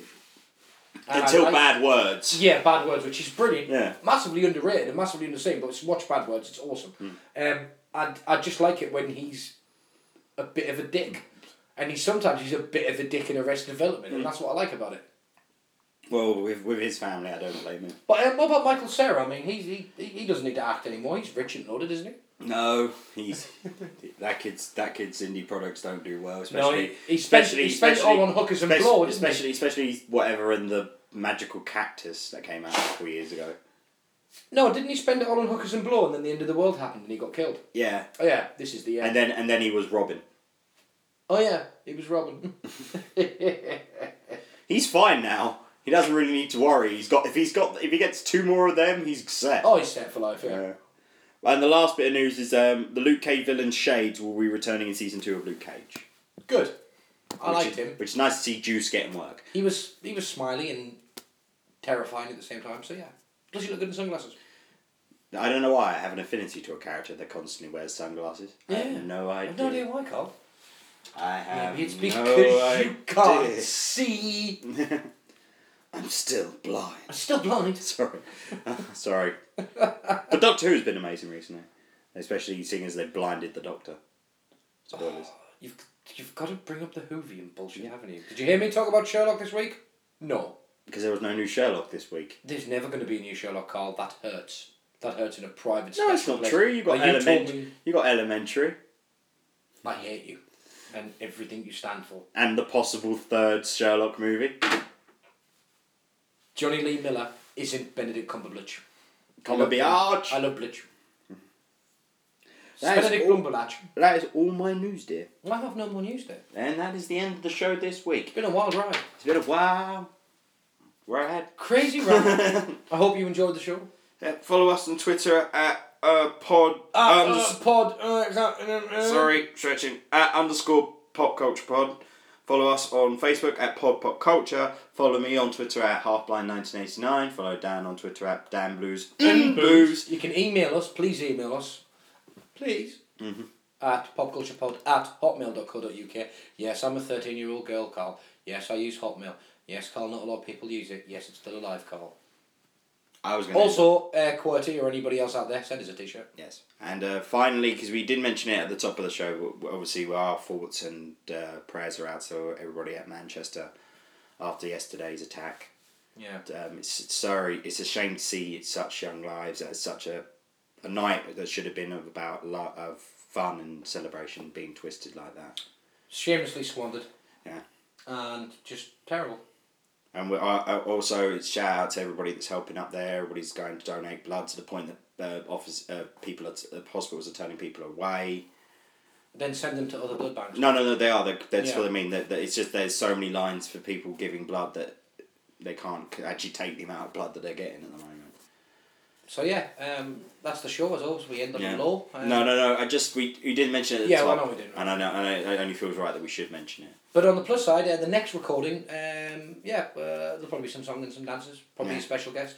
B: And I
A: Until
B: like-
A: bad words.
B: Yeah, Bad Words, which is brilliant.
A: Yeah.
B: Massively underrated and massively underseen, but it's watch Bad Words, it's awesome.
A: Hmm.
B: Um, and I just like it when he's a bit of a dick. And he sometimes he's a bit of a dick in Arrested Development,
A: Hmm.
B: and that's what I like about it.
A: Well, with with his family, I don't blame him.
B: But um, what about Michael Sarah? I mean, he's, he he he doesn't need to act anymore. He's rich and loaded, isn't he?
A: No,
B: (laughs)
A: he's that kid's that kid's indie products don't do well, especially
B: he- he spent- he spent it all on hookers and
A: especially,
B: blow, didn't he?
A: especially especially whatever in the magical cactus that came out a couple years ago.
B: No, didn't he spend it all on hookers and blow, and then the end of the world happened, and he got killed?
A: Yeah,
B: Oh yeah, this is the end.
A: and then and then he was Robin.
B: oh yeah, he was Robin. (laughs)
A: He's fine now. He doesn't really need to worry. He's got if he's got if he gets two more of them, he's set.
B: oh, he's set for life. Yeah.
A: Yeah. And the last bit of news is um, the Luke Cage villain Shades will be returning in season two of Luke Cage.
B: Good. I
A: which
B: liked
A: is-
B: him.
A: Which is nice to see Juice getting work.
B: He was he was smiley and terrifying at the same time. So yeah, plus he looked good in sunglasses.
A: I don't know why I have an affinity to a character that constantly wears sunglasses. I
B: Yeah.
A: have no
B: I
A: idea.
B: have no idea why, Carl.
A: I have
B: Maybe it's
A: no
B: because you
A: idea.
B: can't see.
A: I'm still blind. (laughs)
B: I'm still blind.
A: Sorry. (laughs) Sorry. but Doctor Who's
B: (sighs)
A: been amazing recently. Especially seeing as they blinded the Doctor. Spoilers.
B: You've You've got to bring up the Hoovian bullshit, haven't you? Did you hear me talk about Sherlock this week? No.
A: Because there was no new Sherlock this week.
B: There's never going to be a new Sherlock, Carl. That hurts. That hurts in a private
A: No, it's
B: special
A: not
B: place.
A: true. You got
B: Like, told
A: element.
B: me-
A: you got elementary
B: I hate you. And everything you stand for.
A: and the possible third Sherlock movie.
B: Johnny Lee Miller isn't Benedict Cumberbatch. I
A: Cumberbatch.
B: love Blitch.
A: That is
B: Benedict
A: all-
B: Cumberbatch.
A: That is all my news, dear.
B: I have no more news there.
A: And that is the end of the show this week.
B: It's been a wild ride.
A: It's been a while. We're ahead.
B: Crazy ride.
A: (laughs)
B: I hope you enjoyed the show.
A: Yeah, Uh, follow us on Twitter at uh, pod.
B: Uh,
A: unders-
B: uh, pod. Uh, uh, uh,
A: Sorry, stretching. At underscore pop culture pod. Follow us on Facebook at pod pop culture. Follow me on Twitter at halfblind1989. Follow Dan on Twitter at Dan Blues. Mm, Blues.
B: You can email us. Please email us. Please.
A: Mm-hmm.
B: At popculturepod at hotmail.co.uk. Yes, I'm a 13 year old girl, Carl. Yes, I use Hotmail. Yes, Carl, not a lot of people use it. Yes, it's still alive, Carl.
A: I was going
B: Also, uh, QWERTY or anybody else out there, send us a t shirt.
A: Yes. And uh, finally, because we did mention it at the top of the show, but w- obviously our thoughts and uh, prayers are out to everybody at Manchester after yesterday's attack.
B: Yeah.
A: Um, it's it's sorry, it's a shame to see such young lives at such a, a night that should have been of about lo- of fun and celebration being twisted like that.
B: Shamelessly squandered.
A: Yeah.
B: And just terrible.
A: And we I I- also it's shout out to everybody that's helping up there. Everybody's going to donate blood to the point that uh, office uh, people at uh, hospitals are turning people away.
B: Then send them to other blood banks.
A: No, no, no, they are. They're, that's
B: Yeah.
A: what I mean. That, that it's just there's so many lines for people giving blood that they can't c- actually take the amount of blood that they're getting at the moment.
B: So, yeah, um, that's the show as always. We end up
A: Yeah.
B: low. Um,
A: No, no, no. I just we we didn't mention it. At the
B: Yeah, well,
A: top,
B: no, we didn't.
A: And I know, and I, it only feels right that we should mention it.
B: But on the plus side, uh, the next recording, um, yeah, uh, there'll probably be some song and some dances. Probably
A: Yeah.
B: a special guest.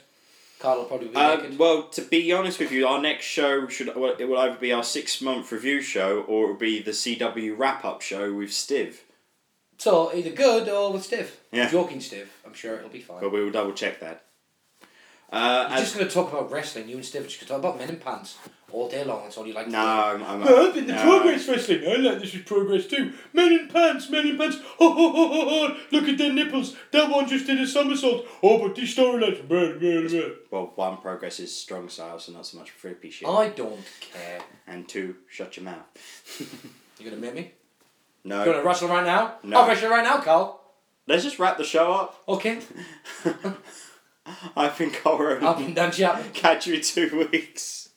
B: Carl will probably be
A: Uh,
B: naked.
A: well, to be honest with you, our next show should well, it will either be our six month review show or it will be the CW wrap up show with Stiv.
B: So either good or with Steve.
A: Yeah.
B: Joking Steve. I'm sure it'll be fine.
A: But we will double check that. Uh,
B: You're
A: and-
B: just going to talk about wrestling. You and Steve are just going to talk about men in pants all day long. That's all you like to
A: no,
B: do.
A: I'm, I'm
B: Well, I've been the
A: no.
B: progress wrestling. I like this is progress too. Men in pants, men in pants. Ho ho ho ho ho! Look at their nipples. That one just did a somersault. Oh, but these storylines. Blah, blah, blah.
A: Well, one progress is strong style, so not so much frippy shit.
B: I don't care.
A: And two, shut your mouth.
B: You gonna make me?
A: No,
B: You wanna wrestle right now?
A: Uh, No.
B: I'll wrestle right now, Carl.
A: let's just wrap the show up. (laughs)
B: Okay.
A: I've been Cora.
B: I've been Dan Chapman.
A: Catch you in two weeks.